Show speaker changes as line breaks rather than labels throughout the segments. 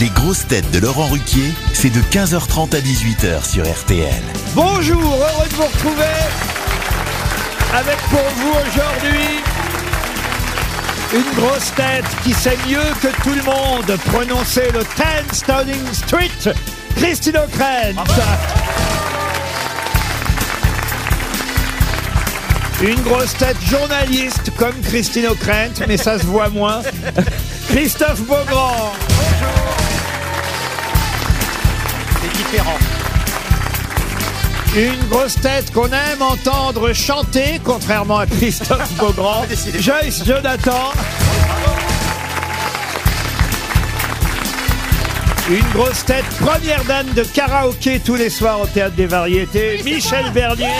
Les grosses têtes de Laurent Ruquier, c'est de 15h30 à 18h sur RTL.
Bonjour, heureux de vous retrouver avec pour vous aujourd'hui une grosse tête qui sait mieux que tout le monde prononcer le 10 Downing Street, Christine O'Krent.
Ah bah.
Une grosse tête journaliste comme Christine O'Krent, mais ça se voit moins. Christophe Beaugrand.
C'est différent.
Une grosse tête qu'on aime entendre chanter, contrairement à Christophe Beaugrand, Joyce Jonathan. Une grosse tête, première dame de karaoké tous les soirs au Théâtre des Variétés, Michel Bernier.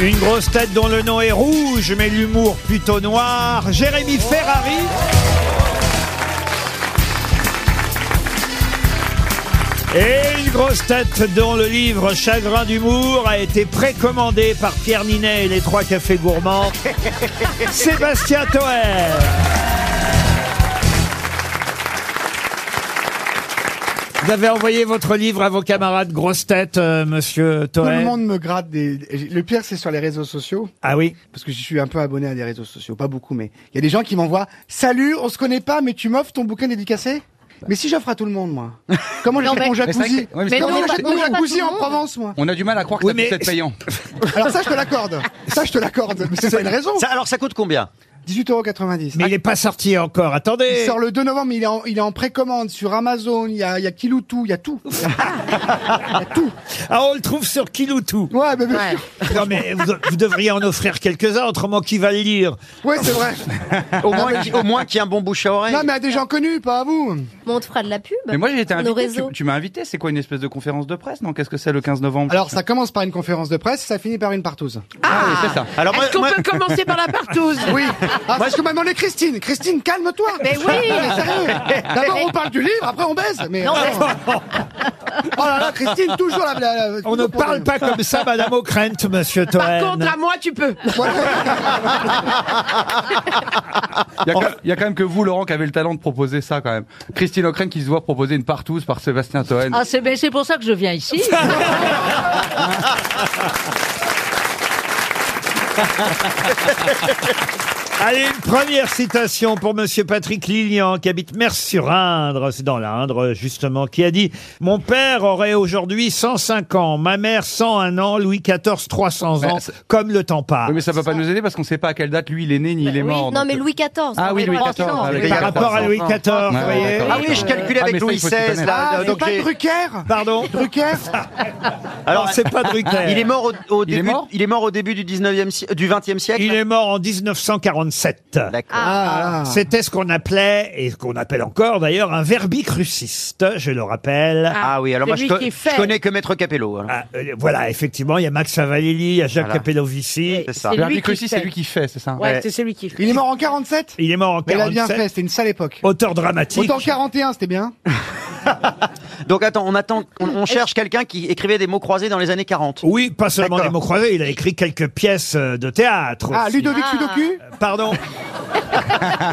Une grosse tête dont le nom est rouge, mais l'humour plutôt noir, Jérémy Ferrari. Et une grosse tête dont le livre Chagrin d'humour a été précommandé par Pierre Ninet et les trois cafés gourmands, Sébastien Toer. Vous avez envoyé votre livre à vos camarades grosses têtes, euh, monsieur
Tout le
Toer.
monde me gratte des. Le pire, c'est sur les réseaux sociaux,
Ah oui.
parce que je suis un peu abonné à des réseaux sociaux, pas beaucoup, mais il y a des gens qui m'envoient Salut, on se connaît pas, mais tu m'offres ton bouquin dédicacé Mais si j'offre à tout le monde, moi. Comment
Non,
j'achète
mais-
Mais c'est
mon jacuzzi
vrai que- ouais, mais c'est
Comment
vrai que
j'achète
on achète
mon
pas
jacuzzi
tout le
en
monde.
Provence, moi
On a du mal à croire que
Oui,
ça
mais-
puisse être payant.
Alors ça, je te l'accorde. Ça, je te l'accorde. Mais c'est pas une raison.
Ça- alors ça coûte combien
18,90€.
Mais il n'est pas sorti encore. Attendez.
Ah, Il sort le 2 novembre, mais il est en, il est en précommande sur Amazon, il y a, il y a Kiloutou, il y a tout.
Ah, on le trouve sur Kiloutou.
Ouais, mais bien
Ouais.
sûr.
Non, mais vous, vous devriez en offrir quelques-uns, autrement qui va le lire
Ouais, c'est vrai.
Au moins, qu'il- au moins qu'il y ait un bon bouche à oreille.
Non, mais à des gens connus, pas à vous.
Bon, on te fera de la pub.
Mais moi j'ai été
Bah, Nos
invité. Tu,
réseaux.
tu m'as invité. C'est quoi une espèce de conférence de presse Non, qu'est-ce que c'est le 15 novembre
Alors, ça commence par une conférence de presse, ça finit par une partouze.
Ah, oui, c'est ça.
Alors moi,
Est-ce qu'on
moi-
peut commencer par la partouze
Oui. Ah, c'est ce que m'a demandé Christine. Christine, calme-toi.
Mais oui.
Non, mais sérieux. D'abord, on parle du livre, après, on baise. Mais... euh,
Non, mais-
Oh là là, Christine, toujours la. la- la-
On ne parle pas comme ça, Madame O'Krent, Monsieur Toen.
Par contre, à moi, tu peux.
Il y, a quand- il y a quand même que vous, Laurent, qui avez le talent de proposer ça quand même. Christine O'Crane qui se voit proposer une partouze par Sébastien Toen.
Ah, c'est ben, c'est pour ça que je viens ici.
Allez, une première citation pour Monsieur Patrick Lilian, qui habite Mers-sur-Indre, c'est dans l'Indre, justement, qui a dit « Mon père aurait aujourd'hui 105 ans, ma mère 101 ans, Louis XIV 300 ans,
Mais c'est-
comme le temps passe.
Oui, mais ça va pas nous aider parce qu'on sait pas à quelle date lui il est né ni il est
Oui,
mort.
non,
Oh, donc-
mais Louis XIV.
Ah oui,
on
Louis
est
XIV,
ensemble.
avec
Mais
Par
il y a
rapport à Louis
quatorze
XIV,
ans.
vous voyez
Ouais, d'accord.
ah oui, je calculais
Ah,
avec
mais ça,
Louis
il faut que tu
XVI
connaisses.
là.
Ah,
donc
c'est pas
j'ai-
Drucker
Pardon
Drucker
Alors,
Alors
c'est pas Drucker.
il est mort au, au
Il est
début.
mort
il est mort au début du 19e si- euh, du 20e siècle.
Il est mort en 1947.
D'accord.
Ah,
Ah.
C'était ce qu'on appelait, et ce qu'on appelle encore d'ailleurs, un verbicruciste, je le rappelle.
Ah oui, alors moi je,
Celui
co-
qui
je
fait.
connais que Maître Capello. alors.
Ah, euh, voilà, effectivement, il y a Max Savalili, il y a Jacques
Voilà.
Capellovici.
C'est ça.
C'est
Verdi
lui qui
Crucis, c'est
fait.
lui qui fait, c'est ça
Ouais,
Ouais.
c'est celui qui fait.
Il est mort en 47
Il est mort en
Mais il a bien
47,
fait, c'était une sale époque.
auteur dramatique.
Autant 41, c'était bien.
Donc attends, on attend on, on cherche quelqu'un qui écrivait des mots croisés dans les années 40.
Oui, pas seulement
D'accord.
des mots croisés, il a écrit quelques pièces euh, de théâtre.
Ah,
aussi. Ah.
Ludovic
Ah.
Sudoku
Euh, Pardon.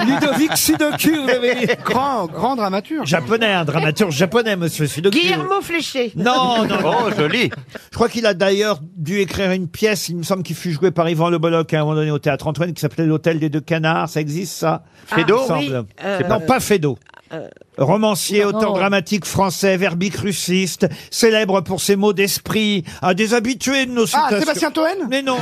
Ludovic Sudoku, vous avez dit.
Grand, grand dramaturge.
Japonais, un dramaturge japonais, monsieur Sudoku.
Guillermo Fléché.
Non, non, non.
Oh, joli.
Je crois qu'il a d'ailleurs dû écrire une pièce, il me semble qu'il fut joué par Yvan Le Bolloc hein, à un moment donné au théâtre Antoine, qui s'appelait L'Hôtel des Deux Canards. Ça existe, ça
Fédo
Il me
oui,
semble.
euh,
Ah, Non, pas Fédo. Romancier, auteur
non.
dramatique français, verbicruciste, célèbre pour ses mots d'esprit, un des habitués de nos
Ah,
citations.
Sébastien Toen
Mais non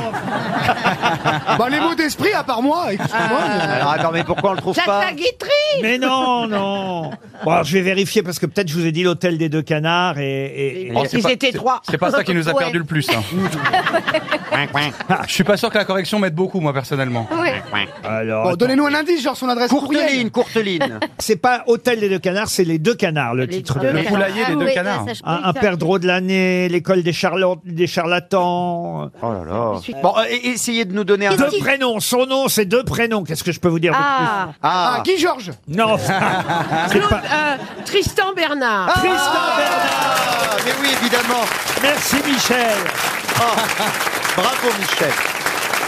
Bah, les mots d'esprit, à part moi, excuse-moi.
Ah.
mais-
Euh, Alors attends, mais pourquoi on le trouve
Jacques
pas
Laguitry.
Mais non, non Bon, alors, je vais vérifier parce que peut-être je vous ai dit l'hôtel des deux canards et... et- et-
Oh, c'est
Ils
pas-
étaient
c'est-
trois.
C'est pas ça qui nous a
Ouais.
perdu le plus. hein. Je suis pas sûr que la correction m'aide beaucoup, moi, personnellement.
ouais.
Alors,
Bon,
attends.
donnez-nous un indice, genre son adresse
Courteline,
courriel.
Courteline.
c'est pas hôtel des deux canards, c'est les deux canards, le
Les
titre
deux
de
Le poulailler
oui,
des
Ah
deux
ouais,
canards.
ça, je
Un,
connais
un
ça.
perdreau de l'année, l'école des, charlan- des charlatans.
Oh là là. Bon, euh, et- essayez de nous donner un
Deux prénoms, son nom, c'est deux prénoms. Qu'est-ce que je peux vous dire de
Ah,
Ah,
Ah,
Guy Georges
plus Non, ça- c'est
Claude,
pas.
euh, Tristan Bernard.
Ah. Tristan Bernard.
Ah, mais oui, évidemment. Oh,
Merci Michel.
Bravo Michel.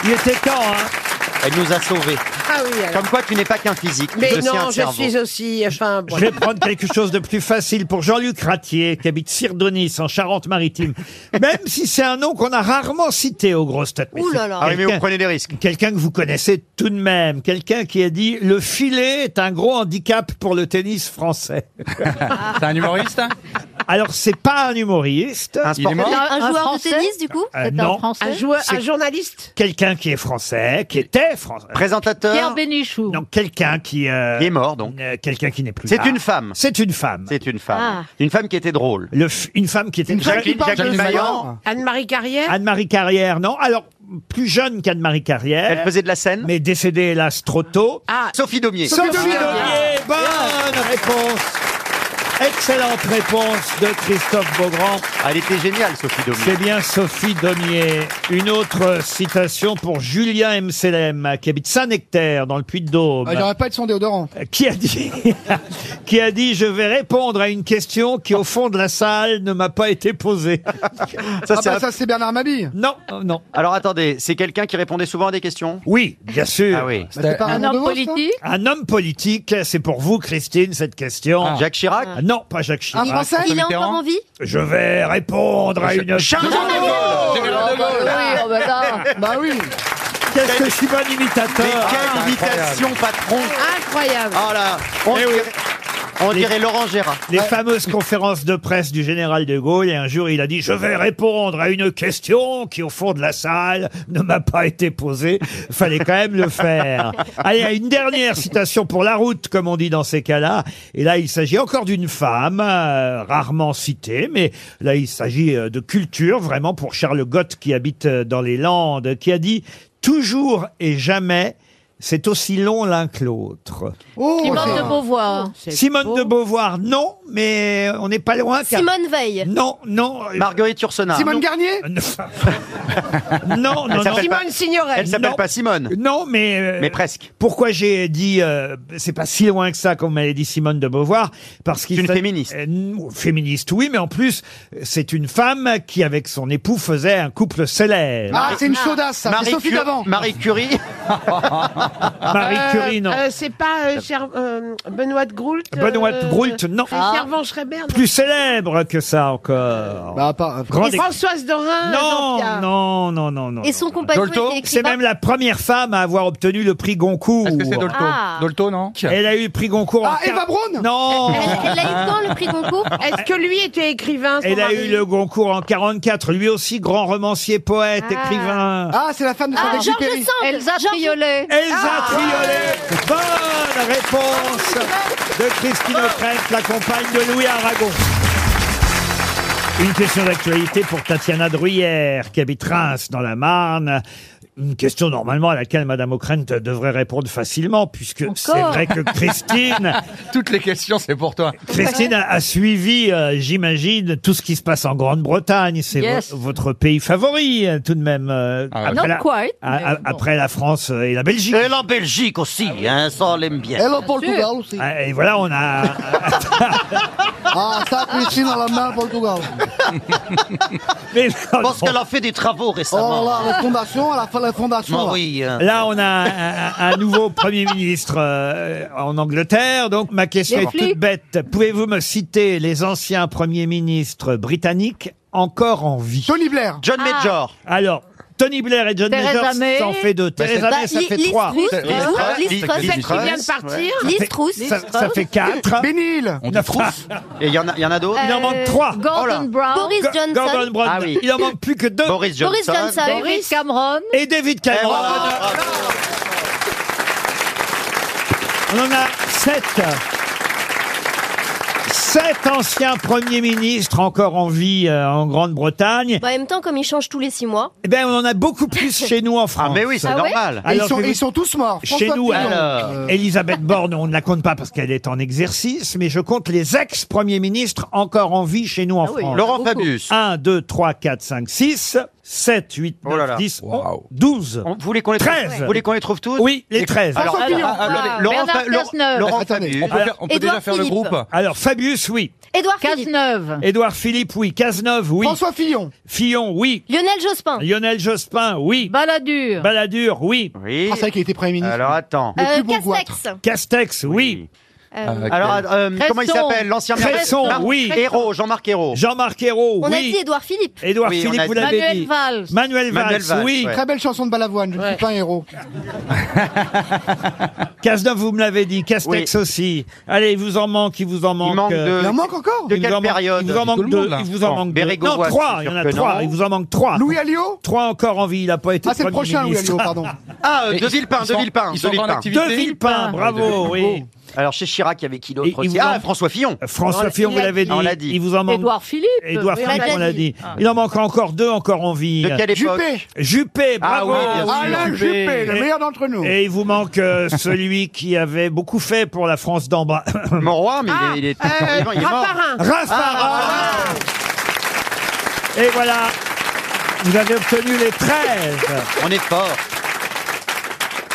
Il était temps. Hein.
Elle nous a sauvés.
Ah oui, alors.
Comme quoi, tu n'es pas qu'un physique. tu
Mais
es aussi un
non, je
cerveau.
suis aussi. Enfin,
Je vais
voilà.
prendre quelque chose de plus facile pour Jean-Luc Ratier, qui habite Sirdonis, en Charente-Maritime. Même si c'est un nom qu'on a rarement cité aux grosses têtes.
Ouh là
c'est
là.
Ah oui, mais
quelqu'un-
vous prenez des risques.
Quelqu'un que vous connaissez tout de même, quelqu'un qui a dit le filet est un gros handicap pour le tennis français.
C'est un humoriste hein
Alors c'est pas un humoriste,
Un
Il est
sportif.
mort
C'est un,
Un
un joueur
Français
de tennis, du coup
Euh,
C'est un
non.
Français
Un, joueur, un
C'est-
journaliste
quelqu'un qui est français, qui était français.
Pierre
Présentateur.
Bénichou.
Non, quelqu'un qui euh,
Il est mort, donc.
euh, quelqu'un qui n'est plus
C'est
là.
une femme.
C'est une femme.
C'est une femme. Une femme qui était drôle.
Le f- une femme qui était
Une femme qui
Jacqueline-
parle de
Jacqueline Maillan.
sport.
Anne-Marie Carrière
Anne-Marie Carrière, non Alors plus jeune qu'Anne-Marie Carrière.
Elle faisait de la scène.
mais décédée hélas trop tôt.
Ah,
Sophie Daumier.
Sophie Daumier, bonne réponse. Excellente réponse de Christophe Beaugrand.
Ah, Elle était géniale, Sophie Daumier.
C'est bien Sophie Daumier. Une autre citation pour Julien Mselem, qui habite Saint-Nectaire, dans le Puy-de-Dôme,
Ah, J'aurais pas de son déodorant.
qui a dit, qui a dit, je vais répondre à une question qui, au fond de la salle, ne m'a pas été posée.
Ça,
ah
c'est
bah
un-
ça c'est Bernard Mabille.
Non, non.
Alors attendez, c'est quelqu'un qui répondait souvent à des questions
Oui, bien sûr.
Ah oui.
Bah, c'est pas
Un
Raymond
homme
DeVos, ça
politique
Un homme politique, c'est pour vous, Christine, cette question. Ah,
Jacques Chirac
Non, pas Jacques
Un
Chirac.
français
Il est encore
Mitterrand
en vie
Je vais répondre à une...
Ah bah oui, oh bah là.
Bah oui.
Qu'est-ce que je suis bon
Mais
imitateur
quelle imitation, patron
incroyable
Oh là On
Eh oui.
dirait, on
Les-
dirait Laurent Gérard.
Les fameuses conférences de presse du général de Gaulle, et un jour il a dit « Je vais répondre à une question qui, au fond de la salle, ne m'a pas été posée. » Fallait quand même le faire. Allez, une dernière citation pour la route, comme on dit dans ces cas-là. Et là, il s'agit encore d'une femme, euh, rarement citée, mais là, il s'agit euh, de culture, vraiment, pour Charles Gott, qui habite euh, dans les Landes, qui a dit « Toujours et jamais, c'est aussi long l'un que l'autre. »
Oh,
Simone
c'est-
de Beauvoir.
C'est
Simone
beau.
de Beauvoir, non, mais on n'est pas loin. Car...
Simone Veil.
Non, non. euh,
Marguerite Yourcenar.
Simone Garnier
non, non, non.
s'appelle-
Simone Signoret
Elle s'appelle
Non.
pas Simone,
Non, mais. euh,
mais presque.
Pourquoi j'ai dit euh, c'est pas si loin que ça comme m'avait dit Simone de Beauvoir parce qu'il
C'est une
fa-
féministe.
Euh, n- féministe oui mais en plus euh, c'est une femme qui avec son époux faisait un couple célèbre
Ah, c'est une chaudasse, ça. C'est Sophie
Curie-
d'avant.
Marie Curie.
Marie Curie non
Euh, c'est pas euh, Cher- euh, Benoît de Groult euh,
Benoît de Groult, non.
C'est
Ah.
Servan Schreiber non
plus célèbre que ça encore
Bah, pas. euh,
Grande
Et Françoise Dorin
non,
Jean-Pierre.
non non non non
Et
non,
son
non.
compagnon
Dolto,
était
c'est
écrivain.
même la première femme à avoir obtenu le prix Goncourt
Est-ce que c'est Dolto
Ah.
Dolto, non
Elle a eu le prix Goncourt. en
Ah,
quar-
Eva Braun
Non
Elle, elle a eu quand le prix Goncourt
Est-ce que lui était écrivain son
Elle a
mari
eu le Goncourt en 44, lui aussi grand romancier, poète,
Ah.
écrivain.
Ah, c'est la femme de
Ah,
Frédéric
Georges
Dupéry.
Sand Ah. Elsa Triolet
Elsa Triolet, bonne
Ah,
réponse de Christine O'Krent, la compagne de Louis Aragon. Une question d'actualité pour Tatiana Druyère, qui habite Reims, dans la Marne. Une question normalement à laquelle Madame O'Krent devrait répondre facilement, puisque c'est
Encore
vrai que Christine
Toutes les questions, c'est pour toi.
Christine a, a suivi, euh, j'imagine, tout ce qui se passe en Grande-Bretagne. C'est vo-
Yes.
votre pays favori, euh, tout de même. euh,
Ah ouais.
après, la,
Not quite.
a- a-
mais bon.
après la France euh, et la Belgique.
Et la Belgique aussi, hein, ça on l'aime bien.
Eva Portugal aussi.
Ah, Et voilà, on a.
Ah, ça, Christine à la main, Portugal.
Mais
Parce qu'elle a fait des travaux
Oh
récemment.
là, la fondation, elle a fait la fondation.
Ah
là.
oui, hein.
Là, on a un, un- un nouveau Premier ministre euh, en Angleterre. Donc, ma question
Les
est
flics.
toute bête. Pouvez-vous me citer les anciens Premiers ministres britanniques encore en vie
Tony Blair.
John Major.
Alors, Tony Blair et John
Ah. Theresa
Major,
May.
ça en fait deux.
Bah, c'est-
Theresa May, ça
Li-
fait
Liz
trois.
Truss,
Liz
vous,
Truss,
Liz
Liz
Truss,
Truss.
Celle qui vient de partir
Liz Truss.
Ça, ça fait quatre.
Bénil.
On dit trouve
Et il y en a, il y en a d'autres
Il en manque trois.
Euh, Gordon
Oh là.
Brown,
Boris
Go-
Johnson,
Gordon Brown.
Ah oui.
Il en manque plus que deux.
Boris Johnson.
Boris Johnson, David Cameron.
Et David
Et
Cameron.
voilà, bravo.
On en a sept. Sept anciens premiers ministres encore en vie euh, en Grande-Bretagne.
Bah, en même temps, comme il change tous les six mois,
Eh ben, on en a beaucoup plus chez nous en France.
Ah mais oui, c'est
Ah ouais
normal.
Et ils,
Alors,
sont,
je vais
ils sont tous morts.
Chez nous,
Pillon.
alors.
Euh,
Elisabeth Borne, on ne la compte pas parce qu'elle est en exercice, mais je compte les ex-premiers ministres encore en vie chez nous en
Ah oui.
France.
Laurent Fabius.
1, 2, 3, 4, 5, 6. 7, 8, 9,
Oh là là.
10, 12.
On- Vous voulez qu'on les
13.
trouve Vous voulez qu'on les trouve tous
Oui, les 13.
Alors,
François Fillon.
alors,
Ah,
attendez, Laurent,
Bernard
Fa- Laurent-
Cazeneuve.
Laurent
Attendez.
Fabius.
On peut, faire- on peut
Édouard
déjà faire
Philippe.
le groupe.
Alors, Fabius, oui.
Édouard Philippe.
Cazeneuve.
Édouard Philippe, oui. Cazeneuve, oui.
François Fillon.
Fillon, oui.
Lionel Jospin.
Lionel Jospin, oui.
Balladur.
Balladur, oui.
Oui.
Ah, c'est vrai qu'il était Premier ministre.
Alors attends.
Le
Euh,
plus beau goître.
Castex.
Castex, oui.
Euh,
Alors, euh, comment il
Resson.
s'appelle L'ancien maire
Resson,
Mar-
oui.
Hérault, Jean-Marc Hérault.
Jean-Marc Ayrault,
on a
oui.
dit Édouard Philippe.
Édouard
Oui, on
Philippe,
a
vous
dit.
l'avez
Manuel
dit.
Valls.
Manuel Valls,
Manuel Valls,
oui.
ouais.
Très belle chanson de Balavoine, je ne suis pas un héros.
Cazeneuve, vous me l'avez dit. Castex aussi. Allez, il vous en manque, il vous en manque.
Il manque
euh,
Il en
de.
manque encore
de
il vous
quelle
en manque-
période
Il vous en
Tout
manque
le
deux.
monde, là.
il vous en
Bon,
manque deux.
Bérégovoy,
Non, trois.
c'est
Il y en
sûr
a
que
trois.
non.
Il vous en manque trois.
Louis Alliot
Trois encore en vie. Il n'a pas été
Ah, c'est le
Premier
prochain, Louis
ministre.
Alliot, pardon.
Ah, euh,
Et
De
ils-
Villepin,
ils
De
sont-
Villepin,
Ils
De
sont encore en
Villepin.
activité.
De Villepin, bravo, oui.
Alors chez Chirac, il y avait qui
Et-
d'autre
il
aussi
vous
Ah,
en- Euh,
François Fillon.
François
On-
Fillon,
il
vous
l'a
l'avez
dit.
dit.
On l'a dit.
Il vous en manque.
Édouard Philippe.
Édouard
Oui, on
Philippe,
l'a
on l'a
dit. Ah.
dit. Il en manque encore deux encore en vie.
De quelle époque
Juppé
Juppé,
Ah
bravo.
oui, bien sûr.
Alain Juppé, le
Et-
meilleur d'entre nous.
Et il vous manque euh, celui qui avait beaucoup fait pour la France d'en bas.
Moroy, mais
Ah,
il est, il est-
euh,
il est mort.
Raffarin.
Raffarin.
Ah.
Et voilà, vous avez obtenu les 13.
On est fort.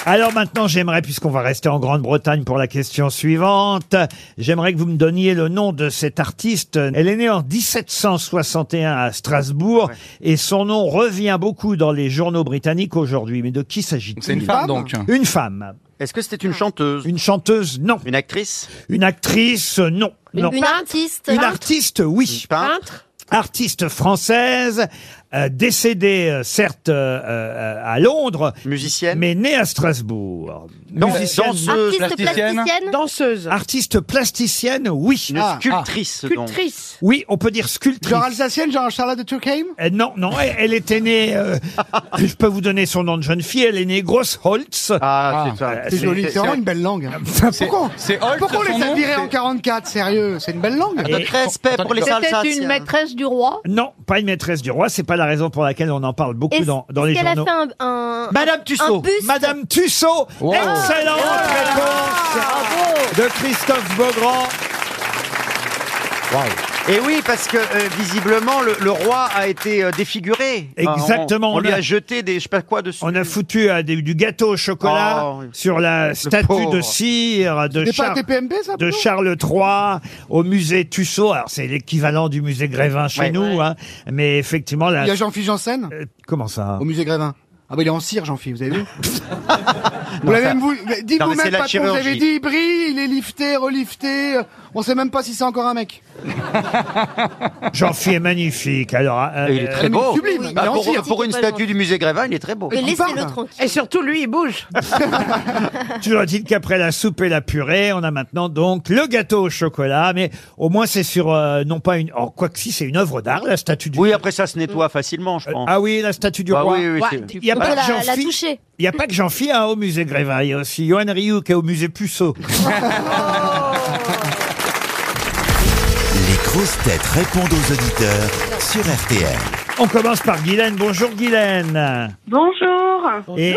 Alors maintenant, j'aimerais, puisqu'on va rester en Grande-Bretagne pour la question suivante, j'aimerais que vous me donniez le nom de cette artiste. Elle est née en 1761 à Strasbourg et son nom revient beaucoup dans les journaux britanniques aujourd'hui. Mais de qui s'agit-il
C'est une femme donc.
Une femme.
Est-ce que c'était une chanteuse
Une chanteuse, non.
Une actrice
Une actrice, non. non.
Une artiste.
Une artiste, oui.
Peintre
Peintre.
Artiste française, euh, décédée euh, certes euh, euh, à Londres,
Musicienne
mais née à Strasbourg.
Dan-
Musicienne.
danseuse
Artiste
plasticienne.
plasticienne.
Danseuse.
Artiste plasticienne, oui.
Une
Ah.
sculptrice donc.
Cultrice.
Oui, on peut dire sculptrice.
Genre alsacienne, genre Charlotte de Turckheim
Euh, non, non, elle, elle était née, euh, je peux vous donner son nom de jeune fille, elle est née Grossholtz.
Ah, c'est
Ah,
ça.
C'est joli, c'est vraiment une belle langue. Pourquoi
C'est Holt,
Pourquoi on
son
les a
nom,
virés en
c'est-
44, sérieux C'est une belle langue.
Et-
Notre respect pour les Alsaciens.
C'était une maîtresse du roi.
Non, pas une maîtresse du roi, c'est pas la raison pour laquelle on en parle beaucoup
Est-ce
dans, dans les
qu'elle a
journaux.
fait un, un-
Madame
Un
Tussaud.
buste.
Madame Tussaud,
Wow.
excellente réponse de Christophe Beaugrand.
Et oui, parce que euh, visiblement le, le roi a été euh, défiguré. Euh,
Exactement,
on, on
on
lui
a-
a jeté des je sais pas quoi dessus.
On a foutu euh, des- du gâteau au chocolat
Oh, oui.
sur la statue de
pauvre.
cire de
C'est pas
Charles.
TPMP, ça
de
Bruno
Charles III au musée Tussaud. Alors c'est l'équivalent du musée Grévin chez
Ouais.
nous, hein. mais effectivement la.
Il y a Jean-Philippe Janssen
Euh, Comment ça
au musée Grévin. Ah bah il est en cire, Jean-Philippe, vous avez vu Vous l'avez même vous, dites
Non, mais c'est
vous-même,
la
patron, vous avez
chirurgie.
dit, il brille, il est lifté, relifté, euh, on sait même pas si c'est encore un mec.
jean philippe est magnifique. Alors euh,
Et il est
euh,
très
mais
beau.
sublime,
Bah,
mais en
pour,
cire.
pour une statue du musée Grévin, il est très
Ah,
beau.
Mais
qui parle
laissez-le tranquille.
Et surtout, lui, il bouge.
toujours dit qu'après la soupe et la purée, on a maintenant donc le gâteau au chocolat. Mais au moins c'est sur euh, non pas une. Oh, quoi que si, c'est une œuvre d'art la statue du.
Oui, après ça se nettoie facilement, je
Euh,
pense.
ah oui, la statue du
Bah
roi.
oui, oui,
Ouais,
c'est-
tu-
Il n'y a,
On
pas
peut
que
la, la
Jean-Phi-
toucher.
il y a pas que Jean-Phi hein, au musée Grévin. Il y a aussi Johan Rioux qui est au musée Puceau.
Les grosses têtes répondent aux auditeurs sur RTL.
On commence par Guylaine. Bonjour Guylaine.
Bonjour.
Et-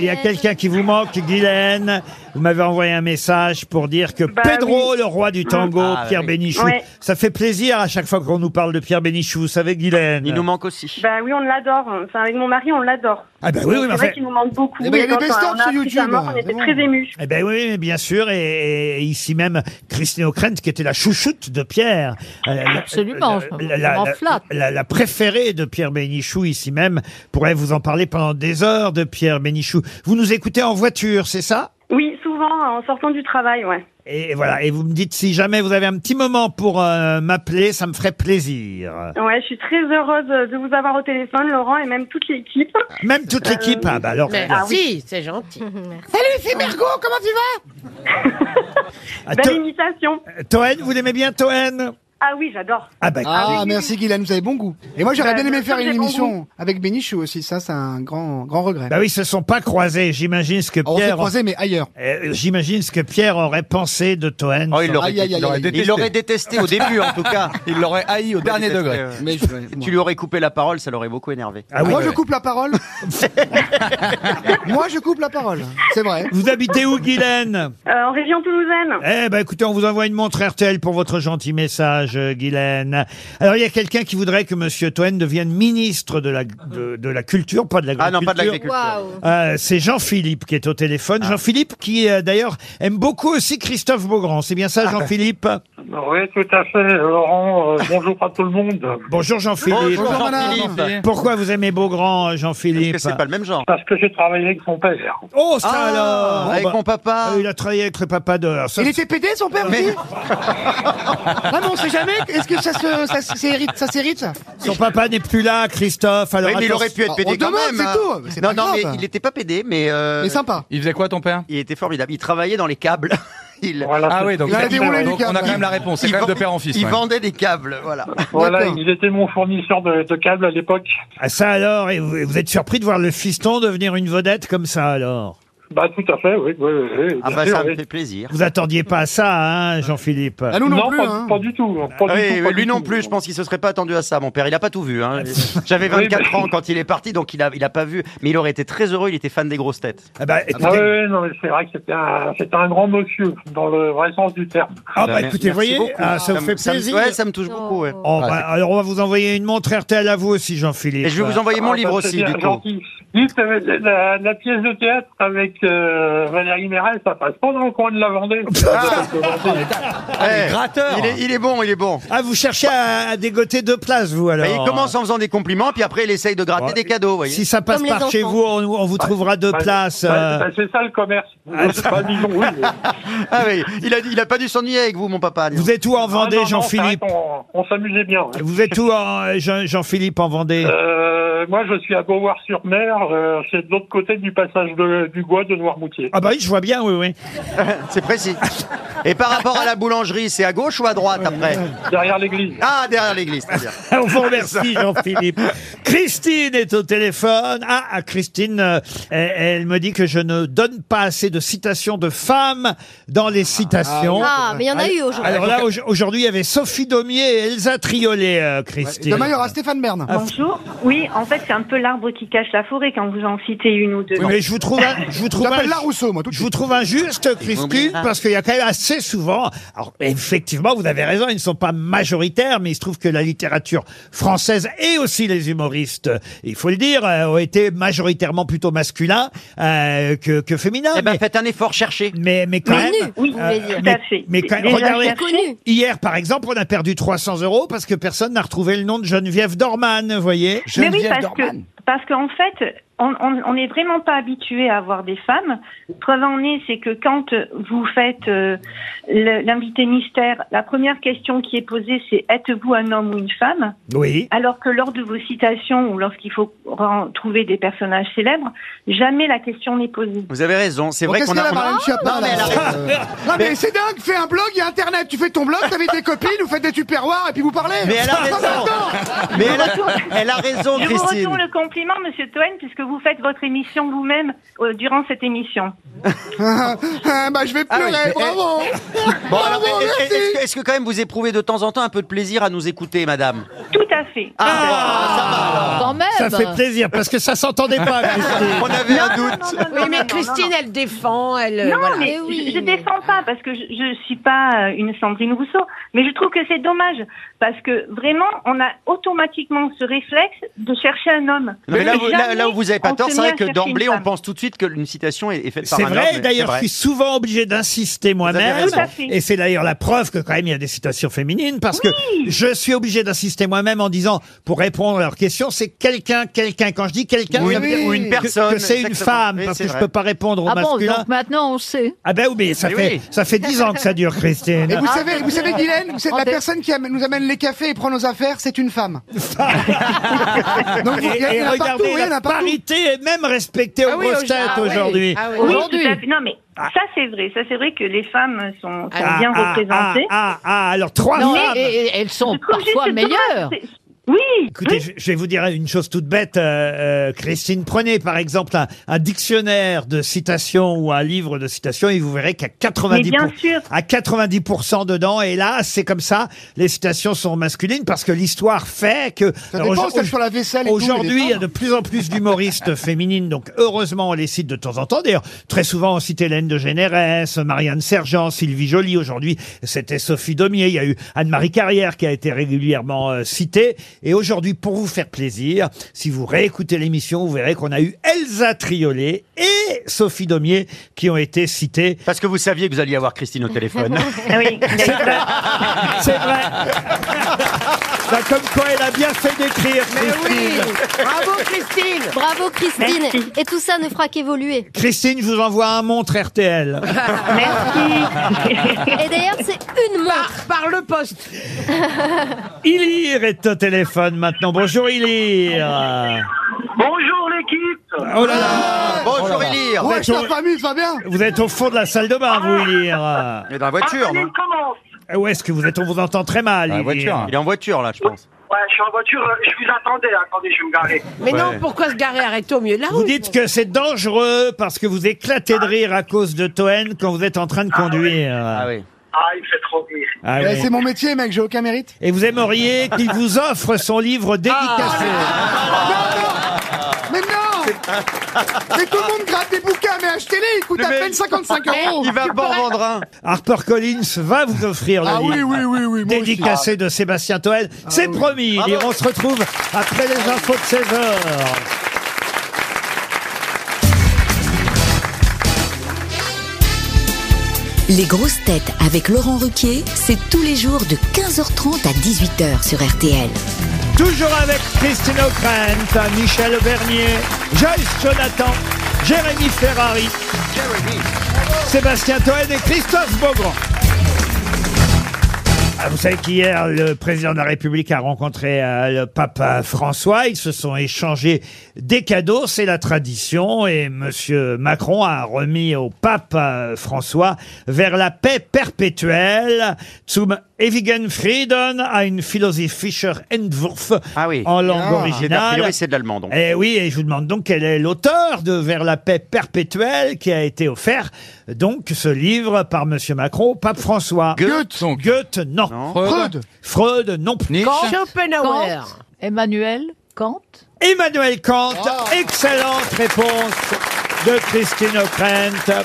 Il y a quelqu'un qui vous manque, Guylaine. Vous m'avez envoyé un message pour dire que
Bah
Pedro, le roi du tango,
Ah,
Pierre
oui.
Bénichou,
Ouais.
ça fait plaisir à chaque fois qu'on nous parle de Pierre Bénichou, vous savez, Guylaine.
Il nous manque aussi.
Bah oui, on l'adore. Enfin, avec mon mari, on l'adore.
Ah bah oui, oui, mais
c'est vrai
enfin-
qu'il nous manque beaucoup.
Eh ben,
Et
il y a
quand on
des
a
best-of sur
appris sa
YouTube,
mort,
hein,
on était
c'est bon.
très émus.
Eh ben oui, bien sûr. Et, et ici même, Christine O'Krent, qui était la chouchoute de Pierre. euh, la-
Absolument, je
La, la-
m'en
la-
flatte.
la- la préférée de Pierre Bénichou, ici même, pourrait vous en parler pendant des heures de Pierre Bénichou. Vous nous écoutez en voiture, c'est ça
Oui, souvent, en sortant du travail, ouais.
et voilà, et vous me dites si jamais vous avez un petit moment pour euh, m'appeler, ça me ferait plaisir.
Ouais, je suis très heureuse de vous avoir au téléphone, Laurent, et même toute l'équipe.
Même toute
Euh,
l'équipe. Ah bah alors.
Mais
voilà.
si, c'est gentil.
Salut, c'est Mergo, comment tu vas
Ah,
Belle
To-
imitation.
Toen, vous l'aimez bien Toen
Ah oui, j'adore.
Ah bah
Ah,
oui, oui,
merci Guylaine, vous avez bon goût. Et moi j'aurais
Bah,
bien aimé
bien
faire
sûr,
une
j'ai bon
émission avec Bénichou aussi, ça c'est un grand, grand regret.
bah oui, ils se sont pas croisés. J'imagine ce que
on s'est
Pierre.
croisés, mais ailleurs.
Euh, J'imagine ce que Pierre aurait pensé de Toen.
Oh, il l'aurait
Aïe, aïe, aïe,
il l'aurait
aïe.
détesté. Il l'aurait détesté au début, en tout cas.
Il l'aurait haï au dernier
détesté,
degré.
euh,
Mais je- moi.
Tu lui aurais coupé la parole, ça l'aurait beaucoup énervé.
Ah oui.
Moi je coupe la parole. Moi je coupe la parole, c'est vrai.
Vous habitez où, Guylaine
Euh, en région toulousaine.
Eh ben, écoutez, on vous envoie une montre RTL pour votre gentil message. hommage, euh, Guylaine. Alors, il y a quelqu'un qui voudrait que Monsieur Toen devienne ministre de la, de, de la culture, pas de
Ah non,
l'agriculture.
pas de l'agriculture. Ah.
Euh, c'est Jean-Philippe qui est au téléphone. Jean-Philippe qui, euh, d'ailleurs, aime beaucoup aussi Christophe Beaugrand. C'est bien
Ah.
ça, Jean-Philippe ah.
Oui, tout à fait, Laurent. euh, bonjour à tout le monde.
Bonjour Jean-Philippe.
Bonjour, madame.
Pourquoi vous aimez Beaugrand, euh, Jean-Philippe
Parce que c'est pas
le même genre.
Parce que j'ai travaillé avec son père.
Oh, ça
Ah,
alors
avec mon
papa Il a travaillé avec le papa de... alors ça,
Il était pédé, son père aussi Ah, mais on sait jamais. Est-ce que ça se- ça se- s'hérite, ça s'hérite, ça
Son papa n'est plus là, Christophe. Alors
Oui, mais il
attention. Oh,
aurait pu être pédé quand même. hein. non, non, mais il n'était pas pédé, mais. Euh...
Mais sympa.
Il faisait quoi ton père Il était formidable. Il travaillait dans les câbles. Il...
Ah oui, donc, donc on a quand même la réponse. C'est
Il
quand même de
vend-
père en fils.
Il
ouais.
vendait des câbles, voilà.
oh,
Voilà,
Ah
il était mon fournisseur de, de câbles à l'époque.
Ah, ça alors, et vous, et vous êtes surpris de voir le fiston devenir une vedette comme ça alors
Bah, tout à fait, oui. oui, oui, oui,
Ah
bien
bah
sûr,
ça me
oui.
fait plaisir.
Vous attendiez pas à ça, hein, Jean-Philippe
pas, pas du tout. hein. pas du
Ah oui,
tout, pas
lui
du
non
tout. Ah,
plus, je pense qu'il se serait pas attendu à ça. Mon père, il a pas tout vu. hein. J'avais 24
Oui, mais-
ans quand il est parti, donc il a, il a pas vu. Mais il aurait été très heureux. Il était fan des grosses têtes.
Ah bah,
Ah oui, oui, non, mais c'est vrai que c'était un, c'était un grand monsieur, dans le vrai sens du terme.
Ah bah, écoutez, vous voyez, ah, ça vous fait
me-
plaisir.
ouais, ça me touche beaucoup. ouais.
Oh, bah, alors on va vous envoyer une montre RTL à vous aussi, Jean-Philippe.
Et je vais vous envoyer mon
Ah,
livre
bah,
aussi,
c'est
du
bien
coup.
gentil. Dites, euh, la, la pièce de théâtre avec euh, Valérie Mérel, ça passe pas dans le coin de la Vendée.
Eh, il, est, il est bon, il est bon.
Ah, vous cherchez à, à dégoter deux places, vous alors
Bah, il commence en faisant des compliments, puis après il essaye de gratter des cadeaux. vous voyez.
Si ça passe par chez vous, on, on vous trouvera deux
bah,
places.
bah,
euh,
bah,
c'est ça le commerce. Pas disons, oui, mais-
Ah oui, il a, il a pas dû s'ennuyer avec vous, mon papa.
Vous êtes où en Vendée,
Ah, non, non,
Jean-Philippe
c'est vrai qu'on- On, s'amusait bien. ouais.
Vous êtes où, en- Jean- Jean-Philippe, en Vendée
Euh, moi, je suis à Beauvoir-sur-Mer, euh, c'est de l'autre côté du passage de- du bois de Noirmoutier.
Ah bah oui, je vois bien, oui, oui.
c'est précis. Et par rapport à la boulangerie, c'est à gauche ou à droite après
Derrière l'église.
Ah, derrière l'église, c'est bien.
On vous remercie, Jean-Philippe. Christine est au téléphone. Ah, ah, Christine, euh, elle, elle me dit que je ne donne pas assez de citations de femmes dans les citations.
Ah, mais il y en a eu aujourd'hui.
Alors là, au- aujourd'hui, il y avait Sophie Daumier et Elsa Triolet, euh, Christine.
Demain, il y aura Stéphane Bern.
Bonjour. Oui, en fait, c'est un peu l'arbre qui cache la forêt quand vous en citez une ou deux.
Oui, mais je vous trouve, un- je vous trouve,
J'appelle
un-
la Rousseau, moi, tout de
je vous trouve injuste, Christine,
m'oubliera.
parce qu'il y a quand même assez souvent. Alors, effectivement, vous avez raison, ils ne sont pas majoritaires, mais il se trouve que la littérature française et aussi les humoristes, il faut le dire, euh, ont été majoritairement plutôt masculins euh, que, que féminins.
Eh ben,
mais,
faites un effort, cherchez.
mais, mais quand
Mais
même.
nus, oui, vous voulez dire.
mais,
Tout à fait.
mais quand
Déjà
regardez,
Connu.
hier, par exemple, on a perdu 300 euros parce que personne n'a retrouvé le nom de Geneviève Dorman, vous voyez.
Mais oui, parce que, parce qu'en fait, on on- on n'est vraiment pas habitué à avoir des femmes. Preuve en est, c'est que quand euh, vous faites euh, le- l'invité mystère, la première question qui est posée, c'est êtes-vous un homme ou une femme
Oui.
Alors que lors de vos citations ou lorsqu'il faut ren- trouver des personnages célèbres, jamais la question n'est posée.
Vous avez raison, c'est
Bon,
vrai
qu'est-ce
qu'on
qu'elle
a.
a,
on a-
Marlène Schiappa,
Non, mais elle
là
a raison.
Non, mais c'est dingue, fais un blog, il y a internet. Tu fais ton blog, t'invites tes copines, vous faites des tupperwares et puis vous parlez.
Mais elle a
Non, mais
raison.
attends.
Mais elle a, elle a raison,
Je vous
Christine.
retourne le compliment, Monsieur Toen, puisque vous faites votre émission vous-même euh, durant cette émission.
Ah, bah, je vais
Ah oui,
pleurer,
mais-
bravo.
Bon, alors,
Bravo,
est- est-
merci.
est-ce que, est-ce que quand même vous éprouvez de temps en temps un peu de plaisir à nous écouter, madame
Tout à fait.
Quand même.
Eh
Ça
ben.
fait plaisir parce que ça s'entendait pas, Christine.
On avait un
non,
doute.
non, non,
Oui,
non,
mais
non,
Christine, elle défend, elle. euh,
Non,
voilà.
mais
Eh oui.
je, je défends pas parce que je, je suis pas euh, une Sandrine Rousseau, mais je trouve que c'est dommage parce que vraiment on a automatiquement ce réflexe de chercher un homme.
Non, mais là, vous- là-
Jamais
là où vous avez pas
on
tort,
se
c'est
met
vrai
à
que
chercher
d'emblée,
une
on
femme.
pense tout de suite qu'une citation est est faite par
C'est
un homme.
vrai,
mais
d'ailleurs, je
c'est
suis souvent obligé d'insister moi-même.
raison. Tout
à fait.
Et c'est d'ailleurs la preuve que quand même il y a des citations féminines, parce que je suis obligé d'insister moi-même en disant, pour répondre à leur question, c'est quelqu'un, quelqu'un. Quand je dis quelqu'un,
Ou
ça
une-
veut dire
ou une
que-
personne,
que c'est une
exactement.
femme,
Oui,
parce
c'est
que je
vrai.
peux pas répondre au
Ah bon,
masculin.
donc maintenant on sait.
Ah ben oui, mais ça
Mais
fait
oui.
ça fait dix ans que ça dure, Christine.
Et
Ah,
vous savez, vous savez, Guylaine, vous êtes la
Rendez-
personne qui amène- nous amène les cafés et prend nos affaires, c'est une femme.
Ah,
Donc,
Et,
vous- il y en a
et
partout,
regardez,
oui, il y en
la
a partout.
parité est même respectée aux
Ah oui,
grosses
aujourd'hui-
têtes
ah oui,
aujourd'hui.
ah oui.
Oui,
Aujourd'hui.
tout à fait. Non, mais ça c'est vrai, ça c'est vrai que les femmes sont, sont bien
ah,
représentées.
ah, ah, ah, alors trois
Non,
femmes.
et, et- et elles sont
Je trouve juste
parfois
dommage,
meilleures.
c'est-
Oui.
Écoutez, je, je vais vous dire une chose toute bête, euh, euh, Christine. Prenez par exemple un, un dictionnaire de citations ou un livre de citations et vous verrez qu'à 90
Mais bien sûr.
à 90 dedans. Et là, c'est comme ça. Les citations sont masculines parce que l'histoire fait que
Ça
Alors,
dépend,
au-
celle sur la vaisselle et tout,
Aujourd'hui,
elle est
il y a de plus en plus d'humoristes féminines, donc heureusement, on les cite de temps en temps. D'ailleurs, très souvent, on cite Hélène de Généresse, Marianne Sergent, Sylvie Joly. Aujourd'hui, c'était Sophie Domier. Il y a eu Anne-Marie Carrière qui a été régulièrement euh, citée. Et aujourd'hui, pour vous faire plaisir, si vous réécoutez l'émission, vous verrez qu'on a eu Elsa Triolet et Sophie Domier qui ont été citées.
Parce que vous saviez que vous alliez avoir Christine au téléphone.
Ah oui.
C'est vrai. C'est vrai. Bah, comme quoi, elle a bien fait d'écrire, Christine.
Bravo Christine
Bravo Christine.
Merci.
Et tout ça ne fera qu'évoluer.
Christine, je vous envoie un montre RTL.
Merci.
Et d'ailleurs, c'est une montre.
Par le poste
Ilir est au téléphone maintenant. Bonjour Ilir.
Bonjour l'équipe
Oh là Oh là.
Bonjour Élire
Ouais,
êtes
je
au-
t'ai pas mis, Fabien
Vous êtes au fond de la salle de bain,
Ah.
vous Ilir.
Il est dans la voiture,
Attendez,
non
il commence
Où est-ce que vous êtes On vous entend très mal.
Dans la
Ilir.
voiture. hein.
Il est en voiture, là, je pense.
Ouais, je suis en voiture, euh, je vous attendais, attendez, je vais me garer.
Mais
Ouais.
non, pourquoi se garer Arrêtez au milieu de la
Vous
route
dites que c'est dangereux parce que vous éclatez de rire à cause de Toen quand vous êtes en train de conduire.
Ah oui.
Ah, il me fait trop rire.
Ah
Eh,
oui.
C'est mon métier, mec, j'ai aucun mérite.
Et vous aimeriez qu'il vous offre son
Ah.
livre dédicacé.
Ah, Mais non Mais tout le monde gratte des bouquins, mais achetez-les, ils coûtent à
Mais-
peine 55 euros
Il va en vendre un.
Harper Collins va vous offrir le
Ah
livre.
oui, oui, oui, oui, moi aussi. Ah
dédicacé de Sébastien Toen. C'est promis.
Bravo.
Et on se retrouve après les infos de 16 heures.
Les grosses têtes avec Laurent Ruquier, c'est tous les jours de 15h30 à 18h sur RTL.
Toujours avec Christine O'Krent, Michel Bernier, Joyce Jonathan, Jérémy Ferrari, Sébastien Toen et Christophe Beaugrand. Ah, Vous savez qu'hier, le président de la République a rencontré euh, le pape euh, François. Ils se sont échangés des cadeaux, c'est la tradition. Et Monsieur Macron a remis au pape euh, François vers la paix perpétuelle. Zum ewigen Frieden ein philosophischer Entwurf
Ah oui.
en langue
Ah.
C'est a
originale.
priori, c'est de l'allemand, donc.
Eh oui, et je vous demande donc quel est l'auteur de Vers la paix perpétuelle qui a été offert, donc ce livre par Monsieur Macron, au pape François.
Goethe.
Donc,
Goethe, non.
Non.
Freud
Freud, non plus.
Nietzsche.
Kant,
Schopenhauer
Emmanuel, Kant.
Emmanuel Kant,
Ah.
excellente réponse de Christine O'Krent.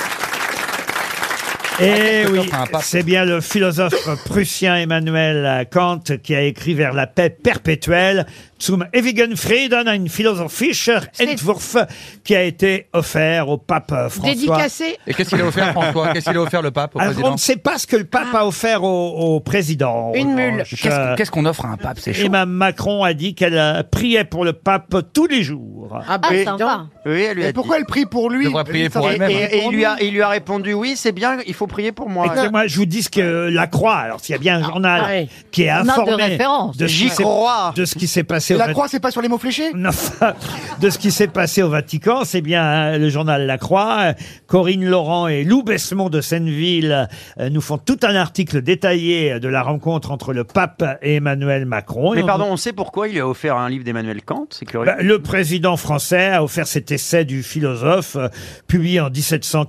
Et
Ah,
oui,
enfin, un pape.
c'est bien le philosophe prussien Emmanuel Kant qui a écrit vers la paix perpétuelle Zum ewigen Frieden, ein philosophischer Entwurf, qui a été offert au pape François.
Dédicacé
Et qu'est-ce qu'il a offert, François Qu'est-ce qu'il a offert, le pape, au
Alors, on
président
ne sait pas ce que le pape a offert au, au président. en
Une mule.
revanche.
Qu'est-ce qu'est-ce qu'on offre à un pape C'est chaud.
Emma Macron a dit qu'elle euh, priait pour le pape tous les jours.
Ah
bah,
Ah,
ben
sympa.
Oui, elle lui a
Et pourquoi elle prie pour lui
Devrait prier
Ça
pour
va-
elle-même. hein.
dit. Et, et il lui a, il lui a répondu oui, c'est bien, il faut prier pour moi.
Écoutez-moi, je vous dis ce que euh, la Croix, alors s'il y a bien un journal
ah oui.
qui est
de
informé
référence.
de ce qui
J'y
s'est-
crois.
de ce qui s'est passé au
La
Vatican-
croix, c'est pas sur les mots fléchés
Non, enfin, de ce qui s'est passé au Vatican, c'est bien hein, le journal La Croix. euh, Corinne Laurent et Lou Bessemont de Senneville euh, nous font tout un article détaillé de la rencontre entre le pape et Emmanuel Macron. Et
Mais
on-
pardon, on sait pourquoi il lui a offert un livre d'Emmanuel Kant, c'est curieux.
Oh, Bah, le président français a offert cet essai du philosophe euh, publié en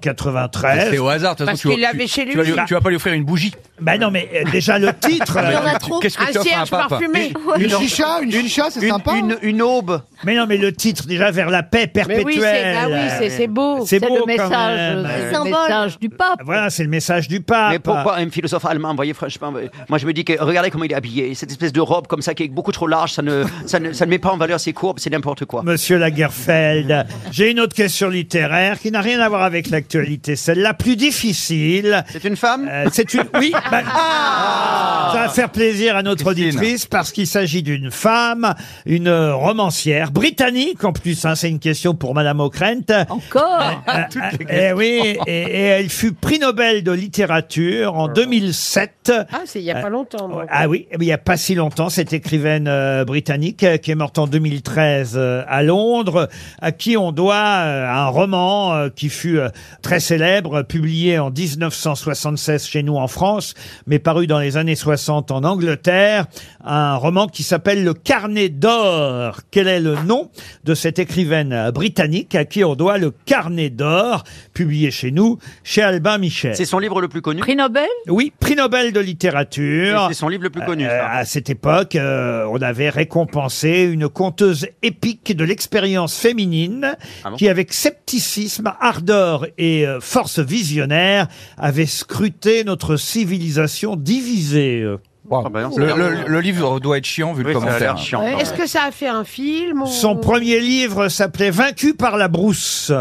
1793.
C'est au hasard, de toute façon,
Parce
tu vas-
qu'il l'avait
tu-
chez
tu vas
lui.
lui- Tu vas pas lui offrir une bougie.
Bah non, mais euh, déjà le titre.
Il y en
euh,
a trop.
Qu'est-ce que
Un
tu offres à un
cierge
pape hein
parfumé
Une chicha, une chicha, c'est
une,
sympa. hein.
une, une aube.
mais non, mais le titre déjà vers la paix
Mais
perpétuelle.
oui, c'est ah oui, c'est- c'est beau
C'est
C'est
beau
le
quand
message,
même.
c'est
Le
le
symbole.
message du pape.
Voilà, c'est le message du pape.
Mais pourquoi un philosophe allemand, vous voyez, franchement, euh, moi je me dis que regardez comment il est habillé, cette espèce de robe comme ça qui est beaucoup trop large, ça ne, ça ne, ça ne met pas en valeur ses courbes, c'est n'importe quoi.
Monsieur Lagerfeld, j'ai une autre question littéraire qui n'a rien à voir avec l'actualité, celle-la plus difficile.
C'est une femme
Euh, c'est une. Oui, bah,
Ah.
ça va faire plaisir à notre
Christine.
auditrice parce qu'il s'agit d'une femme, une romancière britannique en plus. hein. C'est une question pour Madame O'Krent.
Encore
Ah,
Eh oui, et, et elle fut prix Nobel de littérature en 2007.
Ah, c'est il y a pas longtemps. moi.
Ah oui, eh bien, il n'y a pas si longtemps, cette écrivaine euh, britannique euh, qui est morte en 2013 euh, à Londres, à qui on doit euh, un roman euh, qui fut euh, très célèbre, euh, publié en 1976 chez nous en France, mais paru dans les années 60 en Angleterre, un roman qui s'appelle Le Carnet d'or. Quel est le nom de cette écrivaine euh, britannique à qui on doit Le Carnet d'or, publié chez nous, chez Albin Michel
C'est son livre le plus connu.
Prix Nobel
oui, prix Nobel de littérature.
Et c'est son livre le plus connu,
Euh, à cette époque, euh, on avait récompensé une conteuse épique de l'expérience féminine
Ah
qui, avec scepticisme, ardeur et euh, force visionnaire, avait scruté notre civilisation divisée.
Ah bah
Le, le- le livre doit être chiant vu le
Oui, ça a
commentaire.
l'air chiant.
Ouais, Est-ce que ça a fait un film ou-
ah, Son premier livre s'appelait Vaincu par la brousse.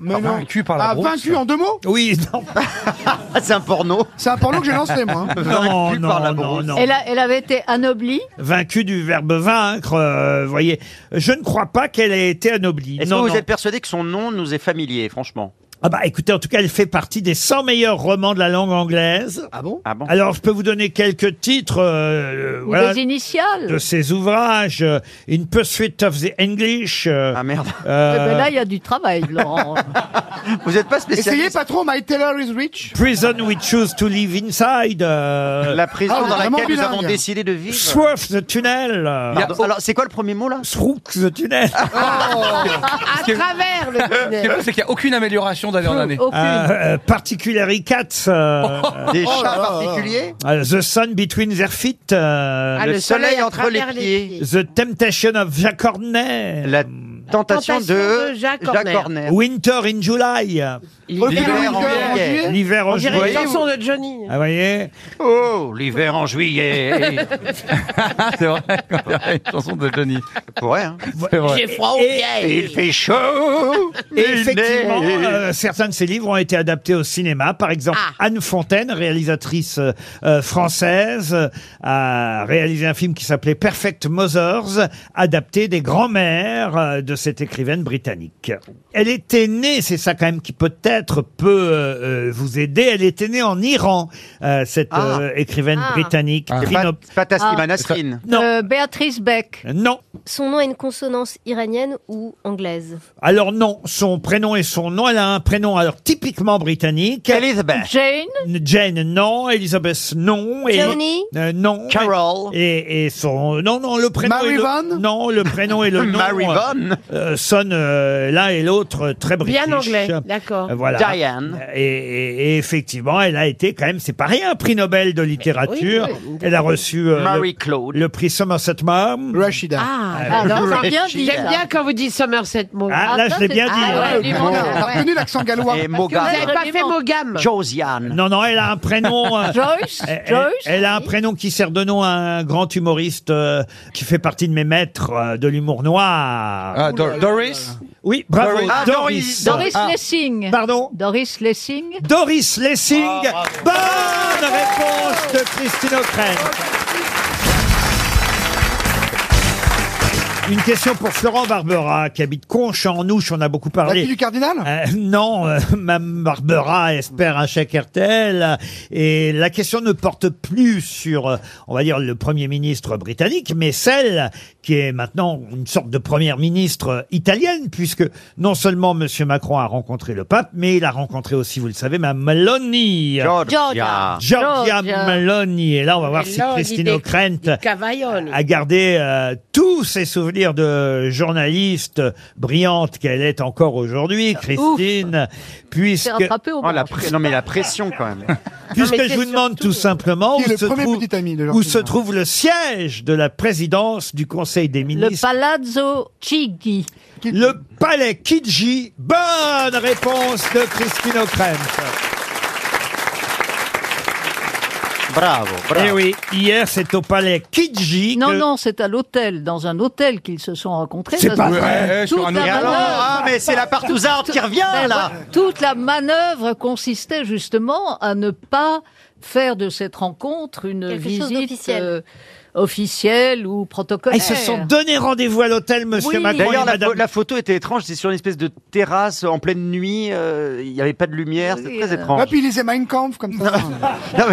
Vaincu par la Ah, brousse vaincu en deux mots
Oui, non.
C'est un porno.
C'est un porno que j'ai lancé, moi. Eh, hein.
Non, non, non, non.
Elle, a- elle avait été anoblie.
Vaincu du verbe vaincre, euh, voyez. Je ne crois pas qu'elle ait été anoblie.
Est-ce que
Non,
vous
non.
êtes persuadé que son nom nous est familier, franchement
Ah bah écoutez, en tout cas, elle fait partie des 100 meilleurs romans de la langue anglaise.
Ah bon,
Alors, je peux vous donner quelques titres euh, euh,
Ou
voilà,
des initiales.
de ses ouvrages. euh, In Pursuit of the English. ah
merde.
Eh ben là, il y a du travail, Laurent.
vous n'êtes pas
Essayez pas trop, My Taylor is rich.
Prison We Choose to Live Inside. euh,
La prison
Ah,
dans
vraiment
laquelle nous
bilingue.
avons décidé de vivre.
Swerve the Tunnel. euh,
Pardon, Alors, c'est quoi le premier mot là
Srook the Tunnel.
Ah.
À
que-
travers le
Euh, Ce qui est fou,
tunnel.
c'est qu'il n'y a aucune amélioration d'année en année.
Euh, euh, Particularly Cats. euh,
Des
euh,
chats particuliers
euh, the Sun Between Their Feet. euh,
Ah, le Le soleil soleil entre à travers les les pieds.
The Temptation of Jack Horner.
La tentation, de,
de Jacques
Jacques
Horner.
Horner.
Winter in July.
L'hiver en juillet.
L'hiver en
On dirait une
juillet.
chanson de Johnny.
Ah, voyez
Oh, l'hiver en juillet.
c'est vrai, quand il y a une chanson de Johnny.
Ouais. hein.
C'est vrai.
J'ai froid aux
Et-
pieds.
Il fait chaud.
Et
il
effectivement,
neige.
euh, certains de ses livres ont été adaptés au cinéma. Par exemple, Anne Fontaine, réalisatrice euh, euh, française, euh, a réalisé un film qui s'appelait Perfect Mothers, adapté des grands-mères euh, de cette écrivaine britannique. Elle était née, c'est ça quand même qui peut-être peut euh, euh, vous aider, elle était née en Iran, euh, cette
Ah.
euh, écrivaine
Ah.
britannique.
C'est
Prix
pas,
Nobel.
c'est pas Taslima
Ah.
Nasrin.
Non.
Euh, Béatrice Beck.
Non.
Son nom a une consonance iranienne ou anglaise.
Alors non, son prénom et son nom, elle a un prénom alors typiquement britannique.
Elizabeth.
Jane.
Jane, non. Elizabeth, non. Et,
Johnny
Euh, Non.
Carol.
Et, et son... Non, non, le prénom et le...
Mary-Vonne
Non, le prénom et le nom
Mary
euh,
Vonne.
euh, sonnent euh, l'un et l'autre euh, très british.
Bien anglais, d'accord.
Euh, Voilà.
Diane.
Et, et- et effectivement, elle a été quand même, c'est pas rien, prix Nobel de littérature.
oui, oui.
Elle a reçu euh,
Mary
le,
Claude.
le prix Somerset Maugham.
Rashida.
Ah,
Ah,
alors,
Non, c'est bien dit.
j'aime
ça.
bien quand vous dites Somerset Maugham.
Ah, là,
ça,
je l'ai
c'est-
bien dit.
Ah,
hein.
ouais, du monde,
T'as
ouais.
reconnu l'accent gallois
Et
Vous
Mogam.
n'avez pas fait Mogam.
Josiane.
Non, non, elle a un prénom. euh,
Joyce.
elle,
Joyce.
elle- elle a un prénom qui sert de nom à un grand humoriste euh, qui fait partie de mes maîtres euh, de l'humour noir.
Ah, Dor- Doris
Oui, bravo.
Doris. Ah,
Doris. Ah.
Doris Lessing.
Pardon
Doris Lessing.
Doris Lessing. Bonne réponse de Christine O'Crane. Une question pour Florent Barbera, qui habite Conche en Ouche. On a beaucoup
La
parlé.
fille du cardinal
Euh, non, euh, Mme Barbera espère un chèque RTL. Et la question ne porte plus sur, euh, on va dire, le Premier ministre britannique, mais celle qui est maintenant une sorte de Première ministre italienne, puisque non seulement M. Macron a rencontré le pape, mais il a rencontré aussi, vous le savez, Mme Meloni.
Georgia.
Giorgia
Giorgia.
Meloni. Et là, on va voir si
Meloni
Christine
des-
O'Krent
Cavaillon.
à garder euh, tous ses souvenirs de journaliste brillante qu'elle est encore aujourd'hui, Christine,
C'est
puisque,
rattrapé au
Oh, la
bord.
pré- Non mais la pression quand même.
puisque
mais
je
c'est
vous demande
surtout-
tout simplement
Qui est
où,
le
se
premier
trouve,
petit ami de
où
Georgina.
se trouve le siège de la présidence du Conseil des
Le
ministres,
Palazzo Chigi.
le, palais Kidji. Bonne réponse de Christine O'Krent.
Bravo.
Eh
bravo.
oui, hier c'est au palais Kidji.
Non,
que-
non, c'est à l'hôtel, dans un hôtel qu'ils se sont rencontrés.
C'est
Ça,
pas
c'est-
vrai.
Toute
Eh, Sur un
la
Et alors,
manœuvre-
ah mais c'est la partouzarde qui revient
Ben,
là.
Toute la manœuvre consistait justement à ne pas faire de cette rencontre une
Quelque chose
visite
d'officiel.
euh, officielle ou protocolaire.
Ah, Ils se sont donné rendez-vous à l'hôtel, monsieur
Oui.
Macron.
D'ailleurs,
et
la,
madame-
pho- la photo était étrange. C'est sur une espèce de terrasse en pleine nuit. euh, Il n'y avait pas de lumière. C'est
euh.
très étrange.
Ah,
Ouais, puis il lisait Euh, Mein Kampf comme ça.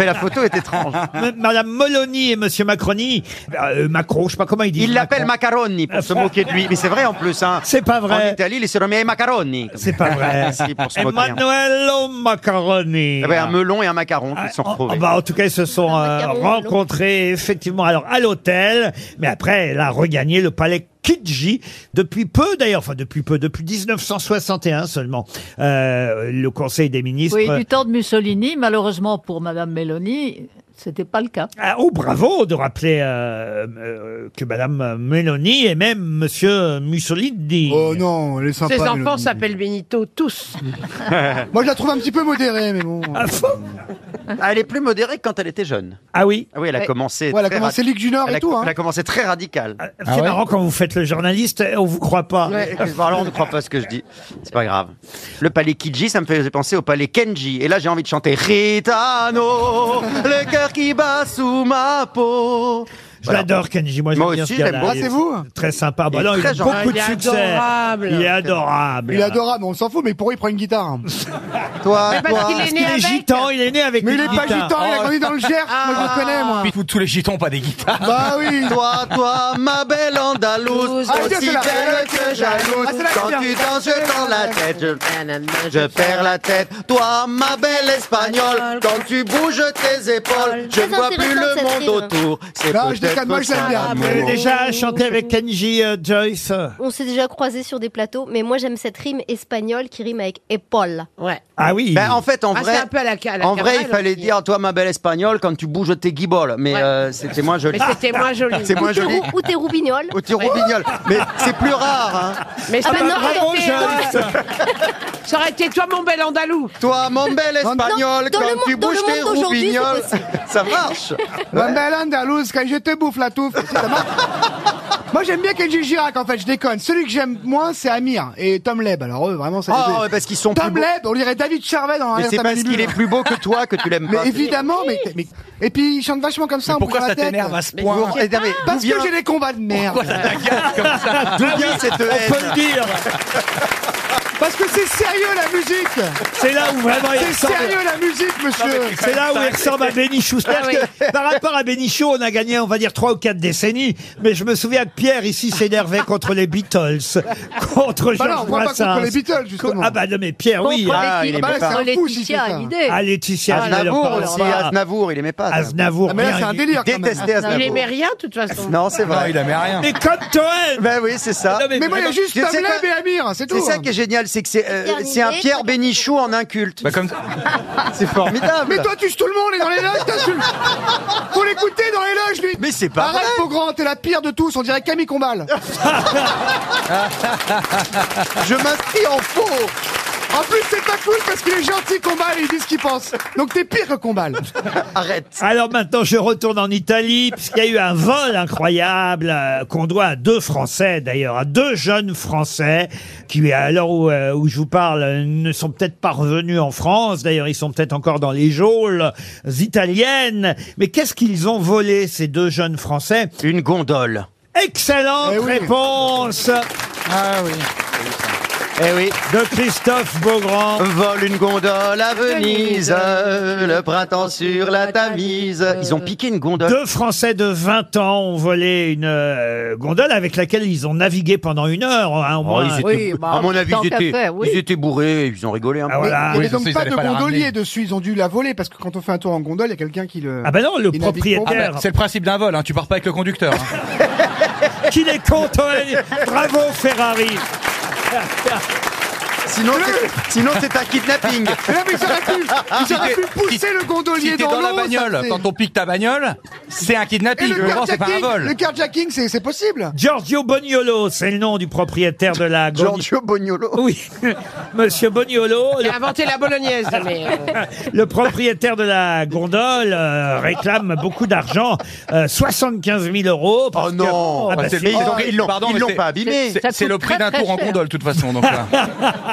Non, mais la photo est étrange.
M- Madame Molony et Monsieur Macroni, euh, Macron, je sais pas comment il dit. Euh,
Il l'appelle Macaroni pour se moquer de lui. Mais c'est vrai en plus. Hein.
C'est pas vrai.
En Italie, il est surnommé Macaroni.
C'est pas vrai.
si, pour se moquer. hein.
Emmanuello Macaroni.
Il y avait un melon et un macaron qui se sont
Ah
retrouvés.
bah, en tout cas, ils se sont euh, rencontrés effectivement alors à l'hôtel, mais après elle a regagné le palais Kidji depuis peu d'ailleurs, enfin depuis peu, depuis 1961 seulement. Euh, le Conseil des ministres.
Oui, du temps de Mussolini, malheureusement pour Madame Meloni, c'était pas le cas.
Ah, oh, bravo de rappeler euh, euh, que Madame Meloni et même Monsieur Mussolini. Oh
non, les
Ses enfants s'appellent Benito, tous.
Moi, je la trouve un petit peu modérée, mais bon.
Ah, elle est plus modérée que quand elle était jeune.
Ah oui
Ah oui, elle a
Ouais.
commencé.
Ouais, elle a
très
commencé
radi-
Ligue du Nord
elle
et
a-
tout, hein. Ah
Elle a commencé très radicale.
Ah, C'est marrant quand vous faites le journaliste, on vous croit pas.
Ouais, alors on ne croit pas ce que je dis. C'est pas grave. Le palais Kiji, ça me fait penser au palais Kenji. Et là, j'ai envie de chanter Ritano, le cœur qui bat sous ma peau.
Je l'adore, Kenji. Moi,
Moi
j'aime bien
aussi,
ce gars-là.
j'aime beaucoup.
Il est
Ah, c'est vous
Très sympa. Bah
Il est
non, il a
très gentil.
beaucoup de
Il est
succès.
adorable.
Il est adorable.
Il est adorable, on s'en fout, mais pour eux, il prend une guitare.
Toi,
Mais parce toi. qu'il est né avec. gitan, il est né avec
Mais il
une
est pas
guitare.
gitan, il a
Oh.
grandi Ah dans le Gers,
Ah.
moi je le connais, moi.
Puis tous- tous les gitans ont pas des guitares.
Bah oui.
Toi, toi, ma belle Andalouse,
Ah, tiens,
aussi
c'est la-
belle que jalouse.
Ah, c'est la
Quand
guitare.
tu danses, je tends la tête, je, je perds la tête. Toi, ma belle Espagnole, quand tu bouges tes épaules, je
Très
ne vois plus
intéressante,
le
cette
monde
rime.
autour. C'est
Non, je déconne, moi,
peut-être
je l'aime
ça,
bien.
l'amour.
Vous avez déjà chanté avec Kenji euh, Joyce
On s'est déjà croisés sur des plateaux, mais moi j'aime cette rime espagnole qui rime avec épaule.
Ouais.
Ah oui.
Ben, en fait, en
Ah,
vrai,
c'est un peu à la- à la hein.
en vrai, il
Cabrel
fallait
aussi.
dire toi ma belle espagnole quand tu bouges tes guiboles, mais euh, c'était moins joli.
Mais c'était moins joli.
C'est moins
Ou t'es
joli.
rou- Ou t'es roubignol.
Au tir au bignol. mais c'est plus rare. Hein.
Mais
Ah
ça
bah non,
aurait
mais-
été- ça aurait été toi, mon bel Andalou.
Toi, mon bel Espagnol,
dans le
quand
monde-
tu
dans
bouges
le
tes
monde d'aujourd'hui, c'est
roubignoles, ça marche.
Ma belle Andalouse, quand je te bouffe la touffe, ça marche. Moi j'aime bien Kenji Girac en fait, je déconne. Celui que j'aime moins c'est Amir et Tom Leb. Alors eux vraiment ça.
Ah,
les-
ouais, parce qu'ils sont
Tom
plus beaux.
Leb, on dirait David Charvet dans
Mais
Arrière
c'est parce
Samedi
qu'il est
Bleu.
plus beau que toi que tu l'aimes
Mais
pas.
évidemment, mais, mais- et puis il chante vachement comme ça. en
pourquoi
bougeant
ça
la tête.
t'énerve à ce Mais point pourquoi- Eh, non, mais
Parce
d'où
que
vient-
j'ai des combats de merde.
D'où vient cette haine
On peut le dire.
Parce que c'est sérieux la musique.
C'est là où vraiment il
C'est
ressemble.
sérieux la musique, monsieur.
C'est là où il ressemble à Bénichou.
Ah
C'est-à-dire que par rapport à Bénichou, on a gagné, on va dire, trois ou quatre décennies. Mais je me souviens que Pierre, ici, s'énervait contre les Beatles, contre
Bah
Georges
non, on voit pas
Brassens.
contre les Beatles, justement.
Ah bah non, mais Pierre, oui.
Contre
Ah,
les-
il
bah
aimait
là,
pas.
c'est un fou s'il fait ça.
Ah, Laetitia, je n'en
Aznavour
parle
aussi,
pas.
Aznavour, il aimait pas.
Aznavour, Ah, mais là, rien. c'est un délire,
Il
quand même.
détestait Aznavour.
Il aimait rien, de toute façon.
Non, c'est vrai.
Non, il aimait rien.
Mais comme Toen
Ben oui, c'est ça.
mais, moi, il y a juste
Tu sais
Tom
quoi
Leb et Amir, c'est tout. hein.
C'est hein. ça qui est génial, c'est que c'est euh,
Dernier,
c'est un Pierre Bénichou en inculte.
Bah,
C'est formidable.
Mais toi, tu tues tout le monde et dans les loges, t'insultes. Faut l'écouter dans les loges, lui.
Mais c'est pas
Arrête,
vrai.
Pau grand, t'es la pire de tous. On dirait Camille Combal.
Je m'inscris en faux.
En plus, c'est pas cool parce qu'il est gentil, Combal, et il dit ce qu'il pense. Donc t'es pire que Combal.
Arrête.
Alors maintenant, je retourne en Italie, puisqu'il y a eu un vol incroyable euh, qu'on doit à deux Français, d'ailleurs, à deux jeunes Français, qui, à l'heure où, euh, où je vous parle, euh, ne sont peut-être pas revenus en France. D'ailleurs, ils sont peut-être encore dans les geôles italiennes. Mais qu'est-ce qu'ils ont volé, ces deux jeunes Français
Une gondole.
Excellente réponse
Ah oui.
Eh oui.
De Christophe Beaugrand.
Vole une gondole à Venise, le printemps sur la Tamise. Euh, Ils ont piqué une gondole.
Deux Français de 20 ans ont volé une euh, gondole avec laquelle ils ont navigué pendant une heure, hein, au
Oh,
moins.
ils étaient- à mon avis, ils étaient, ils étaient bourrés, ils ont rigolé hein. un peu.
Ah, voilà.
Il n'y avait donc pas de gondolier dessus, ils ont dû la voler parce que quand on fait un tour en gondole, il y a quelqu'un qui
Ah
le.
bah
qui navigue pour-
Ah bah, c'est le principe d'un vol, hein, tu pars pas avec le conducteur. hein.
Qu'il est content Bravo Ferrari
Sinon, c'est- sinon c'est un kidnapping.
Mais non, Eh, mais ils auraient pu, ils auraient pu pousser le gondolier
si t'es
dans,
dans la
l'eau, ça,
bagnole,
c'est-
quand on pique ta bagnole, c'est un
Et
kidnapping.
le
Je pense c'est pas un
carjacking,
vol.
le carjacking, c'est c'est possible.
Giorgio Boniolo, c'est le nom du propriétaire de la gondole.
Giorgio Boniolo.
Oui, Monsieur Boniolo.
Il
le-
a inventé la bolognaise, mais... euh,
Le propriétaire de la gondole euh, réclame beaucoup d'argent, euh, 75 000 euros. Parce oh non,
Ah, c'est le prix- c'est- pardon, mais c'est- c'est- C'est le prix d'un tour en gondole, de toute façon. Donc, là.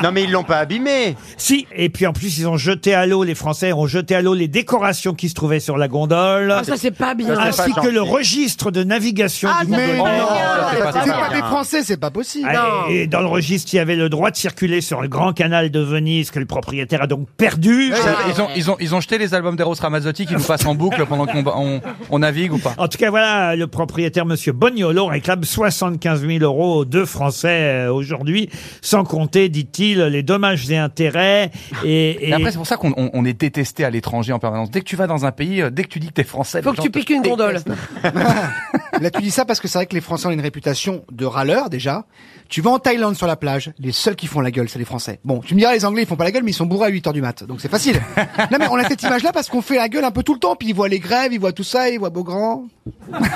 non mais ils l'ont pas abîmé.
Si, et puis en plus ils ont jeté à l'eau, les Français ont jeté à l'eau les décorations qui se trouvaient sur la gondole. Euh,
Ah, ça, c'est pas
bien.
Ainsi que le registre de navigation du
mais non,
Gabon.
Oh, c'est Ah, pas, des Français, c'est pas possible.
Ah, Et et dans le registre, il y avait le droit de circuler sur le grand canal de Venise que le propriétaire a donc perdu.
Ça, Ils, ont, ils, ont, ils ont jeté les albums d'Eros Ramazzotti qui nous passent en boucle pendant qu'on ba- on, on navigue ou pas
En tout cas, voilà, le propriétaire, Monsieur Bognolo, réclame 75 000 euros aux deux Français euh, aujourd'hui, sans compter, dit-il, les dommages et intérêts. Et,
Et après, c'est pour ça qu'on on- on est détesté à l'étranger en permanence. Dès que tu vas dans un pays, euh, dès que tu dis que t'es français, les gens te détestent.
Là, tu dis ça parce que c'est vrai que les Français ont une réputation de râleurs, déjà. Tu vas en Thaïlande sur la plage, les seuls qui font la gueule, c'est les Français. Bon, tu me diras, les Anglais, ils font pas la gueule, mais ils sont bourrés à 8 heures du mat. Donc c'est facile. non, mais on a cette image-là parce qu'on fait la gueule un peu tout le temps. Puis ils voient les grèves, ils voient tout ça, ils voient Beaugrand.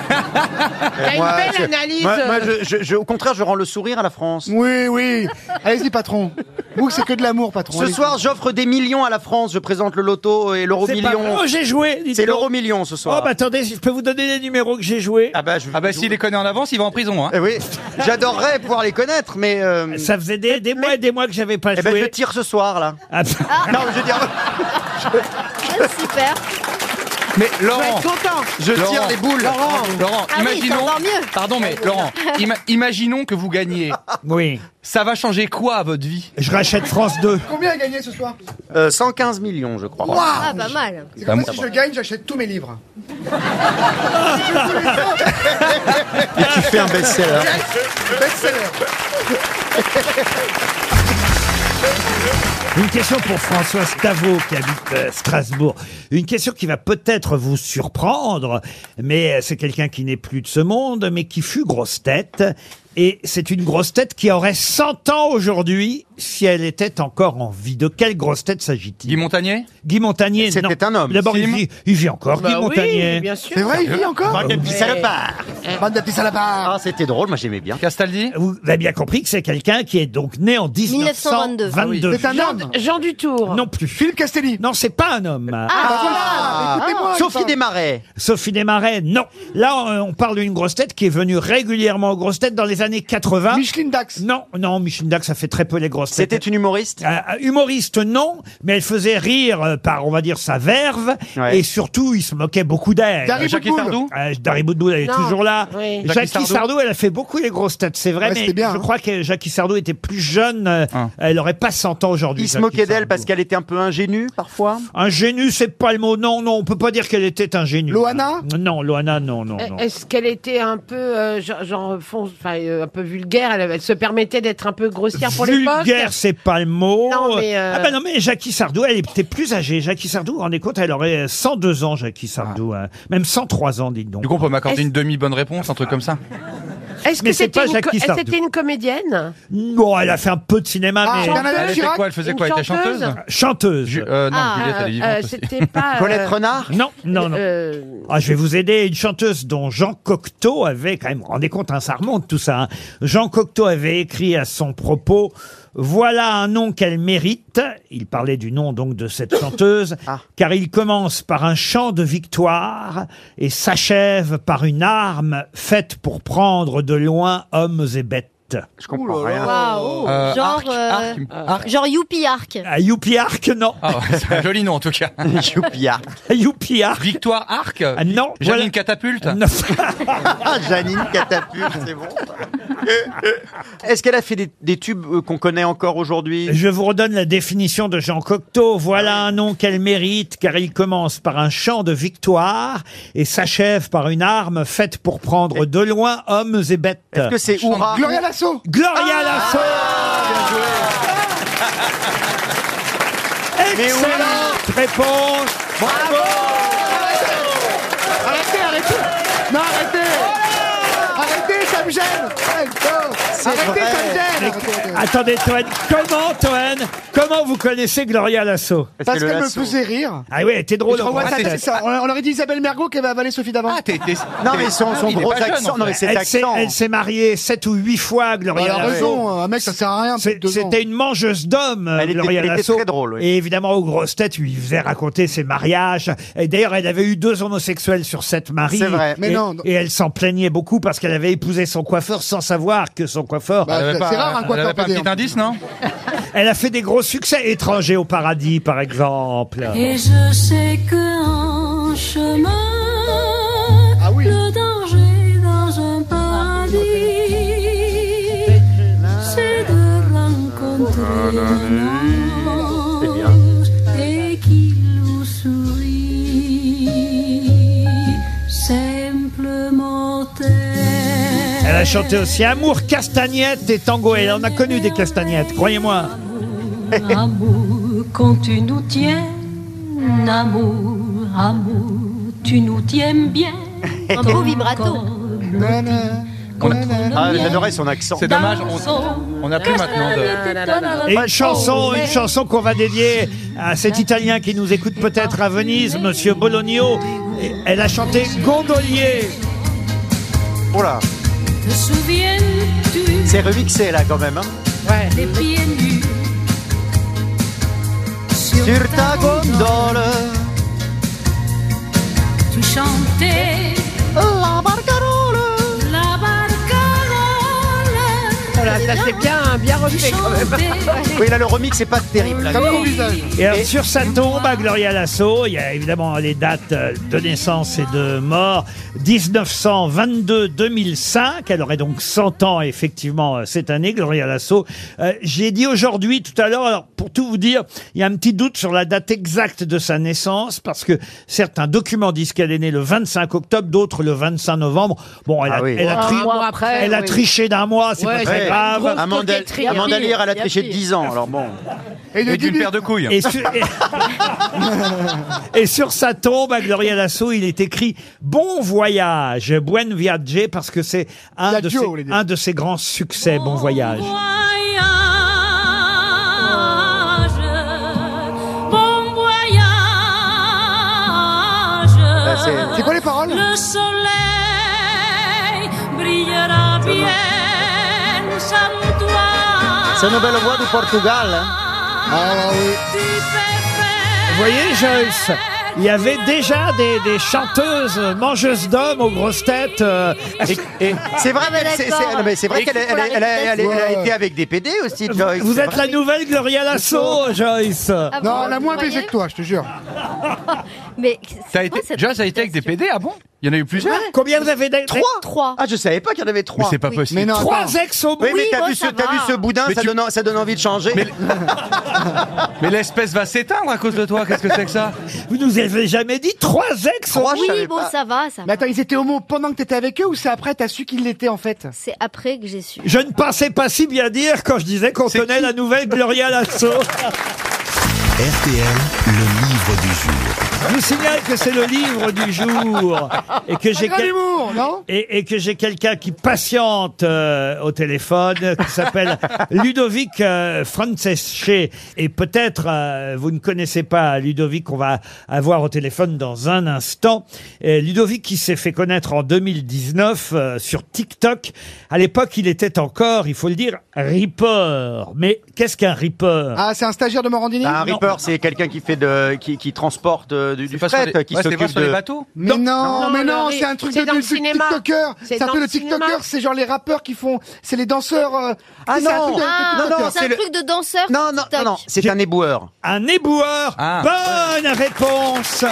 T'as
une belle analyse.
Moi, moi, je- je- je- au contraire, je rends le sourire à la France.
Oui, oui. Allez-y, patron. Vous, c'est que de l'amour, patron.
Ce
Allez-y.
soir, j'offre des millions à la France. Je présente le loto et l'euro
C'est pas vrai.
million.
Oh, j'ai joué, dites
C'est
donc.
l'euro million ce
Oh,
soir.
bah attendez, je peux vous donner les numéros que j'ai joués.
Ah bah, je-
Ah bah s'il les connaît en avance, il va en prison. Hein.
Eh oui, j'adorerais pouvoir les connaître, mais euh,
ça faisait des, des mois et des mois que j'avais pas
eh ben,
joué.
je tire ce soir là.
Ah,
Non, je veux dire.
Ah, Super.
Mais Laurent,
content.
je tire
Laurent,
les boules.
Laurent.
Laurent,
Ah oui, c'est
imaginons.
encore mieux.
Pardon, mais Laurent, ima- imaginons que vous gagnez.
Oui.
Ça va changer quoi à votre vie
Je rachète France 2.
Combien a gagné ce soir
Euh, 115 millions, je crois. bah,
Waouh
Ah, pas mal.
C'est comme
Ça
ça, si
monte.
je gagne, j'achète tous mes livres.
Et tu fais un best-seller.
Une question pour François Stavot qui habite euh, Strasbourg. Une question qui va peut-être vous surprendre, mais euh, c'est quelqu'un qui n'est plus de ce monde, mais qui fut grosse tête. Et c'est une grosse tête qui aurait 100 ans aujourd'hui si elle était encore en vie. De quelle grosse tête s'agit-il
Guy Montagnier
Guy Montagnier,
Euh,
non.
C'était un homme.
D'abord, il
Sim.
vit, il vit encore, Guy Montagnier.
C'est vrai, il vit encore Eh.
Bande de petits salopards.
Bande de petits salopards.
Ah, c'était drôle, moi j'aimais bien.
Castaldi
Vous avez bien compris que c'est quelqu'un qui est donc né en 1922.
1922. Ah oui.
C'est un
Jean,
homme.
Jean Dutour.
Non plus. Phil
Castelli.
Non, c'est pas un homme.
Ah, écoutez-moi, il
Sophie
parle.
Desmarais.
Sophie Desmarais, non. Là, on on parle d'une grosse tête qui est venue régulièrement aux grosses têtes dans les années 80.
Micheline Dax.
Non, non, Micheline Dac, ça fait très peu les grosses têtes.
C'était une humoriste.
Euh, humoriste, non, mais elle faisait rire euh, par, on va dire, sa verve.
Ouais.
Et surtout, il se moquait beaucoup d'elle.
Dari
Jackie
Boudboul.
Sardou
Euh, Dari Boudboul, elle est
Non,
toujours là.
oui.
Jackie,
Jackie
Sardou.
Sardou.
elle a fait beaucoup les grosses têtes, c'est vrai,
Ouais,
mais
c'était bien,
je
hein.
crois que Jackie Sardou était plus jeune. euh,
Hein.
Elle aurait pas 100 ans aujourd'hui.
Ah. Il se
Jackie
moquait d'elle
Sardou.
parce qu'elle était un peu ingénue parfois.
Un génie, c'est pas le mot. Non, non, on peut pas dire qu'elle était un génie.
Loana
Non, Loana, non, non, non.
Euh, Est-ce qu'elle était un peu, euh, genre, genre, fon- enfin, euh, un peu vulgaire elle, elle se permettait d'être un peu grossière pour l'époque
Vulgaire, c'est pas le mot.
Non, mais, euh,
Ah bah non, mais Jackie Sardou, elle était plus âgée. Jackie Sardou, vous vous rendez compte, elle aurait 102 ans, Jackie Sardou.
Ah.
hein. Même 103 ans, dites donc.
Du coup, on peut m'accorder
Est-ce-
une demi-bonne réponse, un truc comme ça.
Est-ce
Mais
que
c'est
c'était
pas
une,
Jackie
co-
Sardou. Mm.
c'était une comédienne
Bon, elle a fait un peu de cinéma,
Ah,
mais...
Jean- Bernadette
Elle était
Chirac,
quoi Elle faisait
une
quoi Elle était chanteuse
chanteuse
Chanteuse.
Ju- euh, Non,
Ah,
Juliette, elle est
Euh,
vivante aussi.
C'était pas. euh,
Colette Renard.
Non, non, non.
euh,
Ah, je vais vous aider. Une chanteuse dont Jean Cocteau avait, quand même, rendez compte, hein, ça remonte tout ça. hein. Jean Cocteau avait écrit à son propos Voilà un nom qu'elle mérite. Il parlait du nom donc de cette chanteuse,
Ah.
car il commence par un chant de victoire et s'achève par une arme faite pour prendre de loin hommes et bêtes.
Je comprends rien.
Waouh.
Euh,
genre,
Arc,
euh,
Arc, Arc.
genre Youpi Arc.
À Youpi Arc, non.
Ah, ouais, c'est un joli nom en tout cas.
Youpia.
À Youpi Arc.
Victoire Arc
Ah, non,
Janine
voilà.
Catapulte
Non.
Bah,
Ah, Janine Catapulte, c'est bon. Est-ce qu'elle a fait des, des tubes euh, qu'on connaît encore aujourd'hui
Je vous redonne la définition de Jean Cocteau. Voilà un nom qu'elle mérite, car il commence par un chant de victoire et s'achève par une arme faite pour prendre de loin hommes et bêtes.
Est-ce que c'est Oura
Gloria Lasso. Ah.
Gloria Lasso Excellente réponse
Arrêtez, arrêtez. Non, arrêtez. Arrêtez, ça me gêne. Hey, go. Arrêtez,
vrai.
ça me gêne.
Mais-
Arrêtez, arrêtez.
Attendez, Toen, comment, Toen, comment vous connaissez Gloria Lasso
Parce
Parce
que le
qu'elle me
lasso.
faisait rire.
Ah oui, elle était drôle.
Je revois
en
sa
fait.
tête, ça. On on aurait dit Isabelle Mergot qui avait avalé Sophie d'avant.
Ah, t'es. t'es-
Non, mais son,
Ah
son
oui, il est
gros
pas jeune,
accent.
en
non, mais
fait.
cet
Elle s'est-
accent.
elle s'est mariée sept ou huit fois,
Bah,
Gloria
elle a
Lasso.
raison, un mec, ça sert à rien.
C'est-
de deux ans.
C'était une mangeuse d'hommes, euh,
Elle était-
Gloria
elle était
Lasso.
très drôle, oui.
Et évidemment, aux grosses têtes, lui, il faisait raconter ses mariages. Et d'ailleurs, elle avait eu deux homosexuels sur sept maris.
C'est vrai.
Mais
et,
non, non.
et elle s'en plaignait beaucoup parce qu'elle avait épousé son coiffeur sans savoir que son coiffeur.
Bah,
Elle avait
c'est
pas-
c'est rare un
elle
coiffeur
avait pas un
PD,
petit
hein.
indice, non
Elle a fait des gros succès étrangers au paradis, par exemple.
Et je sais qu'un chemin C'est
bien.
et qu'il vous sourit simplement
Elle a chanté aussi Amour, Castagnette et Tango. Elle en a connu des castagnettes, croyez-moi.
amour quand tu nous tiens amour amour tu nous tiens bien
Un beau vibrato.
On a- Ah, j'adorais son accent.
C'est dommage, on-
n'a plus maintenant
Et une chanson, une chanson qu'on va dédier à cet Italien qui nous écoute peut-être à Venise, Monsieur Bologno. Et Elle a chanté Gondolier.
Oh là,
te souviens-tu
c'est remixé là quand même. hein.
des pieds nus
Sur ta gondole,
tu chantais la barcarolle la barcarolle
Voilà, ça c'est bien, bien refait quand même.
Oui, là le remix c'est pas terrible. là.
Et alors, sur sa tombe à Gloria Lasso, il y a évidemment les dates euh, de naissance et de mort. 1922-2005, elle aurait donc 100 ans effectivement euh, cette année, Gloria Lasso. Euh, J'ai dit aujourd'hui, tout à l'heure, alors pour tout vous dire, il y a un petit doute sur la date exacte de sa naissance parce que certains documents disent qu'elle est née le 25 octobre, d'autres le 25 novembre. Bon,
Ah
elle a, elle a
Un
tri-
mois après,
elle a
oui.
triché d'un mois, c'est
Ouais,
pas très
c'est
grave.
une grosse Amanda- coquetterie, il y a Amanda pire, Lear, elle a il y a triché de pire. 10
ans, alors bon.
Et de
Et d'une
Guinée.
paire de couilles.
Et sur- Et sur sa tombe, à Gloria Lasso, il est écrit Bon voyage, buen viaje, parce que c'est un, de ses- un de ses grands succès, Bon voyage.
Bon
Ah,
Bah,
voyage.
c'est- C'est quoi les paroles
Le soleil brillera bien sans toi.
C'est une belle voix du Portugal. hein.
Ah, bah
Vous voyez, Joyce il y avait déjà des, des chanteuses mangeuses d'hommes aux grosses têtes. euh, et-
Ah,
C'est vrai, mais c'est- c'est- non, mais c'est vrai
Ah, Et
qu'elle
qu'il
elle-
faut la
elle- elle- elle- elle a
respecter.
été avec des PD aussi, Joyce.
Vous
c'est
êtes
vrai.
la nouvelle Gloria Lasso, Joyce.
Ah
non, elle a moins baisé que toi, je te jure.
Mais
T'as été, déjà, ça a été avec des PD, ah bon Il y en a eu plusieurs
Combien vous avez
Trois
Trois.
Ah, je savais pas qu'il y en avait trois.
Mais c'est pas Oui. possible. Mais non, attends.
Oui, mais t'as
Oui,
vu,
ça
ce- t'as
va.
vu ce boudin,
Mais
ça,
tu-
donne, en- ça donne envie de changer.
Mais l'espèce va s'éteindre à cause de toi, qu'est-ce que c'est que ça
Vous nous avez jamais dit trois ex
Oui, bon, ça va, ça va.
Mais attends, ils étaient homo pendant que t'étais avec eux ou c'est après t'as su qu'ils l'étaient en fait
C'est après que j'ai su.
Je ne pensais pas si bien dire quand je disais qu'on connaît la nouvelle Gloria Lasso.
RTL, le livre du jour.
Je vous signale que c'est le livre du jour et que j'ai
grand humour, non
et, et que j'ai quelqu'un qui patiente euh, au téléphone qui s'appelle Ludovic euh, Francesché et peut-être euh, vous ne connaissez pas Ludovic on va avoir au téléphone dans un instant Et Ludovic qui s'est fait connaître en 2019 euh, sur TikTok à l'époque il était encore il faut le dire Reaper mais qu'est-ce qu'un Reaper
Ah, c'est un stagiaire de Morandini
Bah, un reaper, c'est quelqu'un qui fait de, qui, qui transporte euh, du, du
pas sur
fret,
les-
qui
ouais, c'est
s'occupe
pas sur
de.
les bateaux
Mais non,
Non,
mais
le
non,
ri-
c'est un truc
c'est
de,
dans
de-
le
de
cinéma.
TikToker.
C'est
C'est un
dans
peu
le
le TikToker,
cinéma.
c'est genre les rappeurs qui font, c'est les danseurs. euh,
Ah
c'est un
non.
truc de- de
Ah,
TikToker.
non,
c'est un
c'est le-
truc de danseur
Non, non, non, non, c'est un éboueur. Ah.
Un éboueur. Bonne réponse.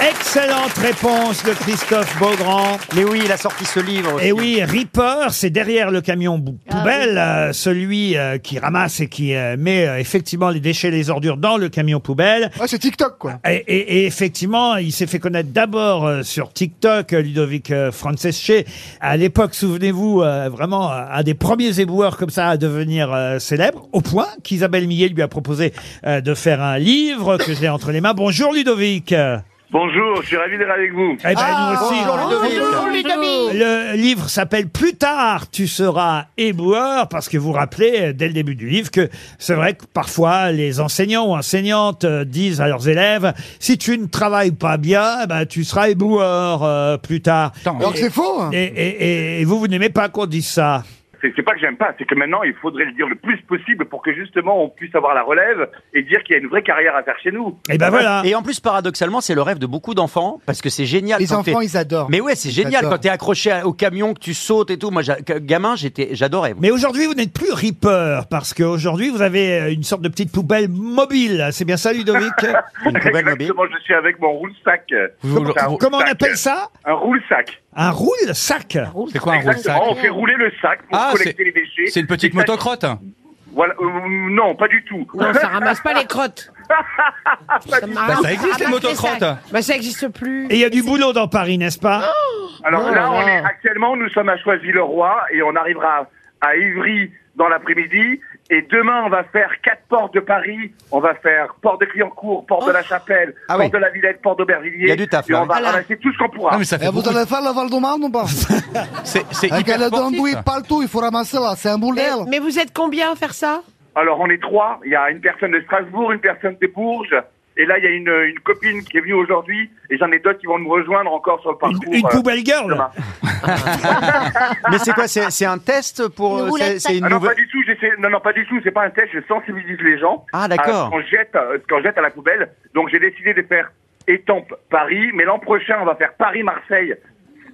Excellente réponse de Christophe Beaugrand.
Mais oui, il a sorti ce livre. aussi.
Et oui, Reaper, c'est derrière le camion bou- poubelle, euh, celui euh, qui ramasse et qui euh, met euh, effectivement les déchets, les ordures dans le camion poubelle.
Ouais, c'est TikTok quoi.
Et, et- et effectivement, il s'est fait connaître d'abord euh, sur TikTok, euh, Ludovic euh, Francesché. À l'époque, souvenez-vous, euh, vraiment euh, un des premiers éboueurs comme ça à devenir euh, célèbre, au point qu'Isabelle Millet lui a proposé euh, de faire un livre que j'ai entre les mains. Bonjour Ludovic. Euh,
Bonjour, je suis ravi d'être avec vous.
Eh ben, nous aussi. Le livre s'appelle Plus tard, tu seras éboueur, parce que vous rappelez euh, dès le début du livre que c'est vrai que parfois les enseignants ou enseignantes euh, disent à leurs élèves si tu ne travailles pas bien, eh ben, tu seras éboueur euh, plus tard.
Alors que
Et-
c'est faux, hein.
Et, et- et- et vous, vous n'aimez pas qu'on dise ça.
C'est c'est pas que j'aime pas, c'est que maintenant il faudrait le dire le plus possible pour que justement on puisse avoir la relève et dire qu'il y a une vraie carrière à faire chez nous.
Eh ben
Et en plus, paradoxalement, c'est le rêve de beaucoup d'enfants parce que c'est génial.
Les
quand
enfants,
t'es-
ils adorent.
Mais ouais, c'est
Ils
génial
adorent.
quand t'es accroché à- au camion, que tu sautes et tout. Moi, j'a- gamin, j'étais, j'adorais.
Mais aujourd'hui, vous n'êtes plus Reaper, parce qu'aujourd'hui, vous avez euh, une sorte de petite poubelle mobile. C'est bien ça, Ludovic
Exactement, je suis avec mon roule-sac.
Vous-
C'est un
comment on
roule-sac.
appelle ça
Un roule-sac.
Un roule-sac
Exactement, on fait rouler le sac pour
Ah,
collecter
c'est-
les déchets.
c'est une petite
Exact-
motocrotte
Voilà, euh, non, pas du tout.
Non, ça ramasse pas les crottes. ça, me-
Bah, ça existe, les
ramasse
motocrottes.
sacs. Bah, ça existe plus.
Et il y a du boulot dans Paris, n'est-ce pas
Ah
Alors
Oh
là,
là
on
là.
est actuellement, nous sommes à Choisy-le-Roi et on arrivera à, à Ivry dans l'après-midi. Et demain, on va faire quatre portes de Paris. On va faire Port de Clignancourt, Port de la Chapelle,
Ah
Port
oui.
de la Villette, Port d'Aubervilliers.
Il y a du taf,
Et
là,
on
oui.
va
Voilà.
ramasser tout ce qu'on pourra.
Ah, mais ça
Eh, vous allez faire la Val d'Omarne ou pas
C'est
Avec le dandouille partout, il faut ramasser là, c'est un
Mais,
bordel.
mais vous êtes combien à faire ça
Alors, on est trois. Il y a une personne de Strasbourg, une personne des Bourges. Et là, il y a une, une copine qui est venue aujourd'hui. Et j'en ai d'autres qui vont nous rejoindre encore sur le parcours. euh,
une
poubelle girl.
Mais c'est quoi C'est c'est un test pour. euh, c'est- C'est une
Ah non, pas
nouvelle.
du tout, j'essaie- non, non, pas du tout, c'est pas un test, je sensibilise les gens.
Ah, d'accord.
à ce qu'on jette, euh, ce qu'on jette à la poubelle. Donc, j'ai décidé de faire Étampes Paris, mais l'an prochain, on va faire Paris-Marseille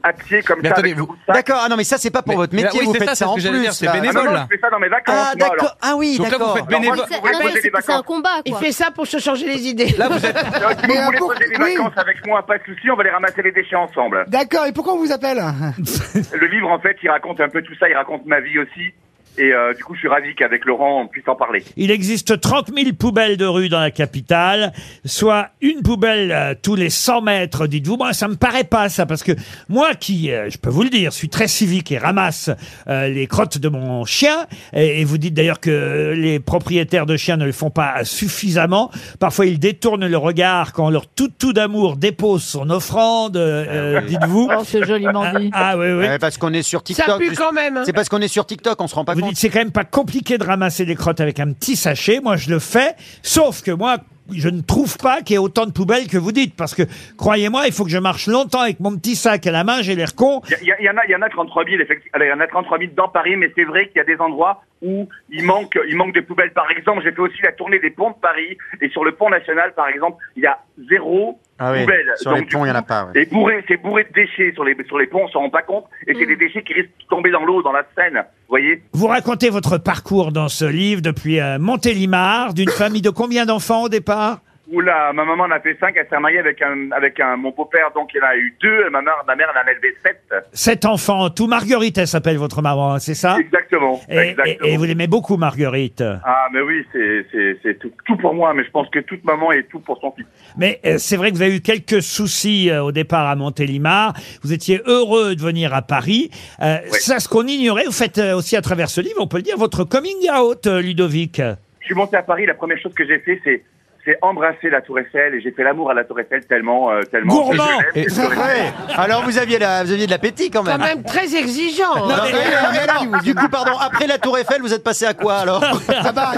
à pied comme
Mais
ça.
attendez,
avec le
vous-
bout de sac.
D'accord, ah non, mais ça, c'est pas pour votre
mais là,
métier,
oui,
vous
c'est
faites
ça,
ça,
c'est ce
en
que j'allais
plus.
dire, c'est
là.
bénévole, Ah non, non, là. je fais ça dans mes vacances,
Ah,
moi,
d'accord.
alors.
Ah oui,
Donc là, vous
d'accord.
faites bénévole.
Alors, moi,
Vous voulez poser des vacances
combat,
Il fait ça pour se changer les idées.
Là, vous êtes-
Si vous voulez poser des vacances avec moi, pas de souci, on va les ramasser les déchets ensemble.
D'accord, et pourquoi on vous appelle
Le livre, en fait, il raconte un peu tout ça, il raconte ma vie aussi. Et euh, du coup, je suis ravi qu'avec Laurent, on puisse en parler.
Il existe 30 000 poubelles de rue dans la capitale, soit une poubelle euh, tous les 100 mètres, dites-vous. Moi, ça me paraît pas ça, parce que moi qui, euh, je peux vous le dire, suis très civique et ramasse euh, les crottes de mon chien, et, et vous dites d'ailleurs que euh, les propriétaires de chiens ne le font pas suffisamment. Parfois, ils détournent le regard quand leur tout tout d'amour dépose son offrande, euh,
oui.
dites-vous.
Oh, c'est joliment dit.
Ah, ah, oui, oui.
Ouais, parce qu'on est sur TikTok.
pue
tu-
quand même, hein.
C'est parce qu'on est sur TikTok, on se rend pas
Vous
compte.
dites, c'est quand même pas compliqué de ramasser des crottes avec un petit sachet. Moi, je le fais. Sauf que moi, je ne trouve pas qu'il y ait autant de poubelles que vous dites. Parce que, croyez-moi, il faut que je marche longtemps avec mon petit sac à la main. J'ai l'air con.
Il y, a- il y en a, il y en a 33 000, effectivement. Alors, il y en a 33 000 dans Paris, mais c'est vrai qu'il y a des endroits où il manque, il manque des poubelles. Par exemple, j'ai fait aussi la tournée des ponts de Paris, et sur le pont national, par exemple, il y a zéro
Ah oui,
poubelle.
sur les
Donc, du
ponts, il y en a
coup,
pas, ouais.
Et bourré, c'est bourré de déchets sur les, sur les ponts, on s'en rend pas compte, et c'est des déchets qui risquent de tomber dans l'eau, dans la Seine, vous voyez.
Vous racontez votre parcours dans ce livre depuis euh, Montélimar, d'une famille de combien d'enfants au départ
Oula, ma maman en a fait 5, elle s'est mariée avec un, avec un, mon beau-père, donc il en a eu deux, et ma mère, ma mère elle en a élevé 7.
Sept enfants en tout. Marguerite, elle s'appelle votre maman, hein, c'est ça
Exactement.
Et- et-
exactement.
et vous l'aimez beaucoup, Marguerite.
Ah, mais oui, c'est, c'est, c'est tout, tout pour moi, mais je pense que toute maman est tout pour son fils.
Mais euh, c'est vrai que vous avez eu quelques soucis euh, au départ à Montélimar. Vous étiez heureux de venir à Paris. Euh, Ça, ce qu'on ignorait, vous faites euh, aussi à travers ce livre, on peut le dire, votre coming out, euh, Ludovic.
Je suis monté à Paris, la première chose que j'ai fait, c'est c'est embrasser la Tour Eiffel et j'ai fait l'amour à la Tour Eiffel tellement euh, tellement.
Gourmand
que je l'aime, que je l'aime.
Ouais. Alors vous aviez, la- vous aviez de l'appétit quand même.
Quand même très exigeant.
Non,
hein.
mais- mais alors, du coup, pardon, après la Tour Eiffel, vous êtes passé à quoi alors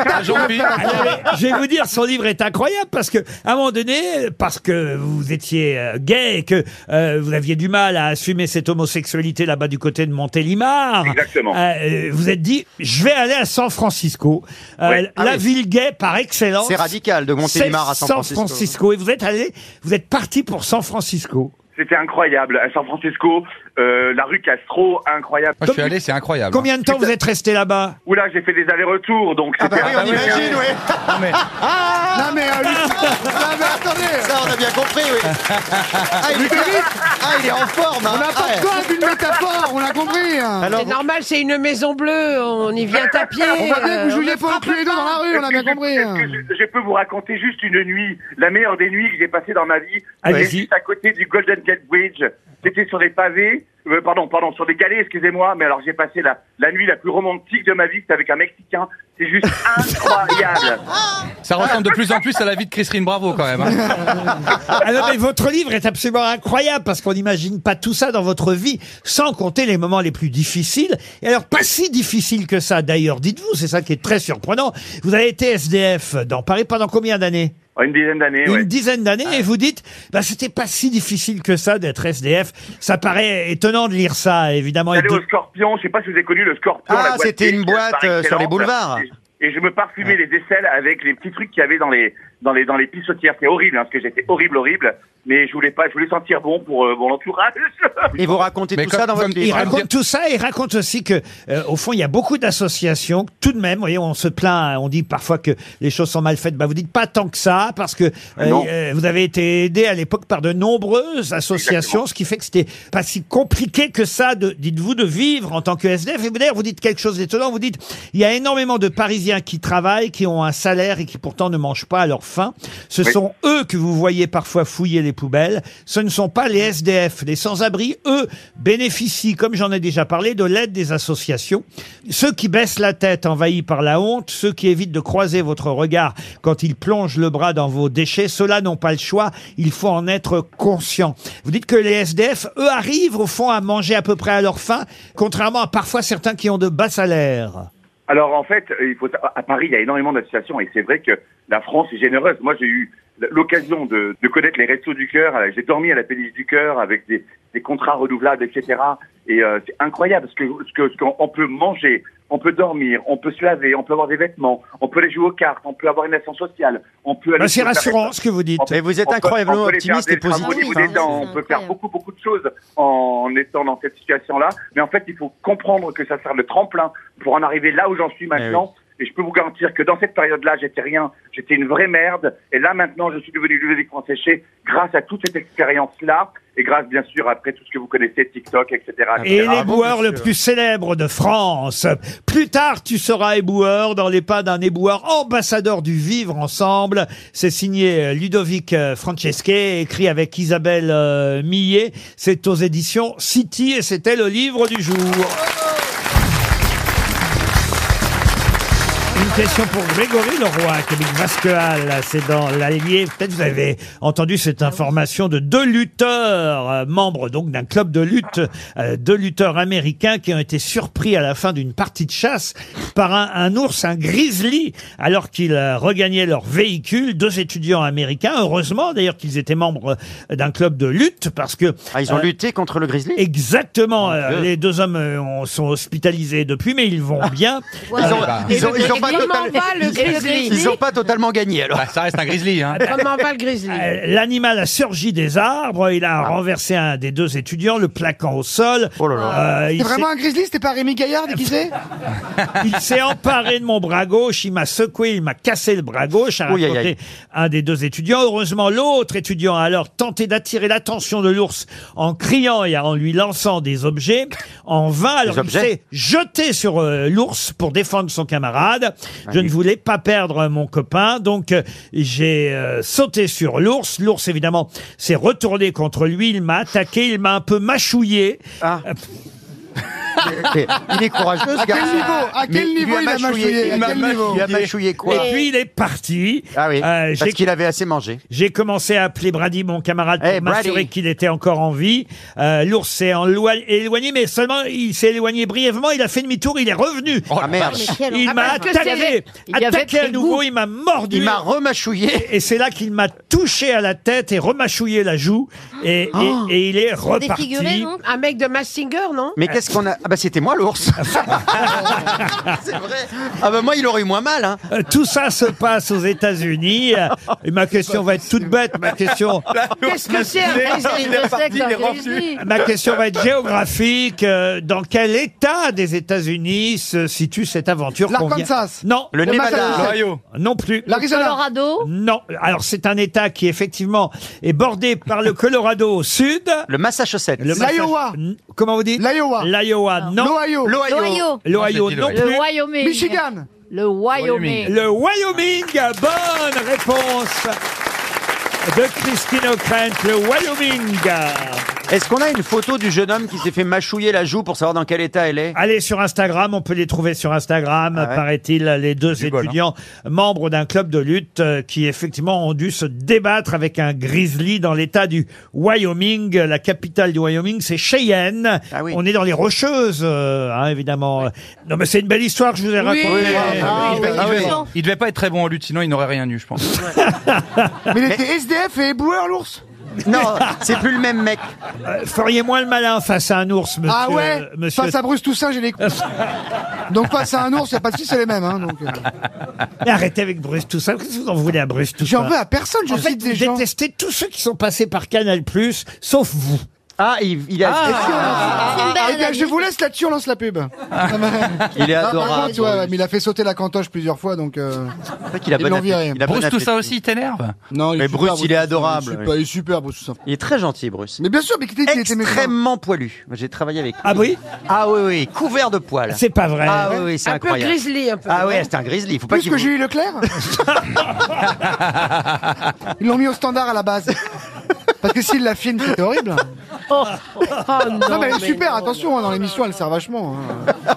Ah,
Je vais vous dire, son livre est incroyable parce que, à un moment donné, parce que vous étiez euh, gay et que euh, vous aviez du mal à assumer cette homosexualité là-bas du côté de Montélimar.
Exactement.
euh, vous êtes dit, je vais aller à San Francisco, euh,
Ouais.
la
Ah oui.
ville gay par excellence.
C'est radical, de Montélimar à San
C'est
Francisco.
Et vous êtes allé, vous êtes parti pour San Francisco.
C'était incroyable à San Francisco, euh, la rue Castro, incroyable.
Moi, je suis allé, c'est incroyable. hein.
Combien de temps vous êtes resté là-bas
Oula, j'ai fait des allers-retours, donc c'était.
bah oui, on imagine, ouais.
Non, mais-
Ah,
Non mais, euh, Luc- non, mais attendez
Ça, on a bien compris, oui. Ah, il est,
Ludovic
ah, il est en forme.
On
hein.
n'a pas
Ah,
besoin d'une métaphore, on l'a compris hein.
C'est normal, c'est une maison bleue, on y vient à pied.
On va bien que
euh,
vous jouiez
ne
pas
frappe
tous les deux dans la rue, on a bien compris hein.
Je, je peux vous raconter juste une nuit, la meilleure des nuits que j'ai passée dans ma vie.
Allez-y.
C'est juste à côté du Golden Gate Bridge. C'était sur des pavés, euh, pardon, pardon, sur des galets, excusez-moi, mais alors j'ai passé la, la nuit la plus romantique de ma vie, c'était avec un Mexicain. C'est juste incroyable.
Ça ressemble de plus en plus à la vie de Christine Bravo quand même. hein.
Ah non, mais votre livre est absolument incroyable parce qu'on n'imagine pas tout ça dans votre vie, sans compter les moments les plus difficiles. Et alors, pas si difficile que ça, d'ailleurs, dites-vous, c'est ça qui est très surprenant. Vous avez été SDF dans Paris pendant combien d'années
Oh, Une dizaine d'années,
Une
ouais.
dizaine d'années, et vous dites, bah, c'était pas si difficile que ça d'être SDF. Ça paraît étonnant de lire ça, évidemment.
J'allais
Et de-
au Scorpion, je sais pas si vous avez connu le Scorpion.
Ah,
la boîte
c'était une
technique
boîte,
par
euh, sur les
excellence.
boulevards.
Et, et je me parfumais les aisselles avec les petits trucs qu'il y avait dans les dans les dans les pissotières. C'est horrible, hein, parce que j'étais horrible, horrible. Mais je voulais pas, je voulais sentir bon pour euh, mon entourage.
Et vous racontez tout ça dans votre
Il
livre.
raconte tout ça et il raconte aussi que, euh, au fond, il y a beaucoup d'associations. Tout de même, voyez, on se plaint, hein, on dit parfois que les choses sont mal faites. Bah, vous dites pas tant que ça, parce que euh,
Non.
euh, vous avez été aidé à l'époque par de nombreuses associations, ce qui fait que c'était pas si compliqué que ça, de, dites-vous, de vivre en tant que SDF. Et d'ailleurs, vous dites quelque chose d'étonnant. Vous dites, il y a énormément de Parisiens qui travaillent, qui ont un salaire et qui pourtant ne mangent pas à leur faim. Ce
Oui.
sont eux que vous voyez parfois fouiller les poubelles. Ce ne sont pas les SDF. Les sans-abri, eux, bénéficient, comme j'en ai déjà parlé, de l'aide des associations. Ceux qui baissent la tête envahis par la honte, ceux qui évitent de croiser votre regard quand ils plongent le bras dans vos déchets, ceux-là n'ont pas le choix. Il faut en être conscient. Vous dites que les SDF, eux, arrivent au fond à manger à peu près à leur faim, contrairement à parfois certains qui ont de bas salaires.
Alors en fait, euh, il faut sa- à Paris, il y a énormément d'associations et c'est vrai que la France est généreuse. Moi, j'ai eu l'occasion de, de connaître les restos du cœur. Euh, J'ai dormi à la Péniche du cœur avec des, des contrats renouvelables, etc. Et euh, c'est incroyable parce que ce que- ce qu'on on peut manger, on peut dormir, on peut se laver, on peut avoir des vêtements, on peut aller jouer aux cartes, on peut avoir une action sociale, on peut. aller
Bah, c'est
se faire-
rassurant ce que vous dites.
on peut- on peut- on peut aller faire des travaux au niveau des dents,
hein.
on peut faire beaucoup, beaucoup de choses en étant dans cette situation-là. Mais en fait, il faut comprendre que ça sert de tremplin pour en arriver là où j'en
Eh
suis maintenant. Et je peux vous garantir que dans cette période-là, j'étais rien, j'étais une vraie merde. Et là, maintenant, je suis devenu Ludovic Français grâce à toute cette expérience-là et grâce, bien sûr, après tout ce que vous connaissez, TikTok, etc.
Ah,
Et
etc.
l'éboueur le plus célèbre de France. Plus tard, tu seras éboueur dans les pas d'un éboueur ambassadeur du vivre ensemble. C'est signé euh, Ludovic euh, Francesche, écrit avec Isabelle euh, Millet. C'est aux éditions City et c'était le livre du jour. Une question pour Grégory Leroy, Kevin Vasquehal, c'est dans l'Allier. Peut-être vous avez entendu cette information de deux lutteurs, euh, membres donc d'un club de lutte, euh, deux lutteurs américains qui ont été surpris à la fin d'une partie de chasse par un, un ours, un grizzly, alors qu'ils euh, regagnaient leur véhicule. Deux étudiants américains, heureusement d'ailleurs qu'ils étaient membres euh, d'un club de lutte parce que euh,
Ah, ils ont lutté contre le grizzly
Exactement. euh,
Dieu.
les deux hommes euh, ont- sont hospitalisés depuis, mais ils vont bien.
Ils ont- ils ont- ils ont pas total- Ils ont pas totalement gagné alors.
ça reste un grizzly. Hein.
Ah, Comment va le grizzly
Euh, L'animal a surgi des arbres, il
Ah.
a renversé un des deux étudiants, le plaquant au sol.
Oh
Euh, il
C'était vraiment
s'est-
un grizzly, c'était pas Rémi Gaillard déguisé
il s'est emparé de mon bras gauche, il m'a secoué, il m'a cassé le bras gauche, a
Ouh, aïe,
raconté
aïe.
un des deux étudiants. Heureusement, l'autre étudiant a alors tenté d'attirer l'attention de l'ours en criant et en lui lançant des objets. En vain, alors il
objets
s'est jeté sur euh, l'ours pour défendre son camarade. Je ne voulais pas perdre mon copain, donc euh, j'ai euh, sauté sur l'ours. L'ours, évidemment, s'est retourné contre lui, il m'a attaqué, il m'a un peu mâchouillé.
Ah.
Euh,
Il est courageux. ce
À quel
garçon.
niveau À quel
Mais il
niveau
a
il a mâchouillé
Il
À
m'a
quel niveau
mâchouillé, il a mâchouillé quoi
Et puis il est parti.
Ah oui,
Euh,
parce
j'ai-
qu'il avait assez mangé.
J'ai commencé à appeler Brady, mon camarade, pour
Hey, Brady.
m'assurer qu'il était encore en vie. Euh, L'ours s'est enloi- éloigné, mais seulement il s'est éloigné brièvement. Il a fait demi-tour, il est revenu.
Ah, merde. Mais quel
Il
enfer.
m'a
Ah, parce que
attaqué,
c'est- il y avait
attaqué
pris
à nouveau,
goût.
il m'a mordu.
Il m'a remâchouillé.
Et c'est là qu'il m'a touché à la tête et remâchouillé la joue. Et, et-
Oh.
et il est reparti.
Un mec de Massinger, non
Mais qu'est-ce qu'on a Ah bah c'était moi l'ours. C'est vrai. Ah bah moi il aurait eu moins mal. Hein.
Euh, Tout ça se passe aux États-Unis. Euh, Et ma question va être toute bête. Ma question,
Qu'est-ce que c'est un grizzly
ma question va être géographique. Euh, Dans quel état des États-Unis se situe cette aventure qu'on vient-
L'Arkansas.
Non.
Le Le Nevada. Massachusetts. L'Ohio.
Non plus.
L'Arizona. Le Colorado.
Non. Alors c'est un état qui effectivement est bordé par le Colorado au sud.
Le Massachusetts.
Le Massa-
L'Iowa.
N- Comment vous dites L'Iowa. L'Iowa, non.
L'Ohio. L'Ohio. L'Ohio.
Ah, L'Ohio, non plus.
Ah. Le Wyoming.
Michigan.
Le Wyoming.
Le Wyoming, bonne réponse de Christine O'Krent, le Wyoming.
Est-ce qu'on a une photo du jeune homme qui s'est fait mâchouiller la joue pour savoir dans quel état elle est
Allez sur Instagram, on peut les trouver sur Instagram,
Ah
paraît-il, les deux
hein.
étudiants membres d'un club de lutte euh, qui effectivement ont dû se débattre avec un grizzly dans l'état du Wyoming. La capitale du Wyoming, c'est Cheyenne.
Ah
On est dans les Rocheuses, euh, hein, évidemment. Non mais c'est une belle histoire que je vous ai racontée.
Ah, il, devait, il devait- il devait pas être très bon en lutte, sinon il n'aurait rien eu, je pense.
Mais il était SDF et éboueur l'ours
Non, c'est plus le même mec.
Euh, feriez moins le malin face à un ours, monsieur.
ah ouais
euh, monsieur-
Face à Bruce Toussaint, j'ai les couilles. donc face à un ours, il a pas de souci, c'est les mêmes. Hein, donc, euh.
Mais arrêtez avec Bruce Toussaint. Qu'est-ce que vous en voulez à Bruce Toussaint
J'en veux à personne, je
En fait,
cite des
vous
gens.
détestez tous ceux qui sont passés par Canal+, sauf vous.
Ah, il, il a...
Ah, eh bien, je vous laisse là-dessus, on lance la pub.
Il est
Ah, par
adorable.
contre, ouais, ouais, mais il a fait sauter la cantoche plusieurs fois, donc. Euh...
qu'il a
ils
bon
l'ont
appétit.
viré.
Il a bon Bruce Toussaint appétit. aussi, il
t'énerve
Non, Oh, il
Mais
super,
Bruce, il est
Toussaint,
adorable,
Il est
oui.
super, il est super, Bruce Toussaint.
Il est très gentil, Bruce.
Mais bien sûr, mais qu'il était, il était méchant.
Extrêmement poilu. J'ai travaillé avec lui.
Ah oui
Ah oui, oui, couvert de poils.
C'est pas vrai.
Ah oui, oui, c'est
Un peu
incroyable.
grizzly, un peu.
Ah oui, c'est un grizzly. Faut pas
Plus
qu'il
que
vous-
Julie Leclerc Ils l'ont mis au standard à la base. Parce que s'il la filme, c'était horrible.
Oh, non,
mais elle est
mais
super, attention, hein, dans l'émission, elle sert vachement. hein.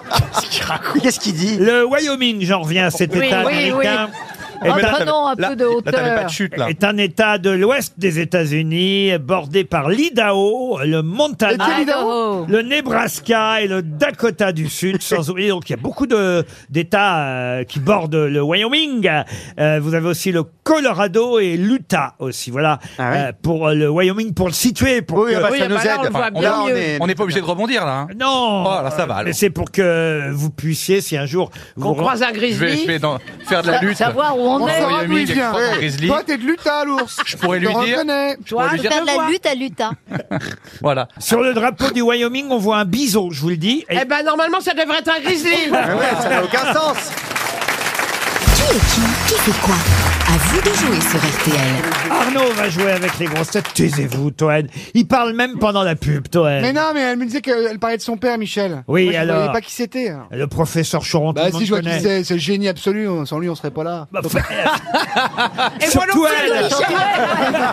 Qu'est-ce qu'il dit
Le Wyoming, j'en reviens à cet
Oui,
État
oui,
américain.
oui. Ah, bah non, un peu de hauteur.
Est un État de l'ouest des États-Unis, bordé par l'Idaho, le Montana,
Lequel Idaho
le Nebraska et le Dakota du Sud. Sans oublier, donc il y a beaucoup de- d'États euh, qui bordent le Wyoming. Euh, vous avez aussi le Colorado et l'Utah aussi. Voilà Euh, pour le Wyoming, pour le situer. Pour
Ah Oui,
que-
ah bah, ça nous aide. Enfin, on a- on est-
On n'est pas obligé de rebondir là. hein.
Non.
Oh, là, ça va,
Mais
alors.
c'est pour que vous puissiez, si un jour
Qu'on
vous
croise un grizzly.
Je vais, je vais dans- faire de la
Sa-
lutte.
savoir où on
On
est.
saura d'où il
Wyoming,
vient.
Express, Grizzly.
Toi, t'es de l'Utah, l'ours.
Je pourrais lui
te
dire-
reconnais.
Toi,
Faut lui
je
dire-
te
Faire de la
vois.
lutte hein. à l'Utah.
Voilà.
Sur le drapeau du Wyoming, on voit un bison, je vous le dis. Et
Eh ben, normalement, ça devrait être un grizzly.
Ah Ça n'a aucun sens.
Qui est qui Qui fait quoi À vous de jouer sur RTL.
Arnaud va jouer avec les grosses têtes. Taisez-vous, Toen. Il parle même pendant la pub, Toen.
Mais non, mais elle me disait qu'elle parlait de son père, Michel.
Oui,
Moi, je
alors.
savais pas qui c'était.
Le professeur Choron,
Bah,
tout le
si je vois
monde
qui
connaît. Bah,
c'est, c'est le génie absolu. hein. Sans lui, on serait pas là.
oh,
Et moi non
Surtout
plus,
elle.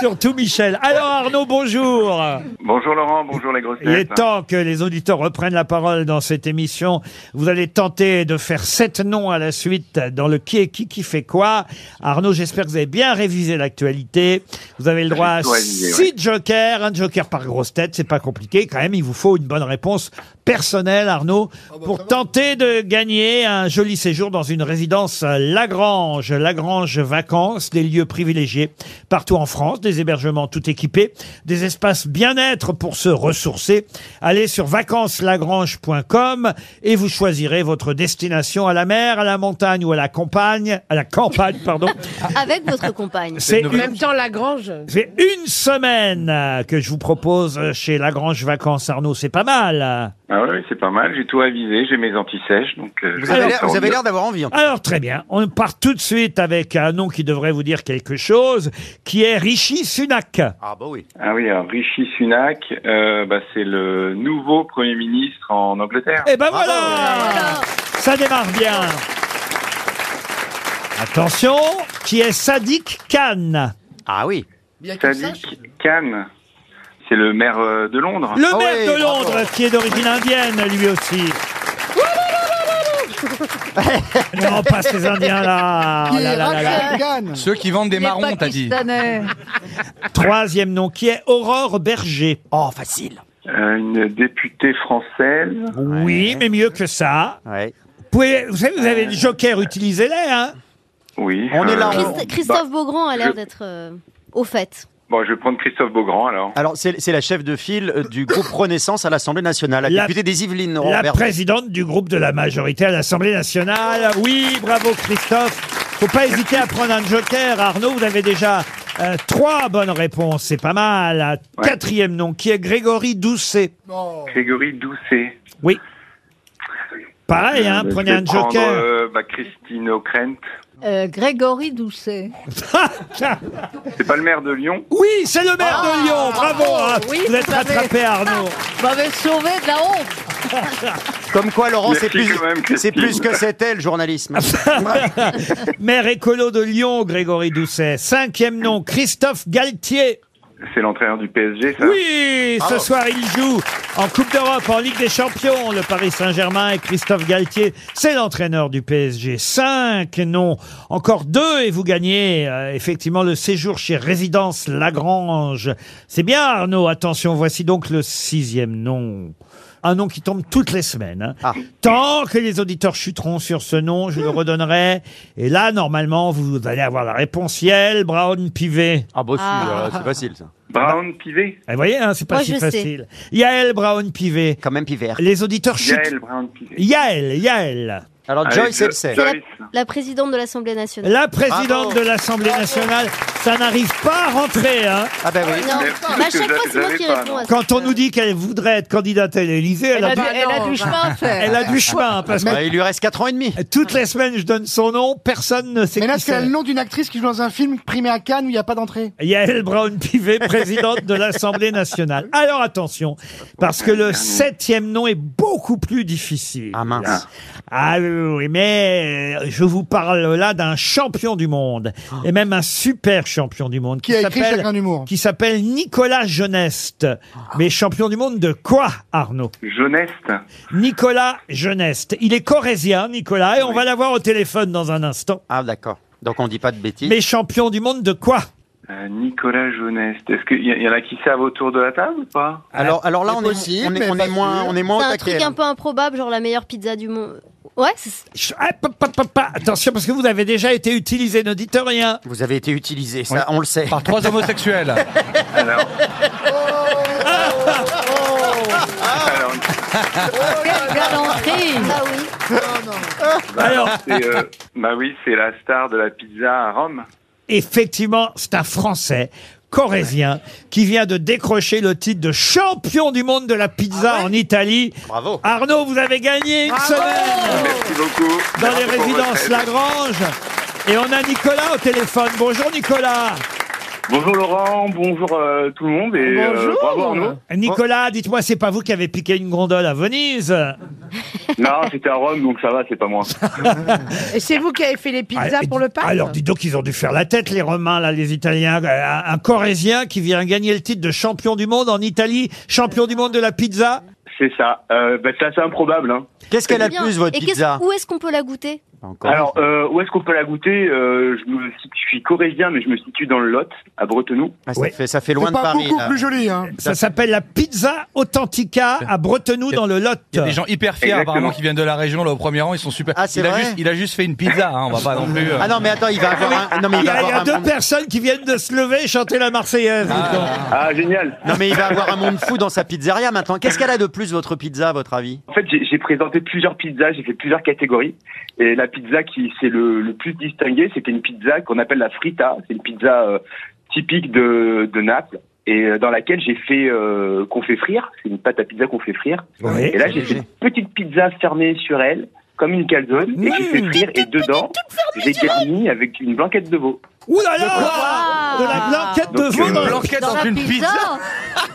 Surtout Michel. Alors Arnaud, bonjour.
Bonjour Laurent, bonjour les grosses
Il est
têtes.
temps que les auditeurs reprennent la parole dans cette émission. Vous allez tenter de faire sept noms à la suite dans le qui est qui qui fait quoi. Arnaud, j'espère que vous avez bien révisé l'actualité. Vous avez le droit à
J'ai tout révisé,
six jokers, un joker par grosse tête. C'est pas compliqué. Quand même, il vous faut une bonne réponse personnelle, Arnaud, pour tenter de gagner un joli séjour dans une résidence euh, Lagrange. Lagrange Vacances, des lieux privilégiés partout en France, des hébergements tout équipés, des espaces bien-être pour se ressourcer. Allez sur vacanceslagrange.com et vous choisirez votre destination à la mer, à la montagne ou à la campagne, à la campagne, pardon.
Avec votre compagne.
C'est
En
une
même temps, la grange.
c'est une semaine euh, que je vous propose euh, chez Lagrange Vacances Arnaud, c'est pas mal. hein.
Ah oui, c'est pas mal, j'ai tout avisé, j'ai mes antisèches, donc... euh,
Vous
je
avez
vais
l'air-
faire
vous avez
mieux.
l'air d'avoir envie. en tout cas.
Alors très bien, on part tout de suite avec un nom qui devrait vous dire quelque chose, qui est Rishi Sunak.
Ah bah oui.
Ah oui, alors Rishi Sunak, euh, bah, c'est le nouveau Premier ministre en Angleterre.
Et ben voilà Ça démarre bien. Attention, qui est Sadiq Khan,
Ah oui.
Sadiq Khan, c'est le maire euh, de Londres.
le
Ah
maire
oui,
de Londres, qui est d'origine indienne lui aussi. non, pas ces Indiens là.
Qui
Oh là
est
là là là.
Rachel Kahn.
Ceux qui vendent des
Il est
marrons, t'as dit.
pakistanais.
Troisième nom, qui est Aurore Berger.
Oh, facile.
Euh, une députée française.
Oui, mais mieux que ça.
Ouais.
Vous, pouvez- vous savez, vous avez le joker, utilisez-les. Hein.
Oui.
On est là, on-
Christ- Christophe
bah,
Beaugrand a l'air
je-
d'être euh, au fait.
Bon, je vais prendre Christophe Beaugrand alors.
Alors, c'est c'est la chef de file euh, du groupe Renaissance à l'Assemblée nationale, la
La-
députée des Yvelines, Laurent
La
Berger.
présidente du groupe de la majorité à l'Assemblée nationale. Oui, bravo Christophe. Faut pas hésiter à prendre un joker. Arnaud, vous avez déjà euh, trois bonnes réponses. C'est pas mal.
Ouais.
Quatrième nom, qui est Grégory Doucet.
Grégory Doucet.
Oui. Pareil, hein,
Euh, je
prenez
vais
un
prendre,
joker.
euh, bah, Christine O'Krent.
Euh, Grégory Doucet.
C'est pas le maire de Lyon
Oui, c'est le maire de Lyon. Bravo. hein.
Ah. oui,
vous êtes
vous avez-
rattrapé, Arnaud.
Vous m'avez sauvé de la honte.
Comme quoi, Laurent,
Merci
c'est plus,
quand même,
c'est
Christine.
plus que c'était le journalisme.
Maire écolo de Lyon, Grégory Doucet. Cinquième nom, Christophe Galtier.
C'est l'entraîneur du PSG, ça
Oui, ce soir il joue en Coupe d'Europe, en Ligue des Champions, le Paris Saint-Germain et Christophe Galtier, c'est l'entraîneur du PSG. Cinq noms, encore deux et vous gagnez euh, effectivement le séjour chez Résidence Lagrange. C'est bien Arnaud, attention, voici donc le sixième nom. un nom qui tombe toutes les semaines. hein.
Ah.
Tant que les auditeurs chuteront sur ce nom, je le redonnerai. Et là, normalement, vous allez avoir la réponse. Yel, Brown, Pivet.
Ah, bah, si,
Ah.
euh, c'est facile, ça.
Brown Pivet.
Eh, Vous voyez, hein, c'est pas
Moi,
si
je sais.
facile. Yael Brown Pivet. Quand même Pivet. Les auditeurs chutent.
Yael Brown Pivet.
Yael, Yael.
Alors
Allez, Joyce, je- elle sait. Joyce. La présidente de l'Assemblée nationale.
La présidente de l'Assemblée nationale, ça n'arrive pas à rentrer. Hein. Ah ben
oui. Oh, Non, Mais mais à chaque fois, c'est moi qui réponds à ça.
Quand on nous dit qu'elle voudrait être candidate à l'Élysée, elle,
Elle a du-
pas-
elle a du chemin à faire.
Elle a du chemin. Parce
Bah, il
lui reste 4 ans et demi. Toutes les semaines, je donne son nom, personne ne sait
Mais là,
qui
c'est le
c'est.
nom d'une actrice qui joue dans un film primé à Cannes où il n'y a pas d'entrée.
Yael Brown-Pivet, présidente de l'Assemblée nationale. Alors attention, parce que le septième nom est beaucoup plus difficile. Ah mince. Ah oui, oui, oui, mais euh, je vous parle là d'un champion du monde, et même un super champion du monde.
Qui a écrit
s'appelle-
Chagrin d'humour.
Qui s'appelle Nicolas Geneste. Mais champion du monde de quoi, Arnaud
Jeunesse.
Nicolas Geneste. Il est corésien, Nicolas, et on va l'avoir au téléphone dans un instant.
Ah, d'accord. Donc, on dit pas de bêtises.
Mais champion du monde de quoi
Euh, Nicolas Jeunesse. Est-ce qu'il y, y en a qui savent autour de la table ou pas
Alors, alors là, on est, on est, on est moins, on est moins
C'est
au
un
taquet.
truc un peu improbable, genre la meilleure pizza du monde. Ouais, c'est-
Ch- ah, pa- pa- pa- pa- Attention, parce que vous avez déjà été utilisé, n'auditorien.
Vous avez été utilisé, ça, on le sait.
Par trois homosexuels.
Alors.
Alors,
Quelle galanterie Ah oui.
Alors.
c'est, euh, bah oui, c'est la star de la pizza à Rome.
Effectivement, c'est un Français. Corésien, qui vient de décrocher le titre de champion du monde de la pizza
Ah
en Italie. Bravo. Arnaud, vous avez gagné une semaine
Merci beaucoup.
dans
Merci
les
pour votre
résidences
aide.
Lagrange. Et on a Nicolas au téléphone. Bonjour Nicolas.
Bonjour Laurent, bonjour euh, tout le monde et euh, bravo Arnaud.
Nicolas, dites-moi, c'est pas vous qui avez piqué une gondole à Venise
Oh. Non, j'étais à Rome donc ça va, c'est pas moi.
Et c'est vous qui avez fait les pizzas
Ah, et-
pour le pape
Alors, dis donc qu'ils ont dû faire la tête, les Romains, là, les Italiens. Euh, Un, un Corésien qui vient gagner le titre de champion du monde en Italie, champion du monde de la pizza.
C'est ça. Euh, bah, c'est assez improbable. Hein.
Bien. Et qu'est-ce- Où est-ce qu'on peut la goûter
Alors, euh, où est-ce qu'on peut la goûter Euh, Je me situe- je suis corésien, mais je me situe dans le Lot, à Bretenoux.
Ah, ça, fait, ça fait loin de Paris. là.
Ça s'appelle la Pizza Authentica à Bretenoux dans le Lot.
Il y a des gens hyper fiers
Exactement.
apparemment qui viennent de la région là au premier rang, ils sont super.
Ah, c'est
il, a
vrai
juste, il a juste fait une pizza, hein, on va pas non plus. euh.
Ah non, mais attends, il va avoir un. Non, mais
il y
va
a, il y a
avoir un
deux
monde-
personnes qui viennent de se lever et chanter la Marseillaise. dis donc.
Ah, génial
Non, mais il va avoir un monde fou dans sa pizzeria maintenant. Qu'est-ce qu'elle a de plus, votre pizza, à votre avis
En fait, j'ai j'ai présenté plusieurs pizzas, j'ai fait plusieurs catégories. Et la pizza qui s'est le, le plus distinguée, c'était une pizza qu'on appelle la frita. C'est une pizza euh, typique de, de Naples et euh, dans laquelle j'ai fait euh, qu'on fait frire. C'est une pâte à pizza qu'on fait frire.
Ouais.
et là, j'ai fait une petite pizza fermée sur elle, comme une calzone, et j'ai fait frire. Et dedans, j'ai garni avec une blanquette de veau.
Ouh là là De la blanquette de
Donc,
veau
euh,
dans,
blanquette
dans une pizza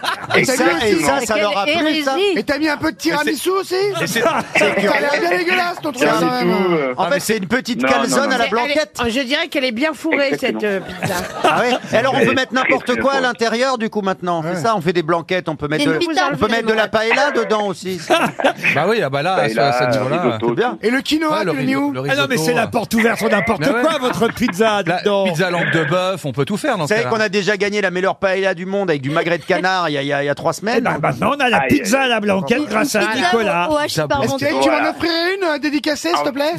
Ah,
Et ça- et ça, ça leur a plu, ça
Et t'as mis un peu de tiramisu aussi
Et c'est-
Ah,
Ça a l'air bien dégueulasse ton truc quand même.
En fait, euh, Ah, c'est une petite
Non,
calzone
non, non.
à la
C'est- elle est-
blanquette.
oh, Je dirais qu'elle est bien fourrée,
Exactement.
cette euh, pizza.
Ah ouais Et Alors on
Elle
peut
est
mettre
très,
n'importe
très
quoi à
forte.
l'intérieur du coup maintenant. C'est ça, on fait des blanquettes, on peut mettre
Une
de,
pita.
on peut mettre de la paella dedans aussi.
Bah oui, ah bah là, à ce- à ce niveau-là.
risotto,
bien.
Et le quinoa, tu l'as mis où
Ah non, mais c'est la porte ouverte ou n'importe
Mais ouais.
quoi, votre pizza.
La pizza lampe de bœuf, on peut tout faire dans
Vous
ce
savez
cas-là.
qu'on a déjà gagné la meilleure paella du monde avec du magret de canard il y a, il y a- il y a trois semaines.
Eh ben, maintenant on a la pizza à la blanquette grâce à Nicolas.
Est-ce que tu m'en offrirais une euh, dédicacée, s'il te plaît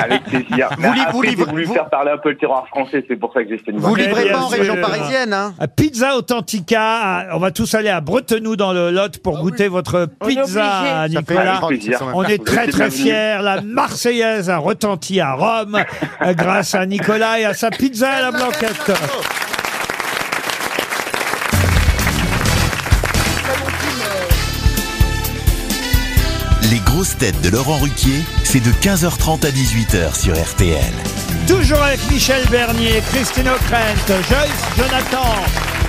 Avec plaisir.
Vous
Mais
li-
après,
vous
j'ai
livrez-
voulu faire parler un peu le terroir français, c'est pour ça que j'ai fait une
Vous livrez
Bien
pas en
sûr.
région parisienne, hein
À Pizza Authentica, à- on va tous aller à Bretenoux dans le Lot pour goûter votre
Oh, On est
pizza,
obligé. Ça fait
Nicolas.
grand plaisir.
On est très
Vous êtes
très
bienvenue.
fiers. La Marseillaise a retenti à Rome euh, grâce à Nicolas et à sa pizza à la blanquette.
Les grosses têtes de Laurent Ruquier, c'est de 15h30 à 18h sur RTL.
Toujours avec Michel Bernier, Christine O'Krent, Joyce Jonathan,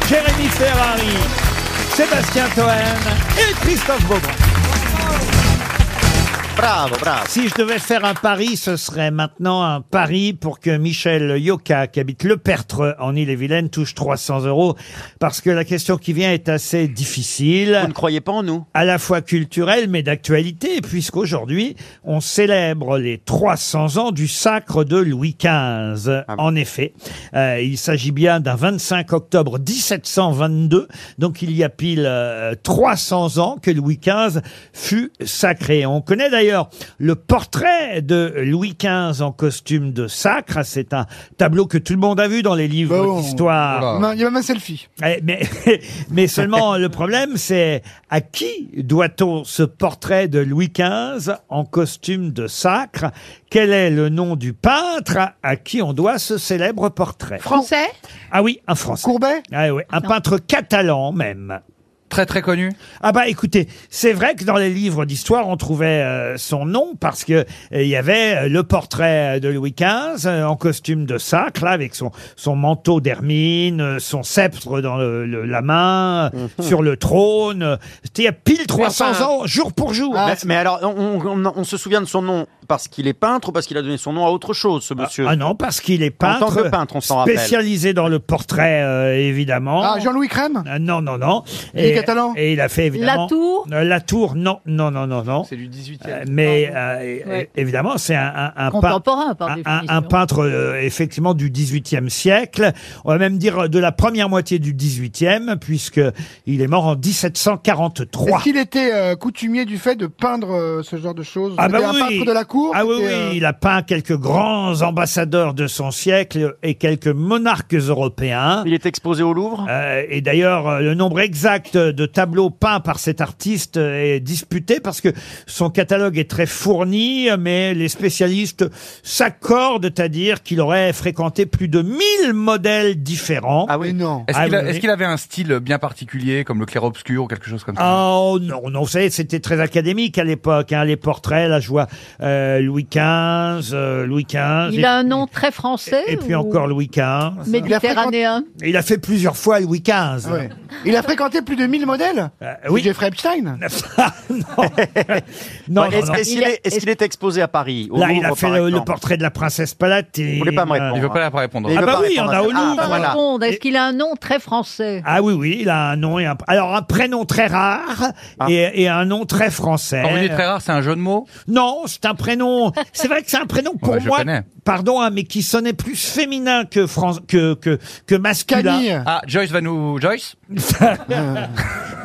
Jérémy Ferrari, Sébastien Toen et Christophe Beaugrand.
bravo, bravo.
Si je devais faire un pari, ce serait maintenant un pari pour que Michel Yoka, qui habite Le Pertre en Ille-et-Vilaine, touche 300 euros. Parce que la question qui vient est assez difficile. Vous ne
croyez pas en nous
À la fois culturelle, mais d'actualité, puisqu'aujourd'hui, on célèbre les 300 ans du sacre de Louis XV. En effet, euh, il s'agit bien d'un 25 octobre 1722, donc il y a pile euh, 300 ans que Louis XV fut sacré. On connaît d'ailleurs le portrait de Louis XV en costume de sacre. C'est un tableau que tout le monde a vu dans les livres d'histoire.
Non, Il y a même un selfie.
Eh, Mais, mais seulement, le problème, c'est à qui doit-on ce portrait de Louis XV en costume de sacre Quel est le nom du peintre à- à qui on doit ce célèbre portrait
Français
Ah oui, un français.
Courbet
ah, oui, Un peintre catalan, même.
Très très connu.
Ah bah écoutez, c'est vrai que dans les livres d'histoire, on trouvait euh, son nom parce que euh, il y avait euh, le portrait euh, de Louis XV euh, en costume de sacre, là, avec son son manteau d'hermine, euh, son sceptre dans le- le- la main, euh, sur le trône. Euh, C'était il y a pile 300
Enfin,
ans, jour pour jour.
mais, mais alors, on, on- on- on se souvient de son nom parce qu'il est peintre ou parce qu'il a donné son nom à autre chose, ce monsieur
Ah non, parce qu'il est peintre.
En tant que peintre, on s'en rappelle.
Spécialisé dans le portrait, euh, évidemment.
Ah, Jean-Louis Crème
Non, non, non.
Il est catalan
Et il a fait évidemment.
Latour
Euh, Latour, non, non, non, non, non.
C'est du 18e.
mais euh,
Ouais.
é- évidemment, c'est un, un- un pein-
Contemporain, par
un-
définition.
un peintre euh, effectivement du 18e siècle, on va même dire de la première moitié du 18e puisque il est mort en 1743.
Est-ce qu'il était euh, coutumier du fait de peindre euh, ce genre de choses
Ah bah
C'était un
oui.
peintre de la cour
Ah oui,
c'était,
oui,
euh,
il a peint quelques grands ambassadeurs de son siècle et quelques monarques européens.
Il est exposé au Louvre
Et d'ailleurs, euh, le nombre exact de tableaux peints par cet artiste euh, est disputé parce que son catalogue est très fourni, mais les spécialistes s'accordent à dire qu'il aurait fréquenté plus de 1000 modèles différents. Ah
oui,
non.
Est-ce qu'il a- est-ce qu'il avait un style bien particulier, comme le clair-obscur ou quelque chose comme ça
Oh non, non, vous savez, c'était très académique à l'époque, hein, les portraits, là je vois euh, Louis XV, euh, Louis XV,
Il
et,
a un nom très français.
et puis
ou
encore Louis XV.
Méditerranéen.
Et Il a fait plusieurs fois Louis XV.
ouais. Il a fréquenté plus de 1000 modèles
Euh, oui.
C'est Jeffrey Epstein
Ah, Non,
Est-ce
non, non.
est-ce qu'il
Il a-
est, est-ce qu'il est exposé à Paris au
Là, il
Louvre,
a fait
par
le, le
exemple
portrait de la princesse Palatine.
Vous voulez pas me répondre,
Il veut pas hein. répondre.
Ah
Il veut
bah
pas
oui, on
répondre à
a
ça.
au Louvre.
Pas
voilà.
répondre. Est-ce qu'il a un nom très français
Ah oui, oui, il a un nom et un... Alors, un prénom très rare et, et un nom très français.
Quand vous dites très rare, c'est un jeu de mots
Non, c'est un prénom. C'est vrai que c'est un prénom pour
Ouais, je
moi.
connais.
Pardon, hein, mais qui sonnait plus féminin que France, que que que masculin.
Ah, Joyce va nous... Joyce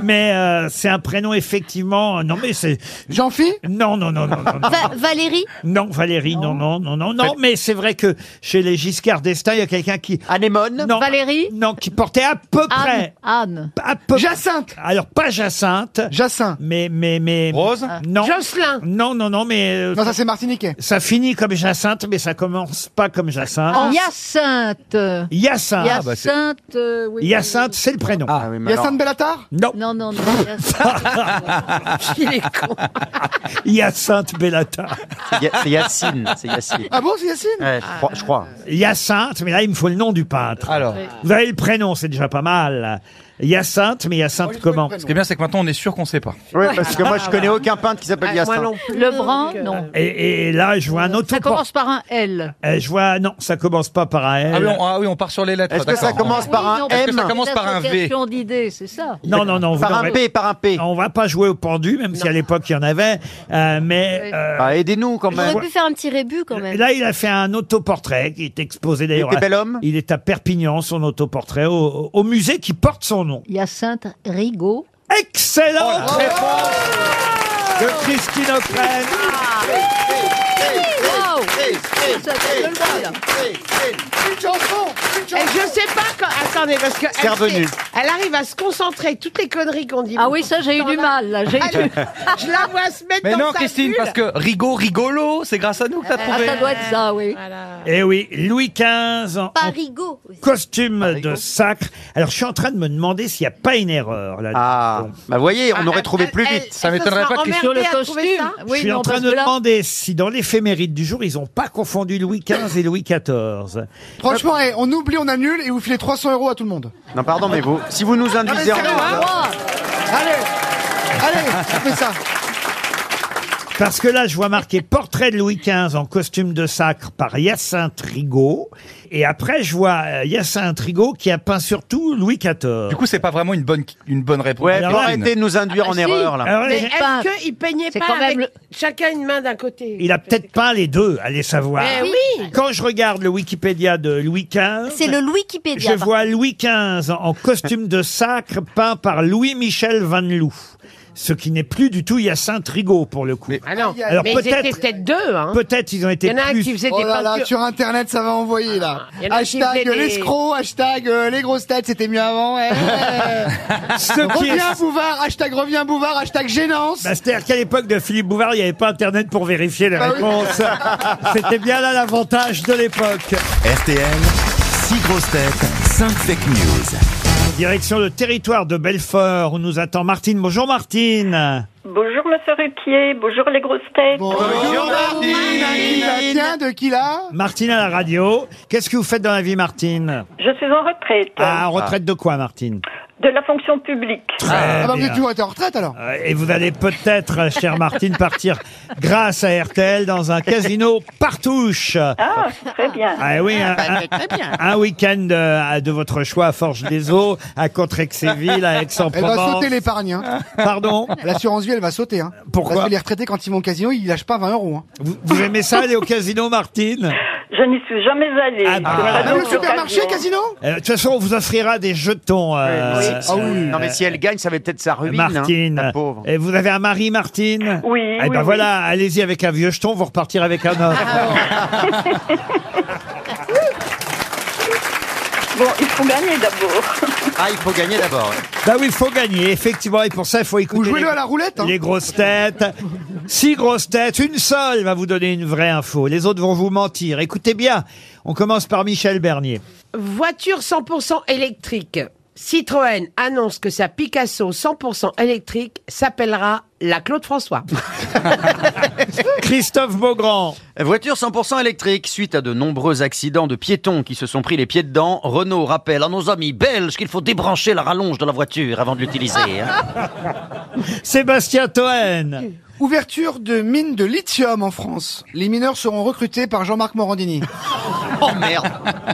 Mais euh, c'est un prénom effectivement. euh, Non, mais c'est.
jean phi
Non, non, non, non, non. non.
Va- Valérie
Non, Valérie, non, non, non, non, non, mais c'est vrai que chez les Giscard d'Estaing, il y a quelqu'un qui...
Anémone
non,
Valérie
Non, qui portait à peu
Anne.
près...
Anne.
À peu... Jacinthe Alors, pas Jacinthe.
Jacinthe.
Mais, mais, mais... Rose Non.
Jocelyn
Non, non, non, mais... euh,
Non, ça c'est martiniquais.
Ça finit comme Jacinthe, mais ça commence pas comme Jacinthe.
Hyacinthe.
Hyacinthe. Ah, bah, c'est-
Ah. Hyacinthe, euh, oui.
Hyacinthe, c'est le prénom. Ah,
oui,
Yacine Bellatar
Non.
Non, non, non. Hyacinthe. Il est con.
Hyacinthe Bellata.
C'est Ya- c'est Yacine. C'est Yacine.
Ah bon, c'est Yacine
Ouais, je crois. Je crois.
Hyacinthe, mais là, il me faut le nom du peintre.
Alors.
Oui.
Vous avez le prénom, c'est déjà pas mal. Hyacinthe, mais Hyacinthe comment
Ce qui est bien, c'est que maintenant, on est sûr qu'on sait pas.
Oui, parce que moi, je connais aucun peintre qui s'appelle Yacine.
Lebrun, non.
et, et là, je vois un autre.
Ça commence par un L.
Euh, je vois, non, ça commence pas par un L.
Ah oui, on, ah oui, on part sur les lettres.
Est-ce que ça
d'accord.
commence par un
Est-ce que
M
ça commence par un V
L'association d'idées, c'est ça.
Non, non, non. vous
Par un
n'aurez-
P, par un P.
On va pas jouer au pendu, même si à l'époque il y en avait. euh, mais euh,
Ah, Aidez-nous quand même.
J'aurais pu faire un petit rébut quand même.
là, il a fait un autoportrait qui est exposé d'ailleurs.
était
à-
bel homme
Il est à Perpignan, son autoportrait, au, au musée qui porte son nom.
Hyacinthe Rigaud.
Excellente réponse de Christine O'Crane.
Wow. Ça, c'est le bal.
Et je sais pas quand. Attendez, parce que.
C'est
elle
revenu.
fait- Elle arrive à se concentrer, toutes les conneries qu'on dit.
Ah oui, ça, j'ai eu du mal. Là. J'ai eu...
Je la vois se mettre
Mais
dans
non,
sa
Christine,
bulle.
parce que Rigaud, rigolo, c'est grâce à nous que t'as
Euh,
Ah,
trouvé.
ça doit être ça, oui.
Eh oui, Louis XV en, en
Parigo aussi.
costume de sacre. Alors, je suis en train de me demander s'il n'y a pas une erreur là.
Ah, bah voyez, on
Ah,
aurait trouvé
elle-
plus
elle-
vite. Ça
elle se
m'étonnerait
sera
pas que
emmerdée
Sur le
à trouver
costume.
ça.
Oui,
je suis
non,
en train
parce
de
que là-
demander si dans l'éphéméride du jour, ils n'ont pas confondu Louis XV et Louis XIV.
Franchement,
Ah.
eh, on oublie, on annule et vous filez 300 euros à tout le monde.
Non, pardon, mais vous, si vous
Ah,
nous
mais
induisez
sérieux,
en
hein
erreur,
Wow.
Allez Allez, on fait ça
Parce que là, je vois marqué portrait de Louis XV en costume de sacre par Hyacinthe Rigaud. Et après, je vois euh, Hyacinthe Rigaud qui a peint surtout Louis XIV.
Du coup, c'est pas vraiment une bonne, une bonne réponse.
Ah,
Ouais, faut arrêter de nous induire
Ah bah
en
si.
erreur, là.
Alors,
Mais
j'ai-
est-ce qu'il peignait
C'est
pas
quand même
avec chacun une main d'un côté
Il a peut-être peint les deux, allez savoir.
Eh oui.
Quand je regarde le Wikipédia de Louis XV,
C'est le Wikipédia,
Je
par
vois Louis XV en costume de sacre peint par Louis-Michel Van Loo. Ce qui n'est plus du tout Hyacinthe Rigaud pour le coup.
ah
Alors
Ah Mais ils étaient
peut-être,
peut-être deux, hein.
peut-être ils ont été
Il y en a un
plus.
qui faisait des
Oh là là,
peintures.
sur internet ça va envoyer là.
il Ah, y en a qui
hashtag
faisaient des-
l'escroc, hashtag euh, les grosses têtes, c'était mieux avant. eh, ouais.
Ce qui est-
reviens Bouvard, hashtag reviens Bouvard, hashtag gênance.
Bah, C'est-à-dire qu'à l'époque de Philippe Bouvard, il n'y avait pas Internet pour vérifier les
Bah oui.
réponses. C'était bien là l'avantage de l'époque.
RTL, 6 grosses têtes, 5 fake news.
Direction le territoire de Belfort où nous attend Martine. Bonjour Martine.
Bonjour Monsieur Ruquier, bonjour les grosses têtes. Bonjour
Qui la tient, de qui là
Martine à la radio. Qu'est-ce que vous faites dans la vie Martine
Je suis en retraite
Ah, en retraite de quoi Martine
de la fonction publique.
Ah bah vous
bien.
êtes toujours été en retraite alors.
Euh, Et vous allez peut-être, euh, chère Martine, partir grâce à RTL dans un casino partouche.
Ah, très bien.
Ah oui,
bah,
un, un- un week-end euh, à- de votre choix à Forge-des-Eaux, à Contrexéville, à
Elle va
Aix-en-Provence.
sauter l'épargne. hein.
Pardon
L'assurance vie, elle va sauter. Hein.
Pourquoi
Parce que les retraités, quand ils vont au casino, ils lâchent pas 20 euros. Hein.
Vous, vous aimez ça aller au casino, Martine
Je n'y suis jamais allée.
Ah, bah, voilà.
Même le supermarché, casino
Euh, De toute façon, on vous offrira des jetons. euh, euh,
Ah Non, mais si elle gagne, ça va peut-être sa ruine. hein,
Martine.
la pauvre.
Et vous avez un mari, Martine
Oui,
Eh
oui,
ben
oui.
voilà, allez-y avec un vieux jeton, vous repartirez avec un autre.
Bon, il faut gagner d'abord.
Ah, il faut gagner d'abord.
Bah oui, il faut gagner, effectivement, et pour ça, il faut écouter.
Vous jouez-le
les-
à la roulette, hein.
Les grosses têtes. Six grosses têtes, une seule va vous donner une vraie info. Les autres vont vous mentir. Écoutez bien, on commence par Michel Bernier.
Voiture 100% électrique. Citroën annonce que sa Picasso 100% électrique s'appellera la Claude François.
Christophe Beaugrand.
Voiture 100% électrique. Suite à de nombreux accidents de piétons qui se sont pris les pieds dedans, Renault rappelle à nos amis belges qu'il faut débrancher la rallonge de la voiture avant de l'utiliser. hein.
Sébastien Toen.
Ouverture de mine de lithium en France. Les mineurs seront recrutés par Jean-Marc Morandini.
oh merde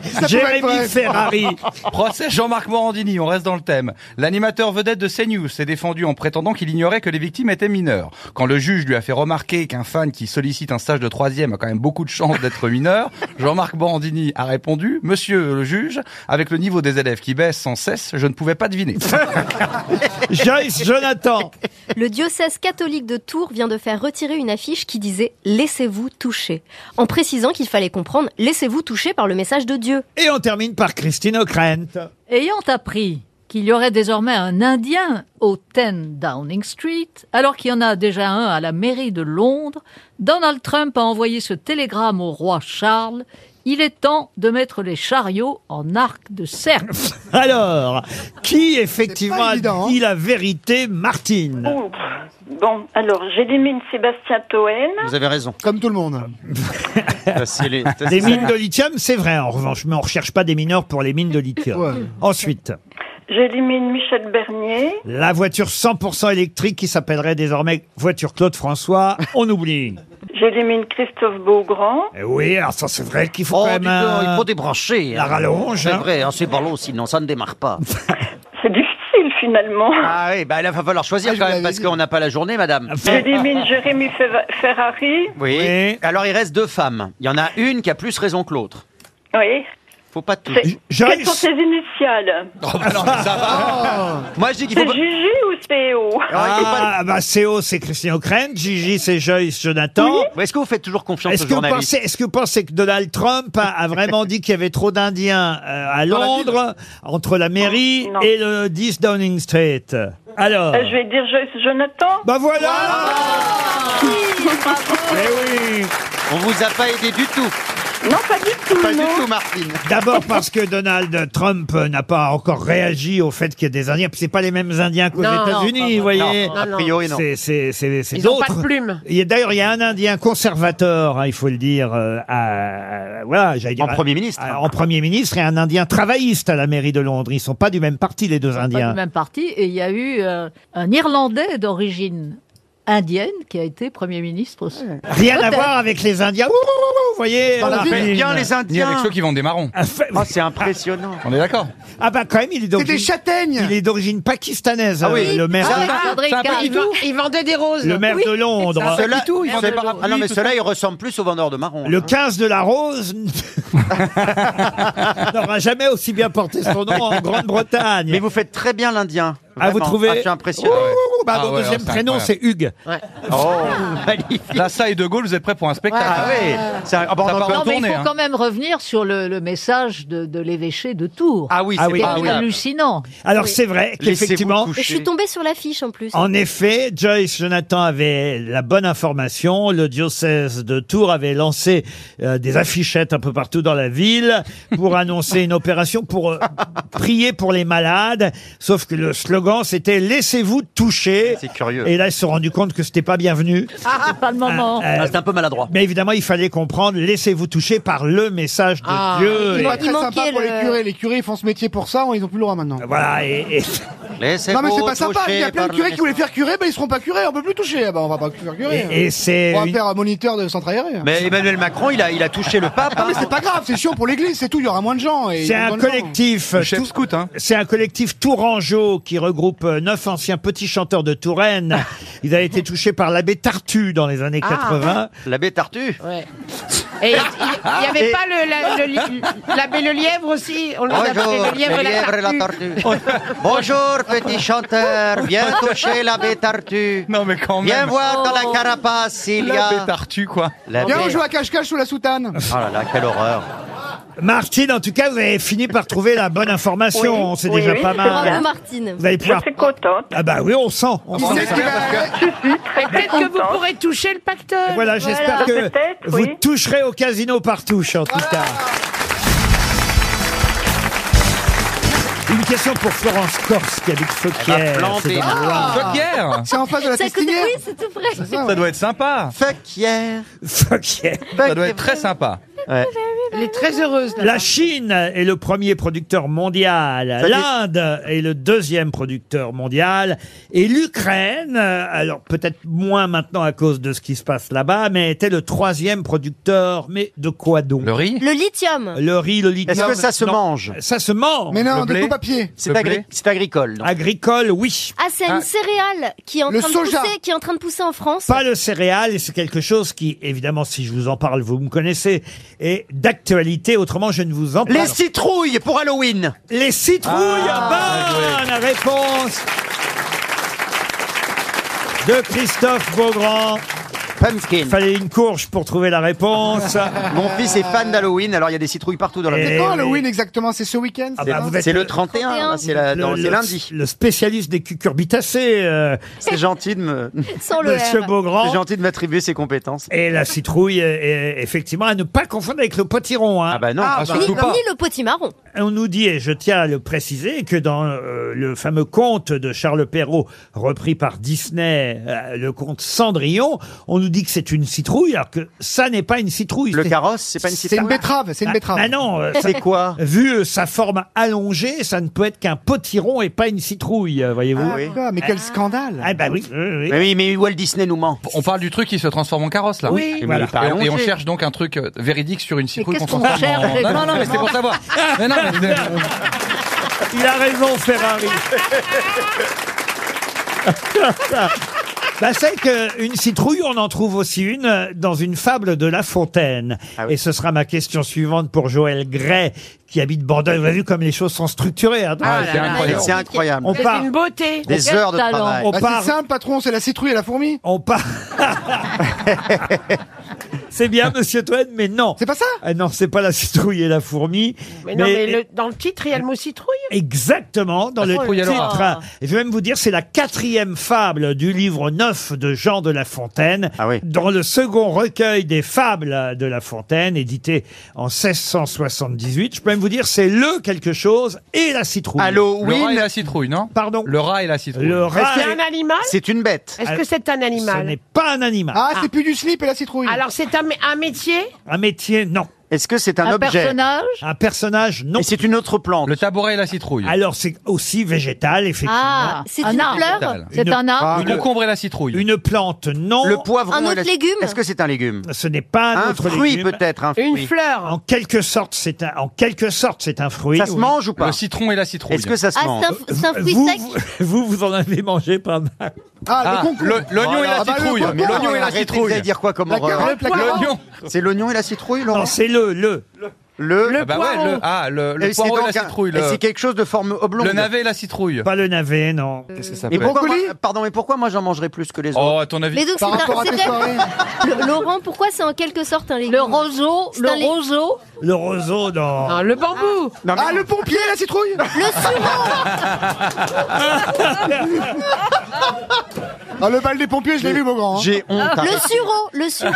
Ça pourrait être
Jérémy
vrai.
Ferrari.
Procès Jean-Marc Morandini, on reste dans le thème. L'animateur vedette de CNews s'est défendu en prétendant qu'il ignorait que les victimes étaient mineures. Quand le juge lui a fait remarquer qu'un fan qui sollicite un stage de troisième a quand même beaucoup de chances d'être mineur, Jean-Marc Morandini a répondu « Monsieur le juge, avec le niveau des élèves qui baisse sans cesse, je ne pouvais pas deviner.
Joyce Jonathan.
Le diocèse catholique de Tours vient de faire retirer une affiche qui disait Laissez-vous toucher, en précisant qu'il fallait comprendre Laissez-vous toucher par le message de Dieu.
Et on termine par Christine O'Krent.
Ayant appris qu'il y aurait désormais un Indien au 10 Downing Street, alors qu'il y en a déjà un à la mairie de Londres, Donald Trump a envoyé ce télégramme au roi Charles. Il est temps de mettre les chariots en arc de cercle.
Alors, qui effectivement a dit
hein.
la vérité, Martine
Bon, Bon, alors j'élimine Sébastien Toen.
Vous avez raison.
Comme tout le monde.
Ça, c'est les- ça,
Des
c'est-
mines de lithium, c'est vrai en revanche, mais on ne recherche pas des mineurs pour les mines de lithium.
Ouais.
Ensuite,
J'élimine Michel Bernier.
la voiture 100% électrique qui s'appellerait désormais voiture Claude François, on oublie.
J'élimine Christophe Beaugrand.
Eh oui, alors ça c'est vrai qu'il faut
Oh,
quand même
dis donc,
un-
il faut débrancher.
la
hein.
rallonge,
C'est
hein.
vrai, hein, c'est ballot, sinon ça ne démarre pas.
C'est difficile finalement.
ah oui, bah, il va falloir choisir
Ah, je
quand
vous
même,
l'avais
parce
dit.
qu'on n'a pas la journée, madame.
J'élimine Jérémy Fer- Ferrari.
Oui. Alors, il reste deux femmes. Il y en a une qui a plus raison que l'autre.
Oui.
Faut pas tout.
C'est-
Joyce. Oh, bah
Quelles sont ses initiales
Oh. Moi, je dis qu'il
C'est
faut pas...
Gigi ou c'est
Oh,
O
Ah bah CO c'est Christian O'Krent, Gigi c'est Joyce Jonathan.
Est-ce que vous faites toujours confiance
Est-ce
aux
que, vous
journalistes
pensez, est-ce que vous pensez que Donald Trump a, a vraiment dit qu'il y avait trop d'Indiens euh, à
Dans la ville.
Londres, entre la mairie
Non.
et le 10 Downing Street Ah, Alors
Euh, Je vais dire Joyce Jonathan.
Bah voilà Eh oui
On vous a pas aidé du tout.
Non, pas du tout.
Pas
non.
du tout, Martine.
D'abord parce que Donald Trump n'a pas encore réagi au fait qu'il y a des Indiens. Puis c'est pas les mêmes Indiens qu'aux
Non, non,
États-Unis, vous voyez.
a
non.
priori, non.
C'est- C'est c'est- c'est
Ils ont pas de
d'autres.
plumes.
Il y a- D'ailleurs, il y a un Indien conservateur, hein, il faut le dire, euh, à, à- voilà, j'allais dire
En Premier ministre.
à- en Premier ministre, et un Indien travailliste à la mairie de Londres. Ils sont pas du même parti, les deux
Pas
Indiens.
du même parti. Et il y a eu euh, un Irlandais d'origine indienne qui a été Premier ministre aussi.
Rien à
Peut-être.
voir avec les Indiens. Ouh, ouh, ouh, ouh, vous voyez
Dans la
euh,
ville.
Pauline.
Bien, les Indiens.
Ni avec ceux qui vendent des marrons.
c'est impressionnant.
On est d'accord
Ah bah quand même, il est d'origine...
des châtaignes
Il est d'origine pakistanaise,
Ah oui.
euh, le maire.
Ah,
Ah,
Fabrice
c'est un peu
Car-
pitou.
Il vendait des roses.
Le maire de Londres.
Ceux-là-
il
ceux-
vendait pas-
Ah non, mais
tout
ceux-là,
ça.
ils ressemblent plus aux vendeurs de marrons.
Le 15 de la Rose n'aura jamais aussi bien porté son nom en Grande-Bretagne.
Mais vous faites très bien l'Indien.
Ah, vous
Vraiment.
trouvez
Ah, Je suis impressionné.
Ouh, ouh, ouh, bah,
Ah
mon
ouais,
deuxième
c'est
prénom,
incroyable.
c'est Hugues.
Oh.
Là, ça et De Gaulle, vous êtes prêts pour un spectacle.
Ah
oui. C'est un- ah bah, on
Ça
en
part
Non,
en
mais il
tournée,
faut
hein.
quand même revenir sur le, le message de, de l'évêché de Tours.
Ah oui,
Ah
c'est
oui. formidable.
hallucinant.
Alors c'est vrai qu'effectivement,
Je suis tombée sur l'affiche en plus.
en effet, Joyce Jonathan avait la bonne information. Le diocèse de Tours avait lancé euh, des affichettes un peu partout dans la ville pour annoncer une opération pour euh, prier pour les malades. Sauf que le slogan c'était laissez-vous toucher.
C'est curieux.
Et là, ils se sont rendus compte que c'était pas bienvenu.
Ah, pas le moment.
Euh,
Ah, c'est un peu maladroit.
Mais évidemment, il fallait comprendre laissez-vous toucher par le message de
Ah,
Dieu.
C'est
Et-
pas très sympa
manquait
pour les
le-
curés. Les curés, ils font ce métier pour ça, hein. ils ont plus le droit maintenant.
Voilà. Et, et-
Laissez-vous
Non mais c'est pas sympa,
toucher
il y a plein de
par
curés
le-
qui voulaient faire curer, ben ils seront pas curés, on peut plus toucher, Ah bah on va pas faire curer.
Et- et c'est
On va
une-
faire un moniteur de centre aéré.
Mais Emmanuel Macron, il a, il a touché le pape.
Ah mais
hein.
c'est pas grave, c'est chiant pour l'église, c'est tout, il y aura moins de gens. et
C'est
ils ont
un
besoin de gens.
collectif.
Chef
tout-
scout, hein.
C'est un collectif tourangeau qui regroupe euh, neuf anciens petits chanteurs de Touraine. Ils avaient été touchés par l'abbé Tartu dans les années
Ah.
80.
L'abbé Tartu.
Ouais. Et il il y avait
Et-
pas le, la, le, li- l'abbé le lièvre aussi On les appelait
Bonjour,
le lièvre et la
lièvre et la
tortue.
tortue. Bonjour, petit chanteur. Viens toucher l'abbé Tartu.
Non, mais quand
Viens
même.
voir dans la carapace s'il y
La
a.
tartu, quoi.
L'abbé-
Viens, on joue à cache-cache sous la soutane.
Oh là là, quelle horreur.
Martine, en tout cas, vous avez fini par trouver la bonne information.
Oui,
c'est
oui,
déjà
oui,
pas
c'est
mal.
Bravo Martine.
Vous allez
Je
pouvoir.
suis contente.
Ah bah oui, on sent. on
Il
sent.
sait ce qu'il va-
Je suis très, très
Peut-être que vous
contente.
pourrez toucher le pacteur.
Voilà, j'espère que
Peut-être,
vous
oui.
toucherez au casino par touche, en tout cas. Une question pour Florence Corse qui habite
Elle
Fauquier.
m'a planté.
C'est dans le Loir.
Pierre
C'est en face de la
C'est à côté,
festinière.
oui, c'est tout près.
Ça doit être sympa.
Fuck hier.
Fauquier.
Ça doit être très sympa.
Elle est très heureuse. là.
La Chine est le premier producteur mondial,
dit-
l'Inde est le deuxième producteur mondial, et l'Ukraine, euh, alors peut-être moins maintenant à cause de ce qui se passe là-bas, mais était le troisième producteur, mais de quoi donc
Le riz
Le lithium.
Le riz, le lithium.
Est-ce que ça se
non.
mange
Ça se mange.
Mais non,
Le
de
blé.
tout papier.
C'est agri-
plaît
c'est agricole. donc.
Agricole, oui.
Ah, c'est
Ah.
une céréale qui est en
Le
train
soja.
de pousser, qui est en train de pousser en France.
Pas le céréal, et c'est quelque chose qui, évidemment, si je vous en parle, vous me connaissez, est d'actualité, autrement je ne vous en parle
Les citrouilles pour Halloween. Ah.
Les citrouilles, bonne réponse de Christophe Beaugrand.
Pumpkin.
Il fallait une courge pour trouver la réponse.
Mon fils est fan d'Halloween, alors il y a des citrouilles partout dans la
Et-
C'est
maison.
quand Halloween exactement C'est ce week-end
Ah
c'est
bah,
ça
vous êtes
C'est le
le-
31, là, c'est la-
Le-
dans-
le-
c'est lundi.
Le spécialiste des cucurbitacées, euh,
C'est gentil de me-
Sans le
Monsieur
R.
c'est
Beaugrand.
gentil de m'attribuer ses compétences.
Et la citrouille, est- est effectivement, à ne pas confondre avec le potiron. hein.
Ah bah non,
Ah,
Ni,
surtout pas.
ni le potimarron.
On nous dit, et je tiens à le préciser, que dans euh, le fameux conte de Charles Perrault, repris par Disney, euh, le conte Cendrillon, on nous dit que c'est une citrouille, alors que ça n'est pas une citrouille.
le
C'est-
carrosse, c'est pas une
C'est
citrouille. bah
une betterave, c'est une
Ah,
betterave.
ah non, euh, ça-
C'est quoi
vu euh, sa forme allongée, ça ne peut être qu'un potiron et pas une citrouille, euh, voyez-vous.
Ah, quoi, Mais quel scandale
Ah bah oui, oui, oui.
mais oui, mais Walt Disney nous ment.
On parle du truc qui se transforme en carrosse, là.
Oui,
Et
voilà.
on- Et, on, et on
Allongé.
cherche donc un truc euh, véridique sur une citrouille
qu'est-ce qu'on
qu'on transforme en...
cherche,
Non, non, non, mais c'est pour savoir. Mais non, mais-
Il a raison, Ferrari. Bah, c'est qu'une citrouille, on en trouve aussi une euh, dans une fable de La Fontaine.
Ah oui.
Et ce sera ma question suivante pour Joël Gray, qui habite Bordeaux. Vous avez vu comme les choses sont structurées. hein, dans-
Ah,
là
c'est
là.
incroyable. C'est incroyable.
on
C'est
part,
une beauté.
Des
Quel
heures de
talent.
travail.
on
Bah,
part,
C'est simple, patron, c'est la citrouille et la fourmi.
on part. c'est bien, monsieur Toen, mais non.
C'est pas ça
Ah non, c'est pas la citrouille et la fourmi.
Mais non, mais le- dans le titre, il y a le mot citrouille. Ah
Exactement, dans le
citrouille à l'aura.
titre. Et je vais même vous dire, c'est la quatrième fable du livre 9 de Jean de La Fontaine.
Ah oui.
Dans le second recueil des fables de La Fontaine, édité en 1678. Je peux même vous dire, c'est le quelque chose et la citrouille.
Le rat et
Halloween,
la citrouille, non
Pardon.
Le rat et la citrouille.
Le rat,
C'est un animal
c'est une bête. Ah,
Est-ce que c'est un
ce
animal
n'est pas un animal.
Ah.
Ah, c'est plus du slip et la citrouille.
Alors, c'est un, mé- un métier
Un métier, non.
Est-ce que c'est un,
Un
objet
personnage
Un personnage, non.
c'est une autre plante.
Le tabouret et la citrouille.
Alors, c'est aussi végétal, effectivement.
Ah, c'est Un une arbre. fleur C'est
Une-
un arbre
Le concombre et la citrouille.
Une plante, non.
Ah, Le poivron.
Un
et
autre
la-
légume
Est-ce que c'est un légume
Ce n'est pas un,
Un
autre
fruit,
légume.
peut-être, un Une fruit. fleur.
En quelque sorte, c'est un, en quelque sorte, c'est un fruit.
Ça se mange ou pas Le
citron et la citrouille.
Est-ce que ça
se Ah, mange c'est un f- c'est un fruit
vous,
sec
vous, vous en avez mangé pas mal.
Ah, le- l'oignon et la citrouille. L'oignon et la citrouille. La carotte, la carotte.
C'est l'oignon et la citrouille, Laurent Non, c'est le, le.
Le,
Le
Ah
poireau.
ah, le- le
Et c'est
poireau et
donc
la
un-
citrouille,
et
le-
c'est quelque chose de forme oblongue. Bah,
Le navet et la citrouille.
Pas le navet, non.
Qu'est-ce que ça
Et
s'appelle
pourquoi moi- Pardon, mais pourquoi moi j'en mangerai plus que les autres
Oh, à ton avis.
Mais donc c'est un- c'est peut-être- Le- Laurent, pourquoi c'est en quelque sorte un légume Le
roseau,
le
roseau.
Le roseau, non.
le bambou.
Ah, le pompier, la citrouille Ah, le bal des pompiers, je l'ai vu, mon grand.
J'ai hein.
sureau, le sureau.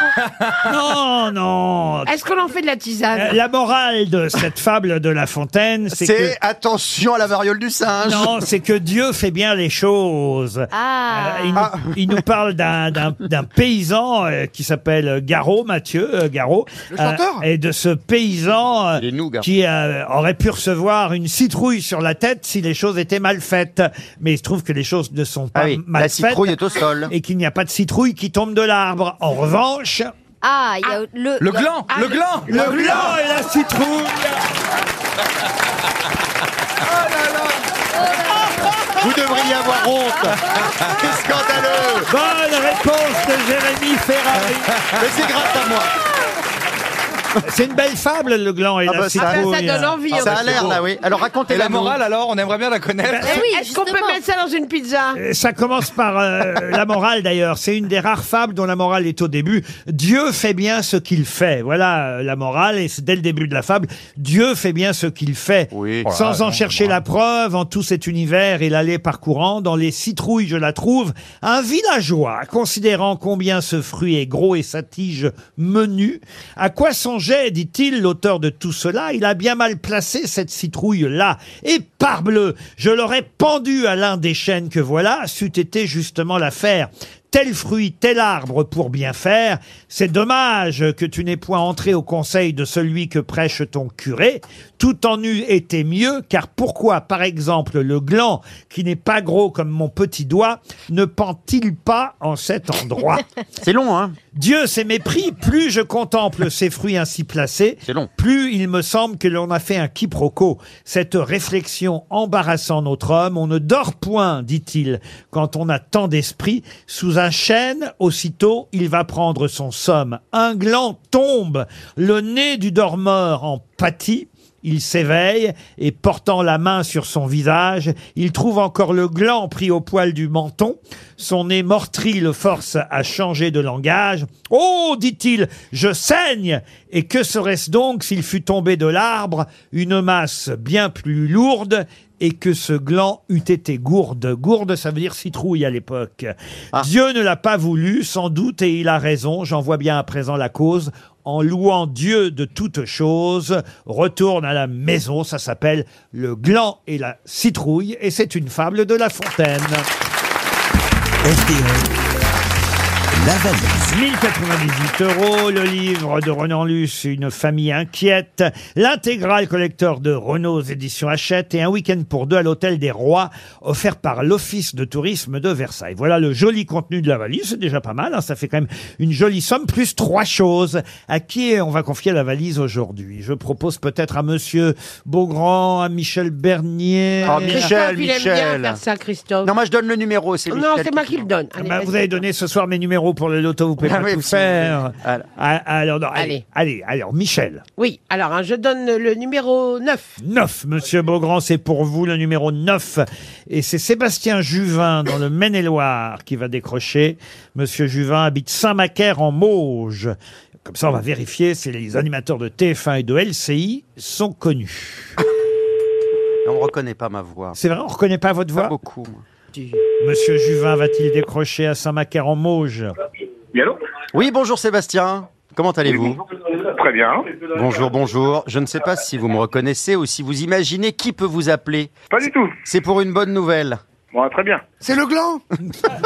Non, non.
Est-ce qu'on en fait de la tisane
Euh, La morale de cette fable de La Fontaine, c'est
C'est
que...
attention à la variole du singe.
Non, c'est que Dieu fait bien les choses.
Ah.
Euh, il, nous, il nous parle d'un- d'un d'un paysan euh, qui s'appelle Garot, Mathieu euh, Garot. euh,
Le chanteur
Et de ce paysan euh, qui euh, aurait pu recevoir une citrouille sur la tête si les choses étaient mal faites. Mais il se trouve que les choses ne sont pas
Ah oui,
mal
la
faites.
citrouille est au sol.
Et qu'il n'y a pas de citrouille qui tombe de l'arbre. En revanche...
Ah, il y a le...
Le gland,
Ah,
le gland. Ah, Le gland et la citrouille.
Vous devriez avoir honte. C'est scandaleux.
Bonne réponse de Jérémy Ferrari.
Mais c'est grâce à moi.
C'est une belle fable, le gland et
Ah
la
bah, ça- Ah
citrouille.
bah, ça donne envie, Ah, ça a l'air, là, oui. Alors, racontez-la
Et la
nous.
morale, alors, on aimerait bien la connaître.
Eh, Est-ce qu'on peut mettre ça dans une pizza
Euh, Ça commence par euh, la morale d'ailleurs. C'est une des rares fables dont la morale est au début. Dieu fait bien ce qu'il fait. Voilà euh, la morale et c'est dès le début de la fable. Dieu fait bien ce qu'il fait. Sans
Voilà,
en chercher la preuve, en tout cet univers, il allait parcourant dans les citrouilles, je la trouve, un villageois, considérant combien ce fruit est gros et sa tige menue. À quoi songeait, dit-il, l'auteur de tout cela Il a bien mal placé cette citrouille-là. Et parbleu, je l'aurais pendue à l'un des chênes que voilà, c'eût été justement l'affaire. Tel fruit, tel arbre pour bien faire, c'est dommage que tu n'aies point entré au conseil de celui que prêche ton curé. Tout en eût été mieux, car pourquoi, par exemple, le gland, qui n'est pas gros comme mon petit doigt, ne pend-il pas en cet endroit
C'est long, hein
Dieu s'est mépris, plus je contemple ces fruits ainsi placés, plus il me semble que l'on a fait un quiproquo. Cette réflexion embarrassant notre homme, on ne dort point, dit-il, quand on a tant d'esprit. Sous un chêne, aussitôt, il va prendre son somme. Un gland tombe, le nez du dormeur en pâtit. Il s'éveille et portant la main sur son visage, il trouve encore le gland pris au poil du menton. Son nez meurtri le force à changer de langage. Oh, dit-il, je saigne! Et que serait-ce donc s'il fût tombé de l'arbre une masse bien plus lourde et que ce gland eût été gourde. Gourde, ça veut dire citrouille à l'époque. Dieu ne l'a pas voulu, sans doute, et il a raison. J'en vois bien à présent la cause. En louant Dieu de toutes choses, retourne à la maison. Ça s'appelle le gland et la citrouille, et c'est une fable de La Fontaine.
La valise.
1098 euros, le livre de Renan Luce, Une famille inquiète, l'intégrale collecteur de Renault aux éditions Hachette et un week-end pour deux à l'Hôtel des Rois, offert par l'Office de tourisme de Versailles. Voilà le joli contenu de la valise, c'est déjà pas mal, hein, ça fait quand même une jolie somme, plus trois choses. À qui on va confier la valise aujourd'hui Je propose peut-être à Monsieur Beaugrand, à Michel Bernier...
Oh, Michel,
il aime bien
Michel.
faire ça, Christophe.
Non, moi je donne le numéro, c'est
Non,
Michel
c'est
qui
moi qui le donne.
Ah
Allez,
bah,
vas-y.
vous avez donné ce soir mes numéros pour le loto, vous pouvez
Ah
pas
oui,
tout
vous-
faire. Ah, Alors, non, allez,
Allez.
allez, alors, Michel.
Oui, alors hein, je donne le numéro 9.
9, monsieur Beaugrand, c'est pour vous le numéro 9. Et c'est Sébastien Juvin dans le Maine-et-Loire qui va décrocher. Monsieur Juvin habite Saint-Macaire en Mauge. Comme ça, on va vérifier si les animateurs de TF1 et de LCI sont connus.
On ne reconnaît pas ma voix.
C'est vrai, on reconnaît pas votre voix beaucoup. Monsieur Juvin va-t-il décrocher à Saint-Macaire en Mauge
Oui, bonjour Sébastien. Comment allez-vous
Très bien.
Bonjour, bonjour. Je ne sais pas si vous me reconnaissez ou si vous imaginez qui peut vous appeler.
Pas du tout.
C'est pour une bonne nouvelle.
Bon, très bien.
C'est le gland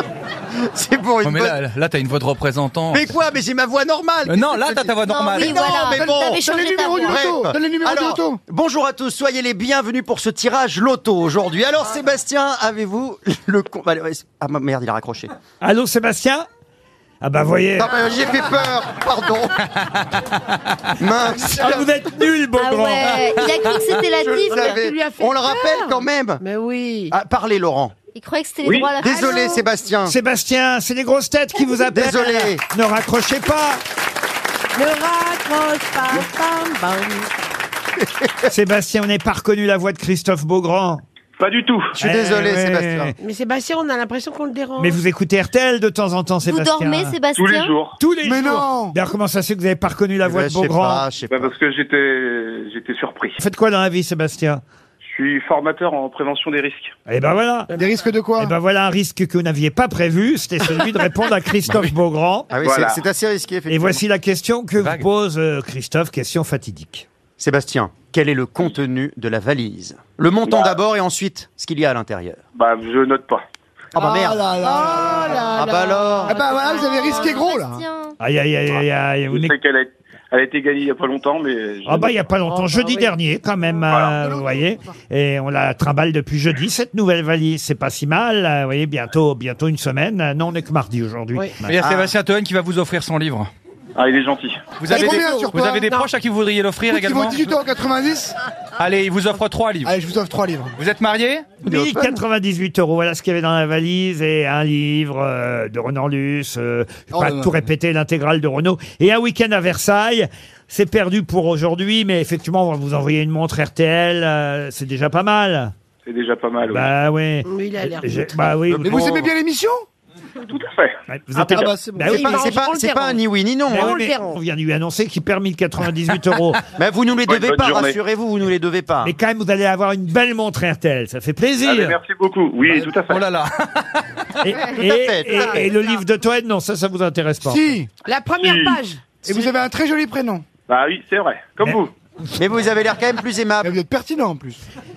C'est pour une
Non, mais
bonne-
là, là, t'as une voix de représentant.
Mais quoi Mais j'ai ma voix normale.
Euh, non, là, t'as ta voix
Non,
normale.
oui,
Mais
non,
voilà,
mais
t'avais
bon.
changé Donne les ta numéros voix. du loto,
Bref.
donne les numéros du
Alors,
loto.
Bonjour à tous, soyez les bienvenus pour ce tirage loto aujourd'hui. Alors, Sébastien, avez-vous le con... Allez, ouais, c'est- Ah ma- merde, il a raccroché.
Allô, Sébastien Ah bah, voyez.
Non, mais j'ai fait peur, pardon. Mince.
Ah, vous êtes nul, bon
Ah
grand.
ouais, il a cru que c'était la
Je le
diff,
savais.
tu lui as fait On le peur. rappelle quand même.
Mais oui.
Ah, parlez, Laurent.
Il croyait que c'était
Oui.
les droits à la
Désolé,
Allô
Sébastien.
Sébastien, c'est les grosses têtes qui vous appellent.
Désolé.
Ne raccrochez pas.
Ne raccroche pas, bam, bam.
Sébastien, on n'est pas reconnu la voix de Christophe Beaugrand. Eh,
Pas du tout.
Je suis désolé, Sébastien.
Mais Sébastien, on a l'impression qu'on le dérange.
Mais vous écoutez RTL de temps en temps, Sébastien.
dormez, Sébastien Tous les jours.
Tous les
Mais
jours.
non.
D'ailleurs, comment ça se fait que vous n'avez pas reconnu
Eh
la voix
ben,
Ouais,
de
je sais
Beaugrand
pas, Bah, Parce que j'étais, j'étais surpris.
Faites quoi dans la vie, Sébastien
Je suis formateur en prévention des risques.
Eh ben voilà. Des risques de quoi Eh ben voilà un risque que vous n'aviez pas prévu, c'était celui de répondre à Christophe Beaugrand.
Ah oui, c'est- c'est assez risqué, effectivement.
Et voici la question que vous pose euh, Christophe, question fatidique.
Sébastien, quel est le contenu de la valise Le
Bah.
montant d'abord et ensuite ce qu'il y a à l'intérieur.
Bah, je note pas.
Ah bah merde.
là là.
Ah bah alors.
Ah bah voilà, vous avez risqué gros là.
Aïe, aïe, aïe, aïe, aïe. vous
Je
n'êc-
sais qu'elle a, elle a été gagnée il n'y a pas longtemps, mais. je-
Ah bah il y a pas longtemps, jeudi dernier quand même, euh, vous voyez, et on la trimballe depuis jeudi cette nouvelle valise, c'est pas si mal, euh, vous voyez bientôt, bientôt une semaine, Euh, non on est que mardi aujourd'hui.
Il y
Ah.
a Sébastien Toen qui va vous offrir son livre.
Ah, il est gentil.
Vous
T'as
avez,
combien
des,
sur
vous
toi
avez des
Non.
proches à qui vous voudriez l'offrir
Écoute, ils
également
vont 18 euros 90.
Allez, il vous offre trois livres.
Allez, je vous offre trois livres.
Vous êtes marié
1098 euros, voilà ce qu'il y avait dans la valise et un livre euh, de Renan Luce, euh, je vais
Oh
pas
là là.
tout répéter, l'intégrale de Renault, et un week-end à Versailles. C'est perdu pour aujourd'hui, mais effectivement, on va vous envoyer une montre RTL, euh, c'est déjà pas mal.
C'est déjà pas mal. oui.
Bah oui.
Mais il a l'air
J'ai- bah oui.
Mais vous aimez bien l'émission
Vous êtes
Ah bah, c'est bon.
Bah oui,
C'est
mais
pas- c'est pas-
on le
c'est pas
verra.
un ni oui, ni non,
Mais
hein.
oui,
On le
mais
verra.
on vient de lui annoncer qu'il perd 1498 euros.
Mais vous nous les devez pas, rassurez-vous, vous nous les devez pas.
Mais quand même, vous allez avoir une belle montre RTL, ça fait plaisir. Bah,
Ah, mais merci beaucoup. Oui, tout à fait.
Oh là là.
Et,
Tout
et-
à fait, tout à
et-
fait.
et le livre de Toen, non, ça, ça vous intéresse pas.
Si.
La
première Si. page.
Et vous avez un très joli prénom.
Bah oui, c'est vrai. Comme vous.
Mais vous avez l'air quand même plus aimable.
vous êtes pertinent en plus.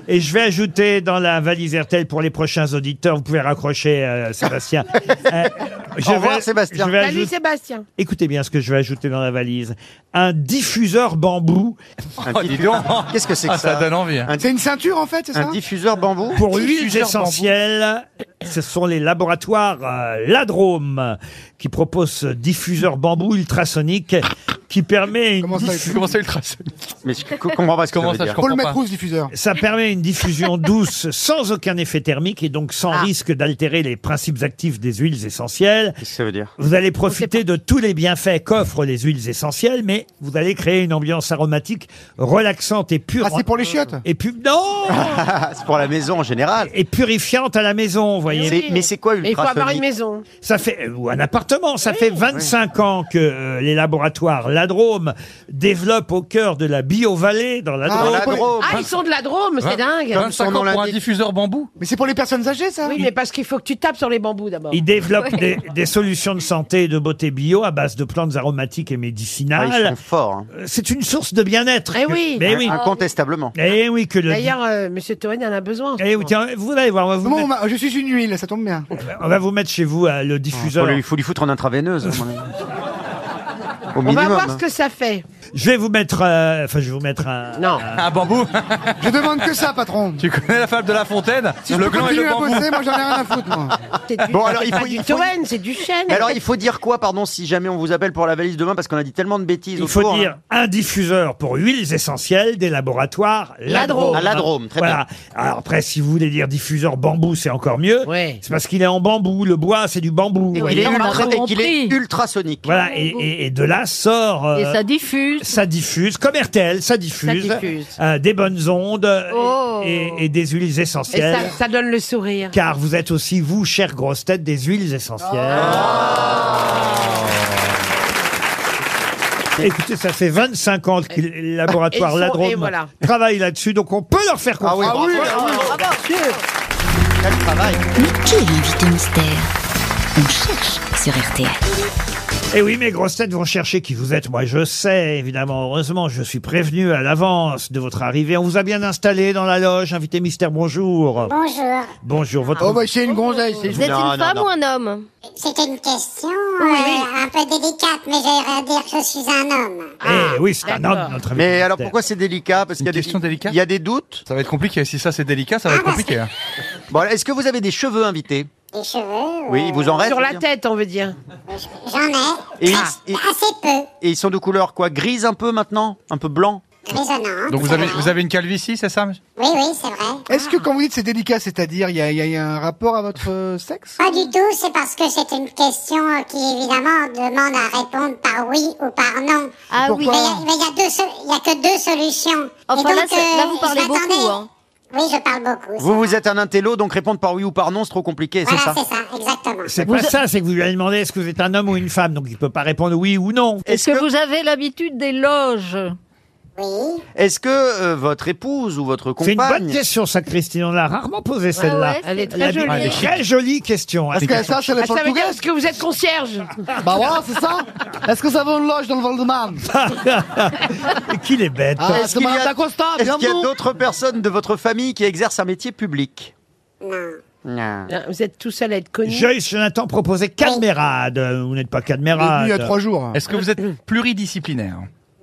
Et je vais ajouter dans la valise RTL pour les prochains auditeurs, vous pouvez raccrocher euh, Sébastien. Euh,
Au revoir, Sébastien.
je vais
Salut
ajouter-
Sébastien.
Écoutez bien ce que je vais ajouter dans la valise. Un diffuseur bambou.
Un Oh, dis donc. Qu'est-ce que c'est que Ah, ça ça donne envie, hein.
C'est une ceinture en fait, c'est ça
diffuseur bambou
Pour huiles
Diffuseur
essentielles, ce sont les laboratoires euh, Ladrome qui proposent ce diffuseur bambou ultrasonique qui permet une diffu-
Comment ça, ultrasonique
Mais je comprends pas ce que
Comment
ça veut
ça, je
dire.
comprends pas.
diffuseur.
Ça permet une diffusion douce sans aucun effet thermique et donc sans
Ah.
risque d'altérer les principes actifs des huiles essentielles.
Qu'est-ce que ça veut dire
Vous allez profiter de tous les bienfaits qu'offrent les huiles essentielles, mais vous allez créer une ambiance aromatique relaxante et pure.
Ah, c'est pour les chiottes
Et puis non
C'est pour la maison en général.
Et purifiante à la maison, vous voyez.
C'est- mais c'est quoi
Mais il faut avoir une maison.
Ça fait euh, ou un appartement. Ça fait 25 ans que euh, les laboratoires Ladrome développent au cœur de la bio-vallée dans la Drôme.
Ah, ils sont de la Drôme, c'est dingue.
diffuseur bambou.
Mais c'est pour les personnes âgées, ça
Oui, mais parce qu'il faut que tu tapes sur les bambous d'abord.
Ils développent des, des solutions de santé et de beauté bio à base de plantes aromatiques et médicinales.
Ah, ils sont forts, hein. Ah,
Euh, C'est une source de bien-être.
Eh
que-
oui.
mais oui.
Incontestablement.
Eh oui que le.
D'ailleurs, euh, Monsieur Toen en a besoin. en ce
Eh oui,
moment.
tiens, vous allez voir, on va vous,
Comment on
mettre,
va- Je suis une huile, ça tombe bien.
on va vous mettre chez vous euh, le diffuseur.
Il Ah, faut lui foutre en intraveineuse. à mon avis. Au
On va
minimum. hein.
voir ce que ça fait.
Je vais vous mettre, euh, enfin, je vais vous mettre un.
Non.
Un bambou
Je demande que ça, patron.
Tu connais la fable de La Fontaine
Si je
Le
peux
gland et
continuer
le
à
bambou.
bosser, moi j'en ai rien à foutre, moi.
C'est du-
Bon, alors,
c'est
il
pas
faut-
du
il faut-
Toen, c'est du chêne.
Mais Alors, il faut dire quoi, pardon, si jamais on vous appelle pour la valise demain, parce qu'on a dit tellement de bêtises.
Il faut
autour,
dire
hein.
un diffuseur pour huiles essentielles des laboratoires Ladrome.
Ladrome. Ah, Ladrome, très
Voilà. Alors après, si vous voulez dire diffuseur bambou, c'est encore mieux. C'est parce qu'il est en bambou. Le bois, c'est du bambou.
Et
Vous
qu'il est,
voyez.
ultra- et qu'il est ultrasonique.
Voilà, et, et- et de là sort. euh,
Et ça diffuse.
ça diffuse, comme RTL, ça diffuse,
Ça diffuse.
euh, des bonnes ondes euh, et, et des huiles
Et
essentielles.
ça, ça donne le sourire.
Car vous êtes aussi, vous, chère grosse tête, des huiles essentielles.
Ah.
Écoutez, ça fait 25 ans que le laboratoire
Et ils sont-
Ladrome
et voilà.
travaille là-dessus, donc on peut leur faire
Ah oui,
confiance.
bravo, bravo. Quel travail.
Mais qui est l'invité mystère on cherche sur RTL.
Et Eh oui, mes grosses têtes vont chercher qui vous êtes. Moi, je sais, évidemment. Heureusement, je suis prévenu à l'avance de votre arrivée. On vous a bien installé dans la loge. Invité mystère, bonjour.
Bonjour.
Bonjour. Votre...
Ah. Oh, bah, c'est une hein. gonzesse.
Vous êtes une femme ou un homme
C'était une question euh, un peu délicate, mais j'allais dire que je suis un homme.
Ah,
Eh oui, c'est un homme, notre invité
Mais alors
mystère.
pourquoi c'est délicat Parce qu'il y a des Il y a des doutes. Ah,
Ça va être compliqué. Si ça c'est délicat, ça va être compliqué. hein.
Bon, alors, est-ce que vous avez des cheveux invités
Des cheveux
Oui,
euh,
il vous en reste.
Sur la
bien.
tête, on veut dire.
J'en ai.
Et,
Ah.
ils, et-
Assez peu.
et ils sont de couleur quoi Grise un peu maintenant Un peu blanc
Grisonnant.
Donc vous
c'est
avez
vrai.
vous avez une calvitie, c'est ça
Oui, oui, c'est vrai.
Ah. Est-ce que quand vous dites c'est délicat, c'est-à-dire il y a, il y a- il y a un rapport à votre euh, sexe
Pas du tout, c'est parce que c'est une question euh, qui évidemment demande à répondre par oui ou par non.
Ah oui.
Mais il y a- mais il y, a deux sol- il y a que deux solutions.
Enfin,
Et donc, euh,
là, c'est- là, vous
je
parlez
m'attendais-
beaucoup, hein.
Oui, je parle beaucoup.
Vous, vous êtes un intello, donc répondre par oui ou par non, c'est trop compliqué,
Ah,
c'est
Voilà,
ça
c'est ça, exactement.
C'est pas ça, c'est que vous lui avez demandé est-ce que vous êtes un homme ou une femme, donc il peut pas répondre oui ou non.
Est-ce que, vous avez l'habitude des loges
Oui.
Est-ce que euh, votre épouse ou votre
C'est une bonne
compagne
question, ça, Christine. On l'a rarement posée, celle-là.
ouais, Elle est très
La-
jolie.
Elle est chic. Très jolie question. hein.
Parce que ça, c'est
Ah,
la
ça veut dire
portugaise.
est-ce que vous êtes concierge
Bah voilà, c'est ça. Est-ce que ça va une loge dans le Val-de-Marne
Et Qu'il est bête.
Ah,
Est-ce
c'est
qu'il y a-
Madame Dacosta,
Est-ce qu'il y a
bienvenue.
d'autres personnes de votre famille qui exercent un métier public
Non.
Non.
Ah, Vous êtes tout seul à être connu.
Joyce Jonathan proposait Cadmérade. Vous n'êtes pas
Il est venu il y a
Cadmérade.
trois jours.
Est-ce que vous êtes pluridisciplinaire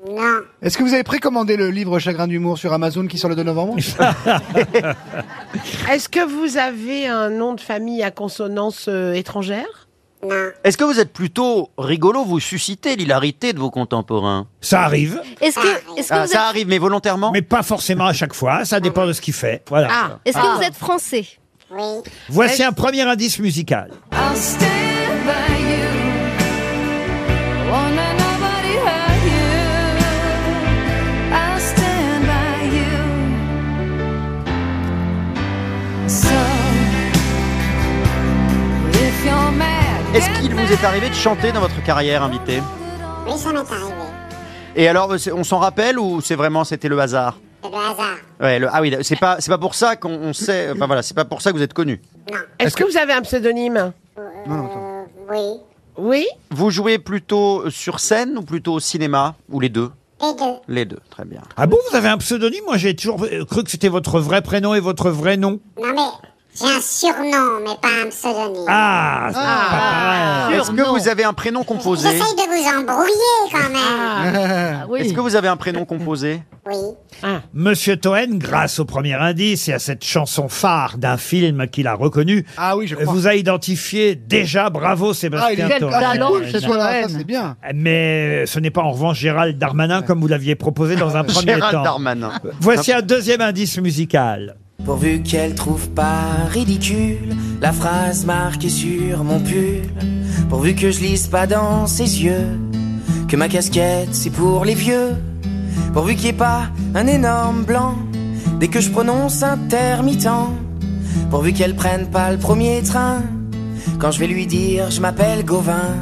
Non.
Est-ce que vous avez précommandé le livre Chagrin d'humour sur Amazon qui sort le 2 novembre
Ah,
Est-ce que vous avez un nom de famille à consonance euh, étrangère
Non.
Est-ce que vous êtes plutôt rigolo Vous suscitez l'hilarité de vos contemporains
Ça arrive,
Est-ce que, est-ce que
Ah,
vous
Ça
êtes,
arrive, mais volontairement
mais pas forcément à chaque fois. Ça dépend de ce qu'il fait. Voilà.
Ah,
est-ce que vous êtes français
Oui.
Voici
est-ce-
un premier indice musical.
Est-ce qu'il vous est arrivé de chanter dans votre carrière invité
Oui, ça m'est arrivé.
Et alors, euh, c'est- on s'en rappelle ou c'est vraiment c'était le hasard
C'est le hasard.
Ouais, le- ah oui, c'est pas c'est pas pour ça qu'on on sait. Enfin voilà, c'est pas pour ça que vous êtes connu.
Est-ce que vous avez un pseudonyme
Euh, oui.
Oui
Vous jouez plutôt sur scène ou plutôt au cinéma ou les deux
Les deux.
Les deux, très bien.
Ah bon, vous avez un pseudonyme Moi, j'ai toujours euh, cru que c'était votre vrai prénom et votre vrai nom.
Non, mais j'ai un surnom, mais pas un pseudonyme.
Ah, c'est pas pareil.
Est-ce que vous avez un prénom composé
J'essaye de vous embrouiller quand même.
Ah
Est-ce
oui.
que vous avez un prénom composé
Oui.
Ah.
Monsieur Toen, grâce au premier indice et à cette chanson phare d'un film qu'il a reconnu,
Ah oui, je crois.
vous a identifié déjà. Bravo,
Ah, il
Sébastien
est
Quel
Toen.
ah, c'est
talent,
cool,
ce
c'est voilà,
Cohen.
ça, c'est bien.
Mais euh, ce n'est pas en revanche Gérald Darmanin comme vous l'aviez proposé dans un premier
Gérald
temps.
Darmanin.
Voici un deuxième indice musical.
Pourvu qu'elle trouve pas ridicule la phrase marquée sur mon pull. Pourvu que je lise pas dans ses yeux que ma casquette c'est pour les vieux. Pourvu qu'il n'y ait pas un énorme blanc dès que je prononce intermittent. Pourvu qu'elle prenne pas le premier train quand je vais lui dire je m'appelle Gauvin.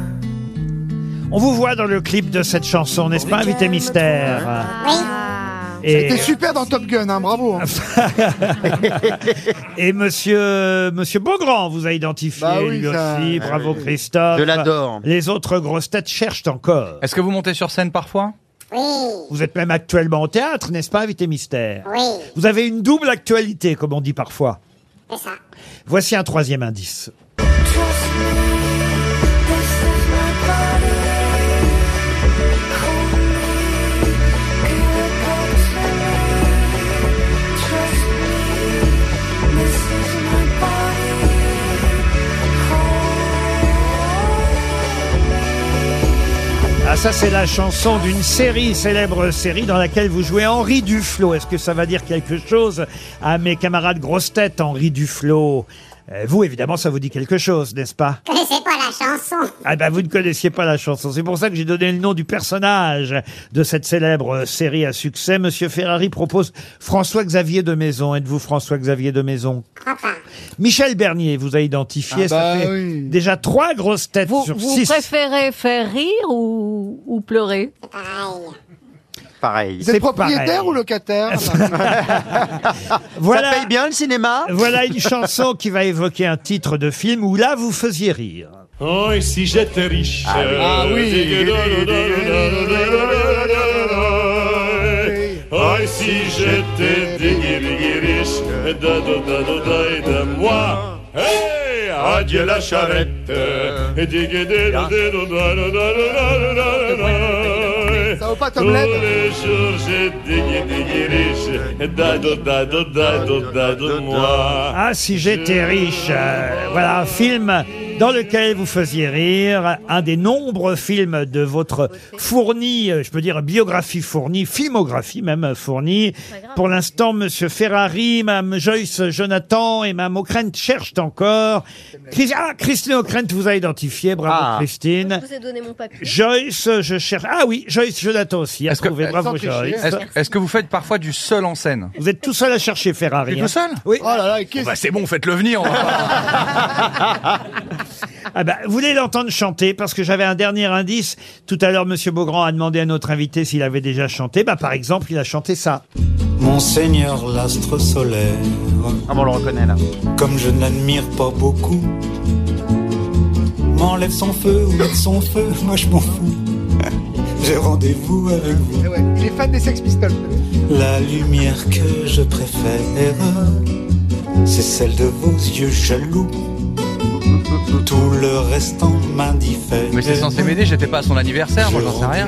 On vous voit dans le clip de cette chanson, n'est-ce pas, invité mystère Ah.
Oui.
et,
C'était super dans Top Gun, hein, bravo. hein.
et Monsieur Monsieur Beaugrand vous a identifié
Bah oui,
lui
ça-
aussi. Bravo Christophe.
Je l'adore.
Les autres grosses têtes cherchent encore.
Est-ce que vous montez sur scène parfois
Oui.
Vous êtes même actuellement au théâtre, n'est-ce pas, invité mystère
Oui.
Vous avez une double actualité, comme on dit parfois.
C'est ça.
Voici un troisième indice. Ah ça c'est la chanson d'une série, célèbre série dans laquelle vous jouez Henri Duflo. Est-ce que ça va dire quelque chose à mes camarades grosses têtes Henri Duflo Euh, Vous évidemment ça vous dit quelque chose, n'est-ce pas
Je connaissais pas la chanson.
Ah ben vous ne connaissiez pas la chanson. C'est pour ça que j'ai donné le nom du personnage de cette célèbre euh, série à succès. Monsieur Ferrari propose François-Xavier de Maison. Êtes-vous François-Xavier de Maison
Je crois pas.
Michel Bernier vous a identifié.
Ah
ça
bah
fait
oui.
déjà trois grosses têtes
Vous,
sur
vous
six.
préférez faire rire ou, ou pleurer
C'est pareil.
Pareil.
Vous êtes propriétaire
pareil.
ou locataire
Voilà.
Ça paye bien le cinéma
Voilà une chanson qui va évoquer un titre de film où là vous faisiez rire.
Oh, et si j'étais riche euh,
Ah oui. Ah oui.
Oh, et si j'étais digui, digui riche Da, da, da, da, da, et de moi Hey Adieu la charrette Et digui, digui, da, da, da, da, da, da, da, da, da.
Ça vaut pas
Tous les jours j'ai digui, digui riche Da, da, da, da, da, da, da, de moi
Ah, si j'étais riche. euh, voilà un film dans lequel vous faisiez rire, un des nombreux films de votre fournie, euh, je peux dire biographie fournie, filmographie même euh, fournie. Pour l'instant, Monsieur Ferrari, Mme Joyce Jonathan et Mme O'Krent cherchent encore. Chris- ah, Christine O'Krent vous a identifié, bravo
Ah.
Christine.
Je vous ai donné mon papier.
Joyce, je cherche. Ah oui, Joyce Jonathan aussi. Est-ce que, bravo, Joyce.
Est-ce est-ce que vous faites parfois du seul en scène
Vous êtes tout seul à chercher Ferrari.
Je suis tout
hein.
seul
Oui.
Oh là là,
Bah, c'est bon, faites-le venir. on va pas-
Ah bah, vous voulez l'entendre chanter parce que j'avais un dernier indice. Tout à l'heure, Monsieur Beaugrand a demandé à notre invité s'il avait déjà chanté. Bah, par exemple, il a chanté ça.
Monseigneur l'astre solaire. Ah bon, on le reconnaît là. Comme je n'admire pas beaucoup, m'enlève son feu ou met son feu, moi je m'en fous. J'ai rendez-vous avec vous.
Il est fan des Sex Pistols.
La lumière que je préfère, c'est celle de vos yeux jaloux. Tout le reste en m'indiffère.
Mais c'est censé m'aider, j'étais pas à son anniversaire, moi j'en sais rien.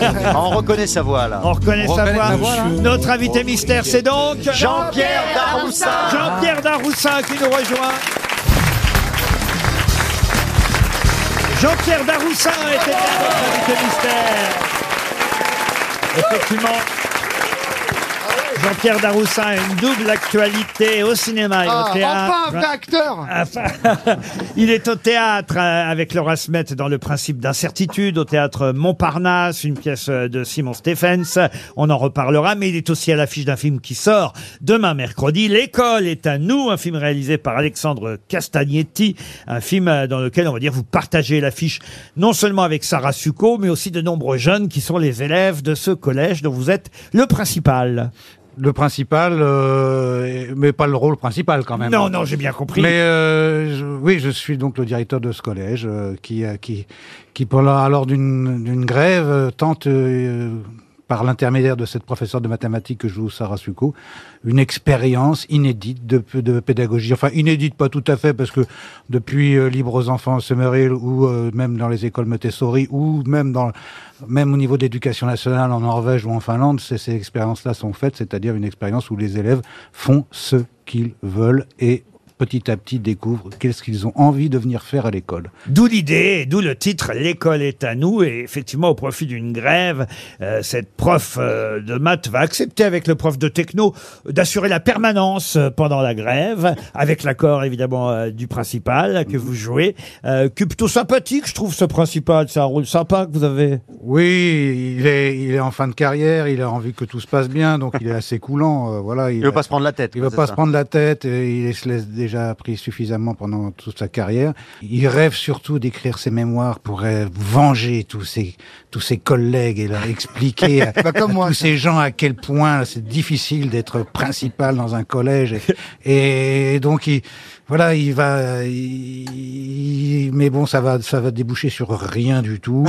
Ah, On reconnaît sa voix là.
On reconnaît sa voix. Notre invité mystère, c'est donc
Jean-Pierre Daroussin.
Jean-Pierre Daroussin qui nous rejoint. Jean-Pierre Daroussin était bien notre invité mystère. Effectivement. Jean-Pierre Daroussin a une double actualité au cinéma et
Ah,
au théâtre.
enfin un vrai acteur
Il est au théâtre euh, avec Laura Smet dans Le principe d'incertitude, au théâtre Montparnasse, une pièce euh, de Simon Stephens. On en reparlera, mais il est aussi à l'affiche d'un film qui sort demain mercredi. L'école est à nous, un film réalisé par Alexandre Castagnetti, un film euh, dans lequel, on va dire, vous partagez l'affiche non seulement avec Sarah Succo, mais aussi de nombreux jeunes qui sont les élèves de ce collège dont vous êtes le principal.
Le principal, euh, mais pas le rôle principal quand même.
Non, non, j'ai bien compris.
Mais euh, je- oui, je suis donc le directeur de ce collège euh, qui, euh, qui, qui, pendant alors d'une d'une grève, euh, tente, euh, par l'intermédiaire de cette professeure de mathématiques que joue Sarah Succo, une expérience inédite de, de pédagogie. Enfin, inédite, pas tout à fait, parce que depuis euh, Libre aux enfants Summerhill, ou euh, même dans les écoles Montessori, ou même, dans, même au niveau de l'éducation nationale en Norvège ou en Finlande, ces, ces expériences-là sont faites, c'est-à-dire une expérience où les élèves font ce qu'ils veulent et petit à petit découvrent qu'est-ce qu'ils ont envie de venir faire à l'école.
D'où l'idée, et d'où le titre L'école est à nous. Et effectivement, au profit d'une grève, euh, cette prof euh, de maths va accepter avec le prof de techno d'assurer la permanence euh, pendant la grève, avec l'accord évidemment euh, du principal que vous jouez. Euh, que plutôt sympathique, je trouve, ce principal. C'est un rôle sympa que vous avez.
Oui, il est, il est en fin de carrière, il a envie que tout se passe bien, donc il est assez coulant. euh, voilà, il
Il veut pas se prendre la tête.
Il ne veut pas se prendre la tête, et il se laisse déjà pris suffisamment pendant toute sa carrière. Il rêve surtout d'écrire ses mémoires pour euh, venger tous ses, tous ses collègues et leur expliquer à,
Bah, comme
à
moi.
tous ces gens à quel point c'est difficile d'être principal dans un collège. Et, et donc, il, voilà, il va... il- mais bon, ça va, ça va déboucher sur rien du tout.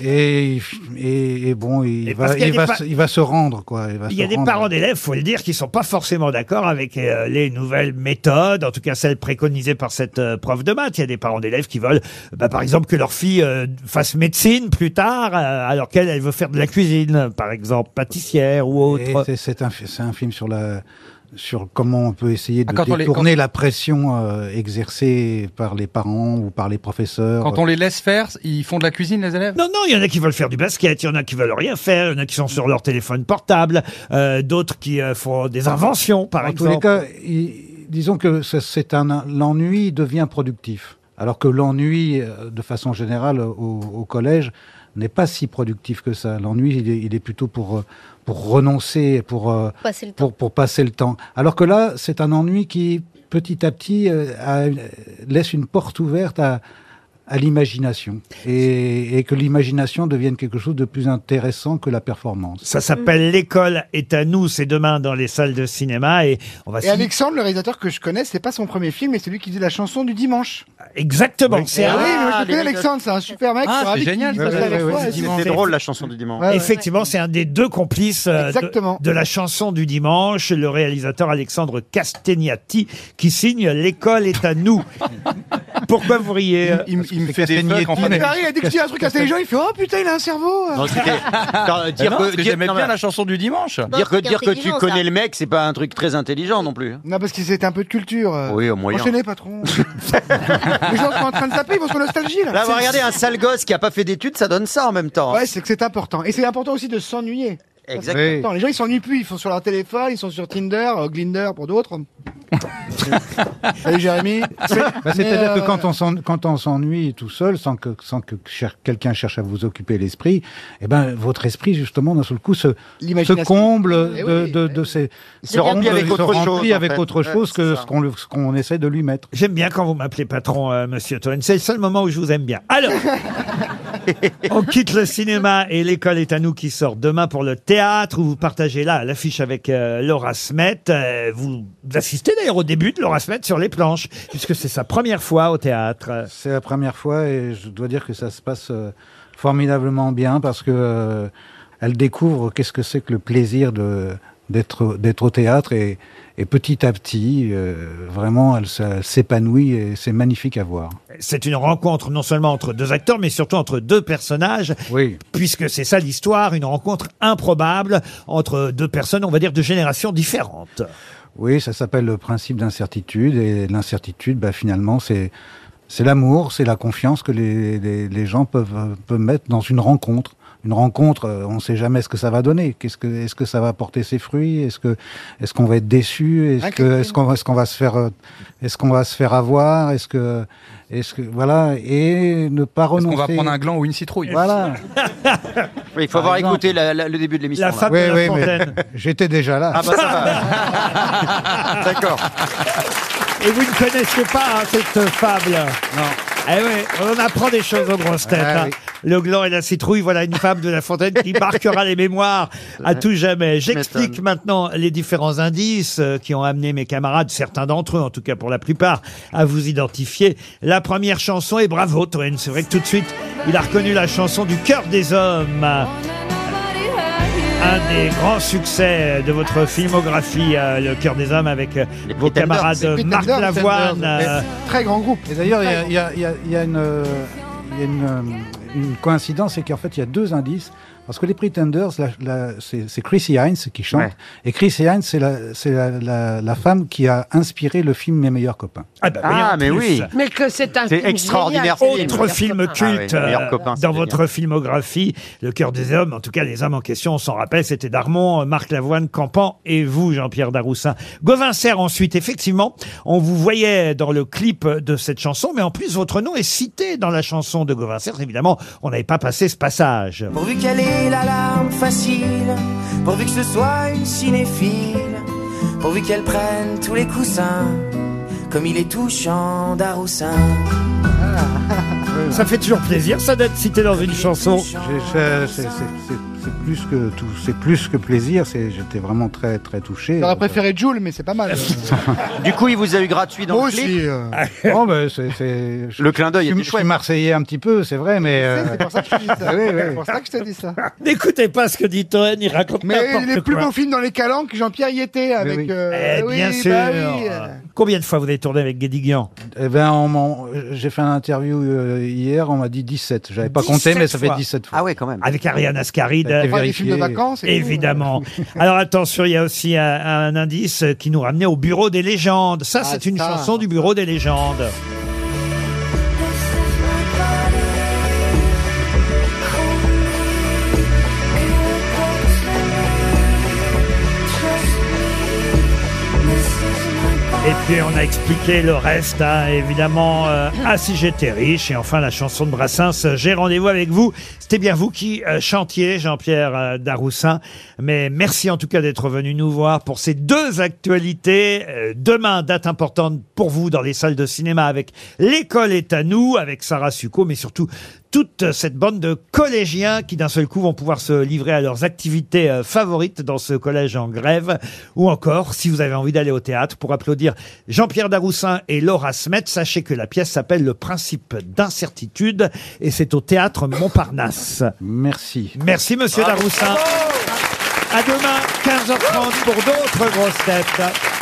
et, et, et- et bon, il,
parce
va,
qu'il y a
il,
des
va,
pa-
se- il va se rendre, quoi. va
Il y a
se
des
Bah, rendre.
parents d'élèves, faut le dire, qui sont pas forcément d'accord avec euh, les nouvelles méthodes, en tout cas celles préconisées par cette euh, prof de maths. Il y a des parents d'élèves qui veulent, bah, par exemple, que leur fille euh, fasse médecine plus tard, euh, alors qu'elle, elle veut faire de la cuisine, par exemple, pâtissière ou
Et
autre.
c'est- C'est un, fi- c'est un film sur la sur comment on peut essayer de
Ah, quand on les-
détourner
quand-
la pression euh, exercée par les parents ou par les professeurs.
Quand on les laisse faire, ils font de la cuisine, les élèves
Non, non, il y en a qui veulent faire du basket, il y en a qui veulent rien faire, il y en a qui sont sur leur téléphone portable, euh, d'autres qui euh, font des inventions, par
en tous
exemple.
les cas, il- disons que ça- c'est un l'ennui devient productif, alors que l'ennui, euh, de façon générale, au, au collège n'est pas si productif que ça. L'ennui, il, est- il est plutôt pour euh, pour renoncer, pour euh,
Passer le temps.
pour, pour passer le temps. Alors que là, c'est un ennui qui, petit à petit, euh, a- laisse une porte ouverte à, à l'imagination et, et que l'imagination devienne quelque chose de plus intéressant que la performance.
Ça
Mm.
s'appelle L'école est à nous. C'est demain dans les salles de cinéma et on va
Et Alexandre, le réalisateur que je connais, c'est pas son premier film, mais c'est lui qui dit la chanson du dimanche.
Exactement.
C'est ah, oui, moi, je le connais Alexandre, c'est un super mec.
Ah,
je suis
c'est
ravi qu'il
génial,
dise
ouais,
ça
ouais,
avec
ouais,
toi.
c'est
Et
dimanche. C'était drôle, la chanson du dimanche.
Ouais,
Effectivement, c'est un des deux complices euh,
Exactement.
de, de la chanson du dimanche, le réalisateur Alexandre Castagnati, qui signe L'école est à nous. Pourquoi vous riez euh, Il, me fait
Il me fait rire, dès que je dis un truc à les gens, il fait Oh putain, il a un cerveau
Non, c'était- Non, dire
non,
que-
parce que
dire-
j'aimais
non,
bien
mais-
la chanson du dimanche.
Dire que, dire que tu
intelligent,
connais
ça.
le mec, c'est pas un truc très intelligent non plus.
Non, parce qu'ils étaient un peu de culture. euh.
Oui, au moyen.
Enchaînez, patron. Les gens sont en train de taper, ils vont sur nostalgie, là.
Là, vous regardez un sale gosse qui a pas fait d'études, ça donne ça en même temps.
Ouais, c'est que c'est important. Et c'est important aussi de s'ennuyer. Ça, c'est
Exactement.
important. Les gens, ils s'ennuient plus. Ils sont sur leur téléphone, ils sont sur Tinder, euh, Glinder pour d'autres. Salut, Jérémy.
Bah,
Mais,
C'est-à-dire
euh,
que quand on s'en- quand on s'ennuie tout seul, sans que, sans que cher- quelqu'un cherche à vous occuper l'esprit, eh ben, votre esprit, justement, d'un seul coup, se,
L'imagination.
se comble
Eh
de,
oui,
de, de ces...
Se remplit avec
se
autre
remplit
chose, en
avec
fait.
autre
Ouais,
chose que
c'est
ce qu'on le- ce qu'on essaie de lui mettre.
J'aime bien quand vous m'appelez patron, euh, monsieur Toen. C'est le seul moment où je vous aime bien. Alors, on quitte le cinéma et l'école est à nous qui sort demain pour le théâtre où vous partagez là l'affiche avec euh, Laura Smet. Euh, vous assistez d'ailleurs au début de Laura Smet sur les planches puisque c'est sa première fois au théâtre.
C'est la première fois et je dois dire que ça se passe euh, formidablement bien parce que euh, elle découvre qu'est-ce que c'est que le plaisir de d'être d'être au théâtre et, et petit à petit euh, vraiment elle se- elle s'épanouit et c'est magnifique à voir.
C'est une rencontre non seulement entre deux acteurs, mais surtout entre deux personnages. Puisque c'est ça l'histoire, une rencontre improbable entre deux personnes, on va dire, de générations différentes.
Oui, ça s'appelle le principe d'incertitude et l'incertitude, bah, finalement, c'est c'est l'amour, c'est la confiance que les, les, les gens peuvent, euh, peuvent mettre dans une rencontre. Une rencontre, euh, on ne sait jamais ce que ça va donner. Qu'est-ce que est-ce que ça va porter ses fruits Est-ce que est-ce qu'on va être déçu Est-ce que est-ce qu'on est-ce qu'on va se faire euh, est-ce qu'on va se faire avoir Est-ce que est-ce que voilà et ne pas
Est-ce
renoncer.
qu'on va prendre un gland ou une citrouille
Voilà.
Oui, il faut avoir
Par exemple.
écouté la- la- le début de l'émission. là.
Oui, oui, mais J'étais déjà là.
Ah bah ça va. D'accord.
Et vous ne connaissez pas hein, cette fable Non. Eh oui, on apprend des choses aux grosses têtes.
Ah
hein.
oui.
Le gland et la citrouille, voilà une fable de La Fontaine qui marquera les mémoires à tout jamais. J'explique maintenant les différents indices euh, qui ont amené mes camarades, certains d'entre eux, en tout cas pour la plupart, à vous identifier. La première chanson est Bravo, Toen. C'est vrai que tout de suite, il a reconnu la chanson du cœur des hommes. Un des grands succès de votre filmographie, euh, Le cœur des hommes, avec euh, vos camarades
Pretenders,
Marc
Pretenders,
Lavoine.
Pretenders.
euh,
Très grand groupe.
Et d'ailleurs, il y a- il y, a- il y a- il y a une, euh, il y a une, euh, une coïncidence, c'est qu'en fait, il y a deux indices. Parce que les Pretenders, la- la- c'est c'est Chrissy Hines qui chante.
Ouais.
Et Chrissy Hines, c'est la, c'est la, la- la femme qui a inspiré le film Mes meilleurs copains.
Ah, bah,
Ah,
oui, en
mais
plus.
oui.
Mais que c'est un
C'est
film
extraordinaire,
génial.
ce film.
Autre film
Ah oui,
culte
Les meilleurs
euh,
copains, c'est
dans
génial.
votre filmographie, Le cœur des hommes, en tout cas les hommes en question, on s'en rappelle, c'était Darmon, euh, Marc Lavoine, Campan et vous, Jean-Pierre Daroussin. Gauvin Serre ensuite, effectivement, on vous voyait dans le clip de cette chanson, mais en plus votre nom est cité dans la chanson de Gauvin Serre, évidemment, on n'avait pas passé ce passage.
Pourvu qu'elle ait l'alarme facile, pourvu que ce soit une cinéphile, pourvu qu'elle prenne tous les coussins, comme il est touchant d'Aroussin.
Ça fait toujours plaisir, ça, d'être cité dans une chanson.
J'ai- j'ai- C'est c'est- c'est- c'est plus que tout, c'est plus que plaisir. c'est- J'étais vraiment très très touché.
J'aurais préféré Jules, mais c'est pas mal.
Du coup, il vous a eu gratuit dans
Moi
le clip.
aussi. euh,
Non, Oh, mais c'est- c'est- je-
Le clin d'œil
je
était
suis- Je suis marseillais un petit peu, c'est vrai, mais. euh,
C'est pour ça que je te dis ça.
Ah oui, oui.
C'est pour ça que je te dis ça.
N'écoutez pas ce que dit Toen, il raconte
Mais
n'importe
les plus
quoi.
beaux films dans les calanques, Jean-Pierre y était avec. euh,
Eh
oui,
bien
bah
sûr.
oui, euh.
Combien de fois vous avez tourné avec Guédiguian
Eh ben, on m'en- j'ai fait une interview euh, hier, on m'a dit 17. J'avais pas compté,
17
mais ça fait
fois.
17 fois.
Ah ouais, quand même.
Avec Ariane Ascaride.
Ça a été Enfin, les vérifié. films de vacances et tout.
Évidemment. Alors attention, il y a aussi un, un indice qui nous ramenait au Bureau des légendes.
Ah,
Ça, c'est une
ça.
chanson du Bureau des légendes. Et Puis on a expliqué le reste, hein, évidemment. euh, ah, si j'étais riche. Et enfin, la chanson de Brassens, euh, J'ai rendez-vous avec vous. C'était bien vous qui euh, chantiez, Jean-Pierre euh, Daroussin. Mais merci en tout cas d'être venu nous voir pour ces deux actualités. Euh, demain, date importante pour vous dans les salles de cinéma avec L'école est à nous, avec Sarah Succo, mais surtout toute cette bande de collégiens qui d'un seul coup vont pouvoir se livrer à leurs activités euh, favorites dans ce collège en grève. Ou encore, si vous avez envie d'aller au théâtre pour applaudir Jean-Pierre Daroussin et Laura Smet, sachez que la pièce s'appelle Le principe d'incertitude et c'est au théâtre Montparnasse. Merci. Merci,
Ah.
monsieur Daroussin. À demain, 15h30 pour d'autres grosses têtes.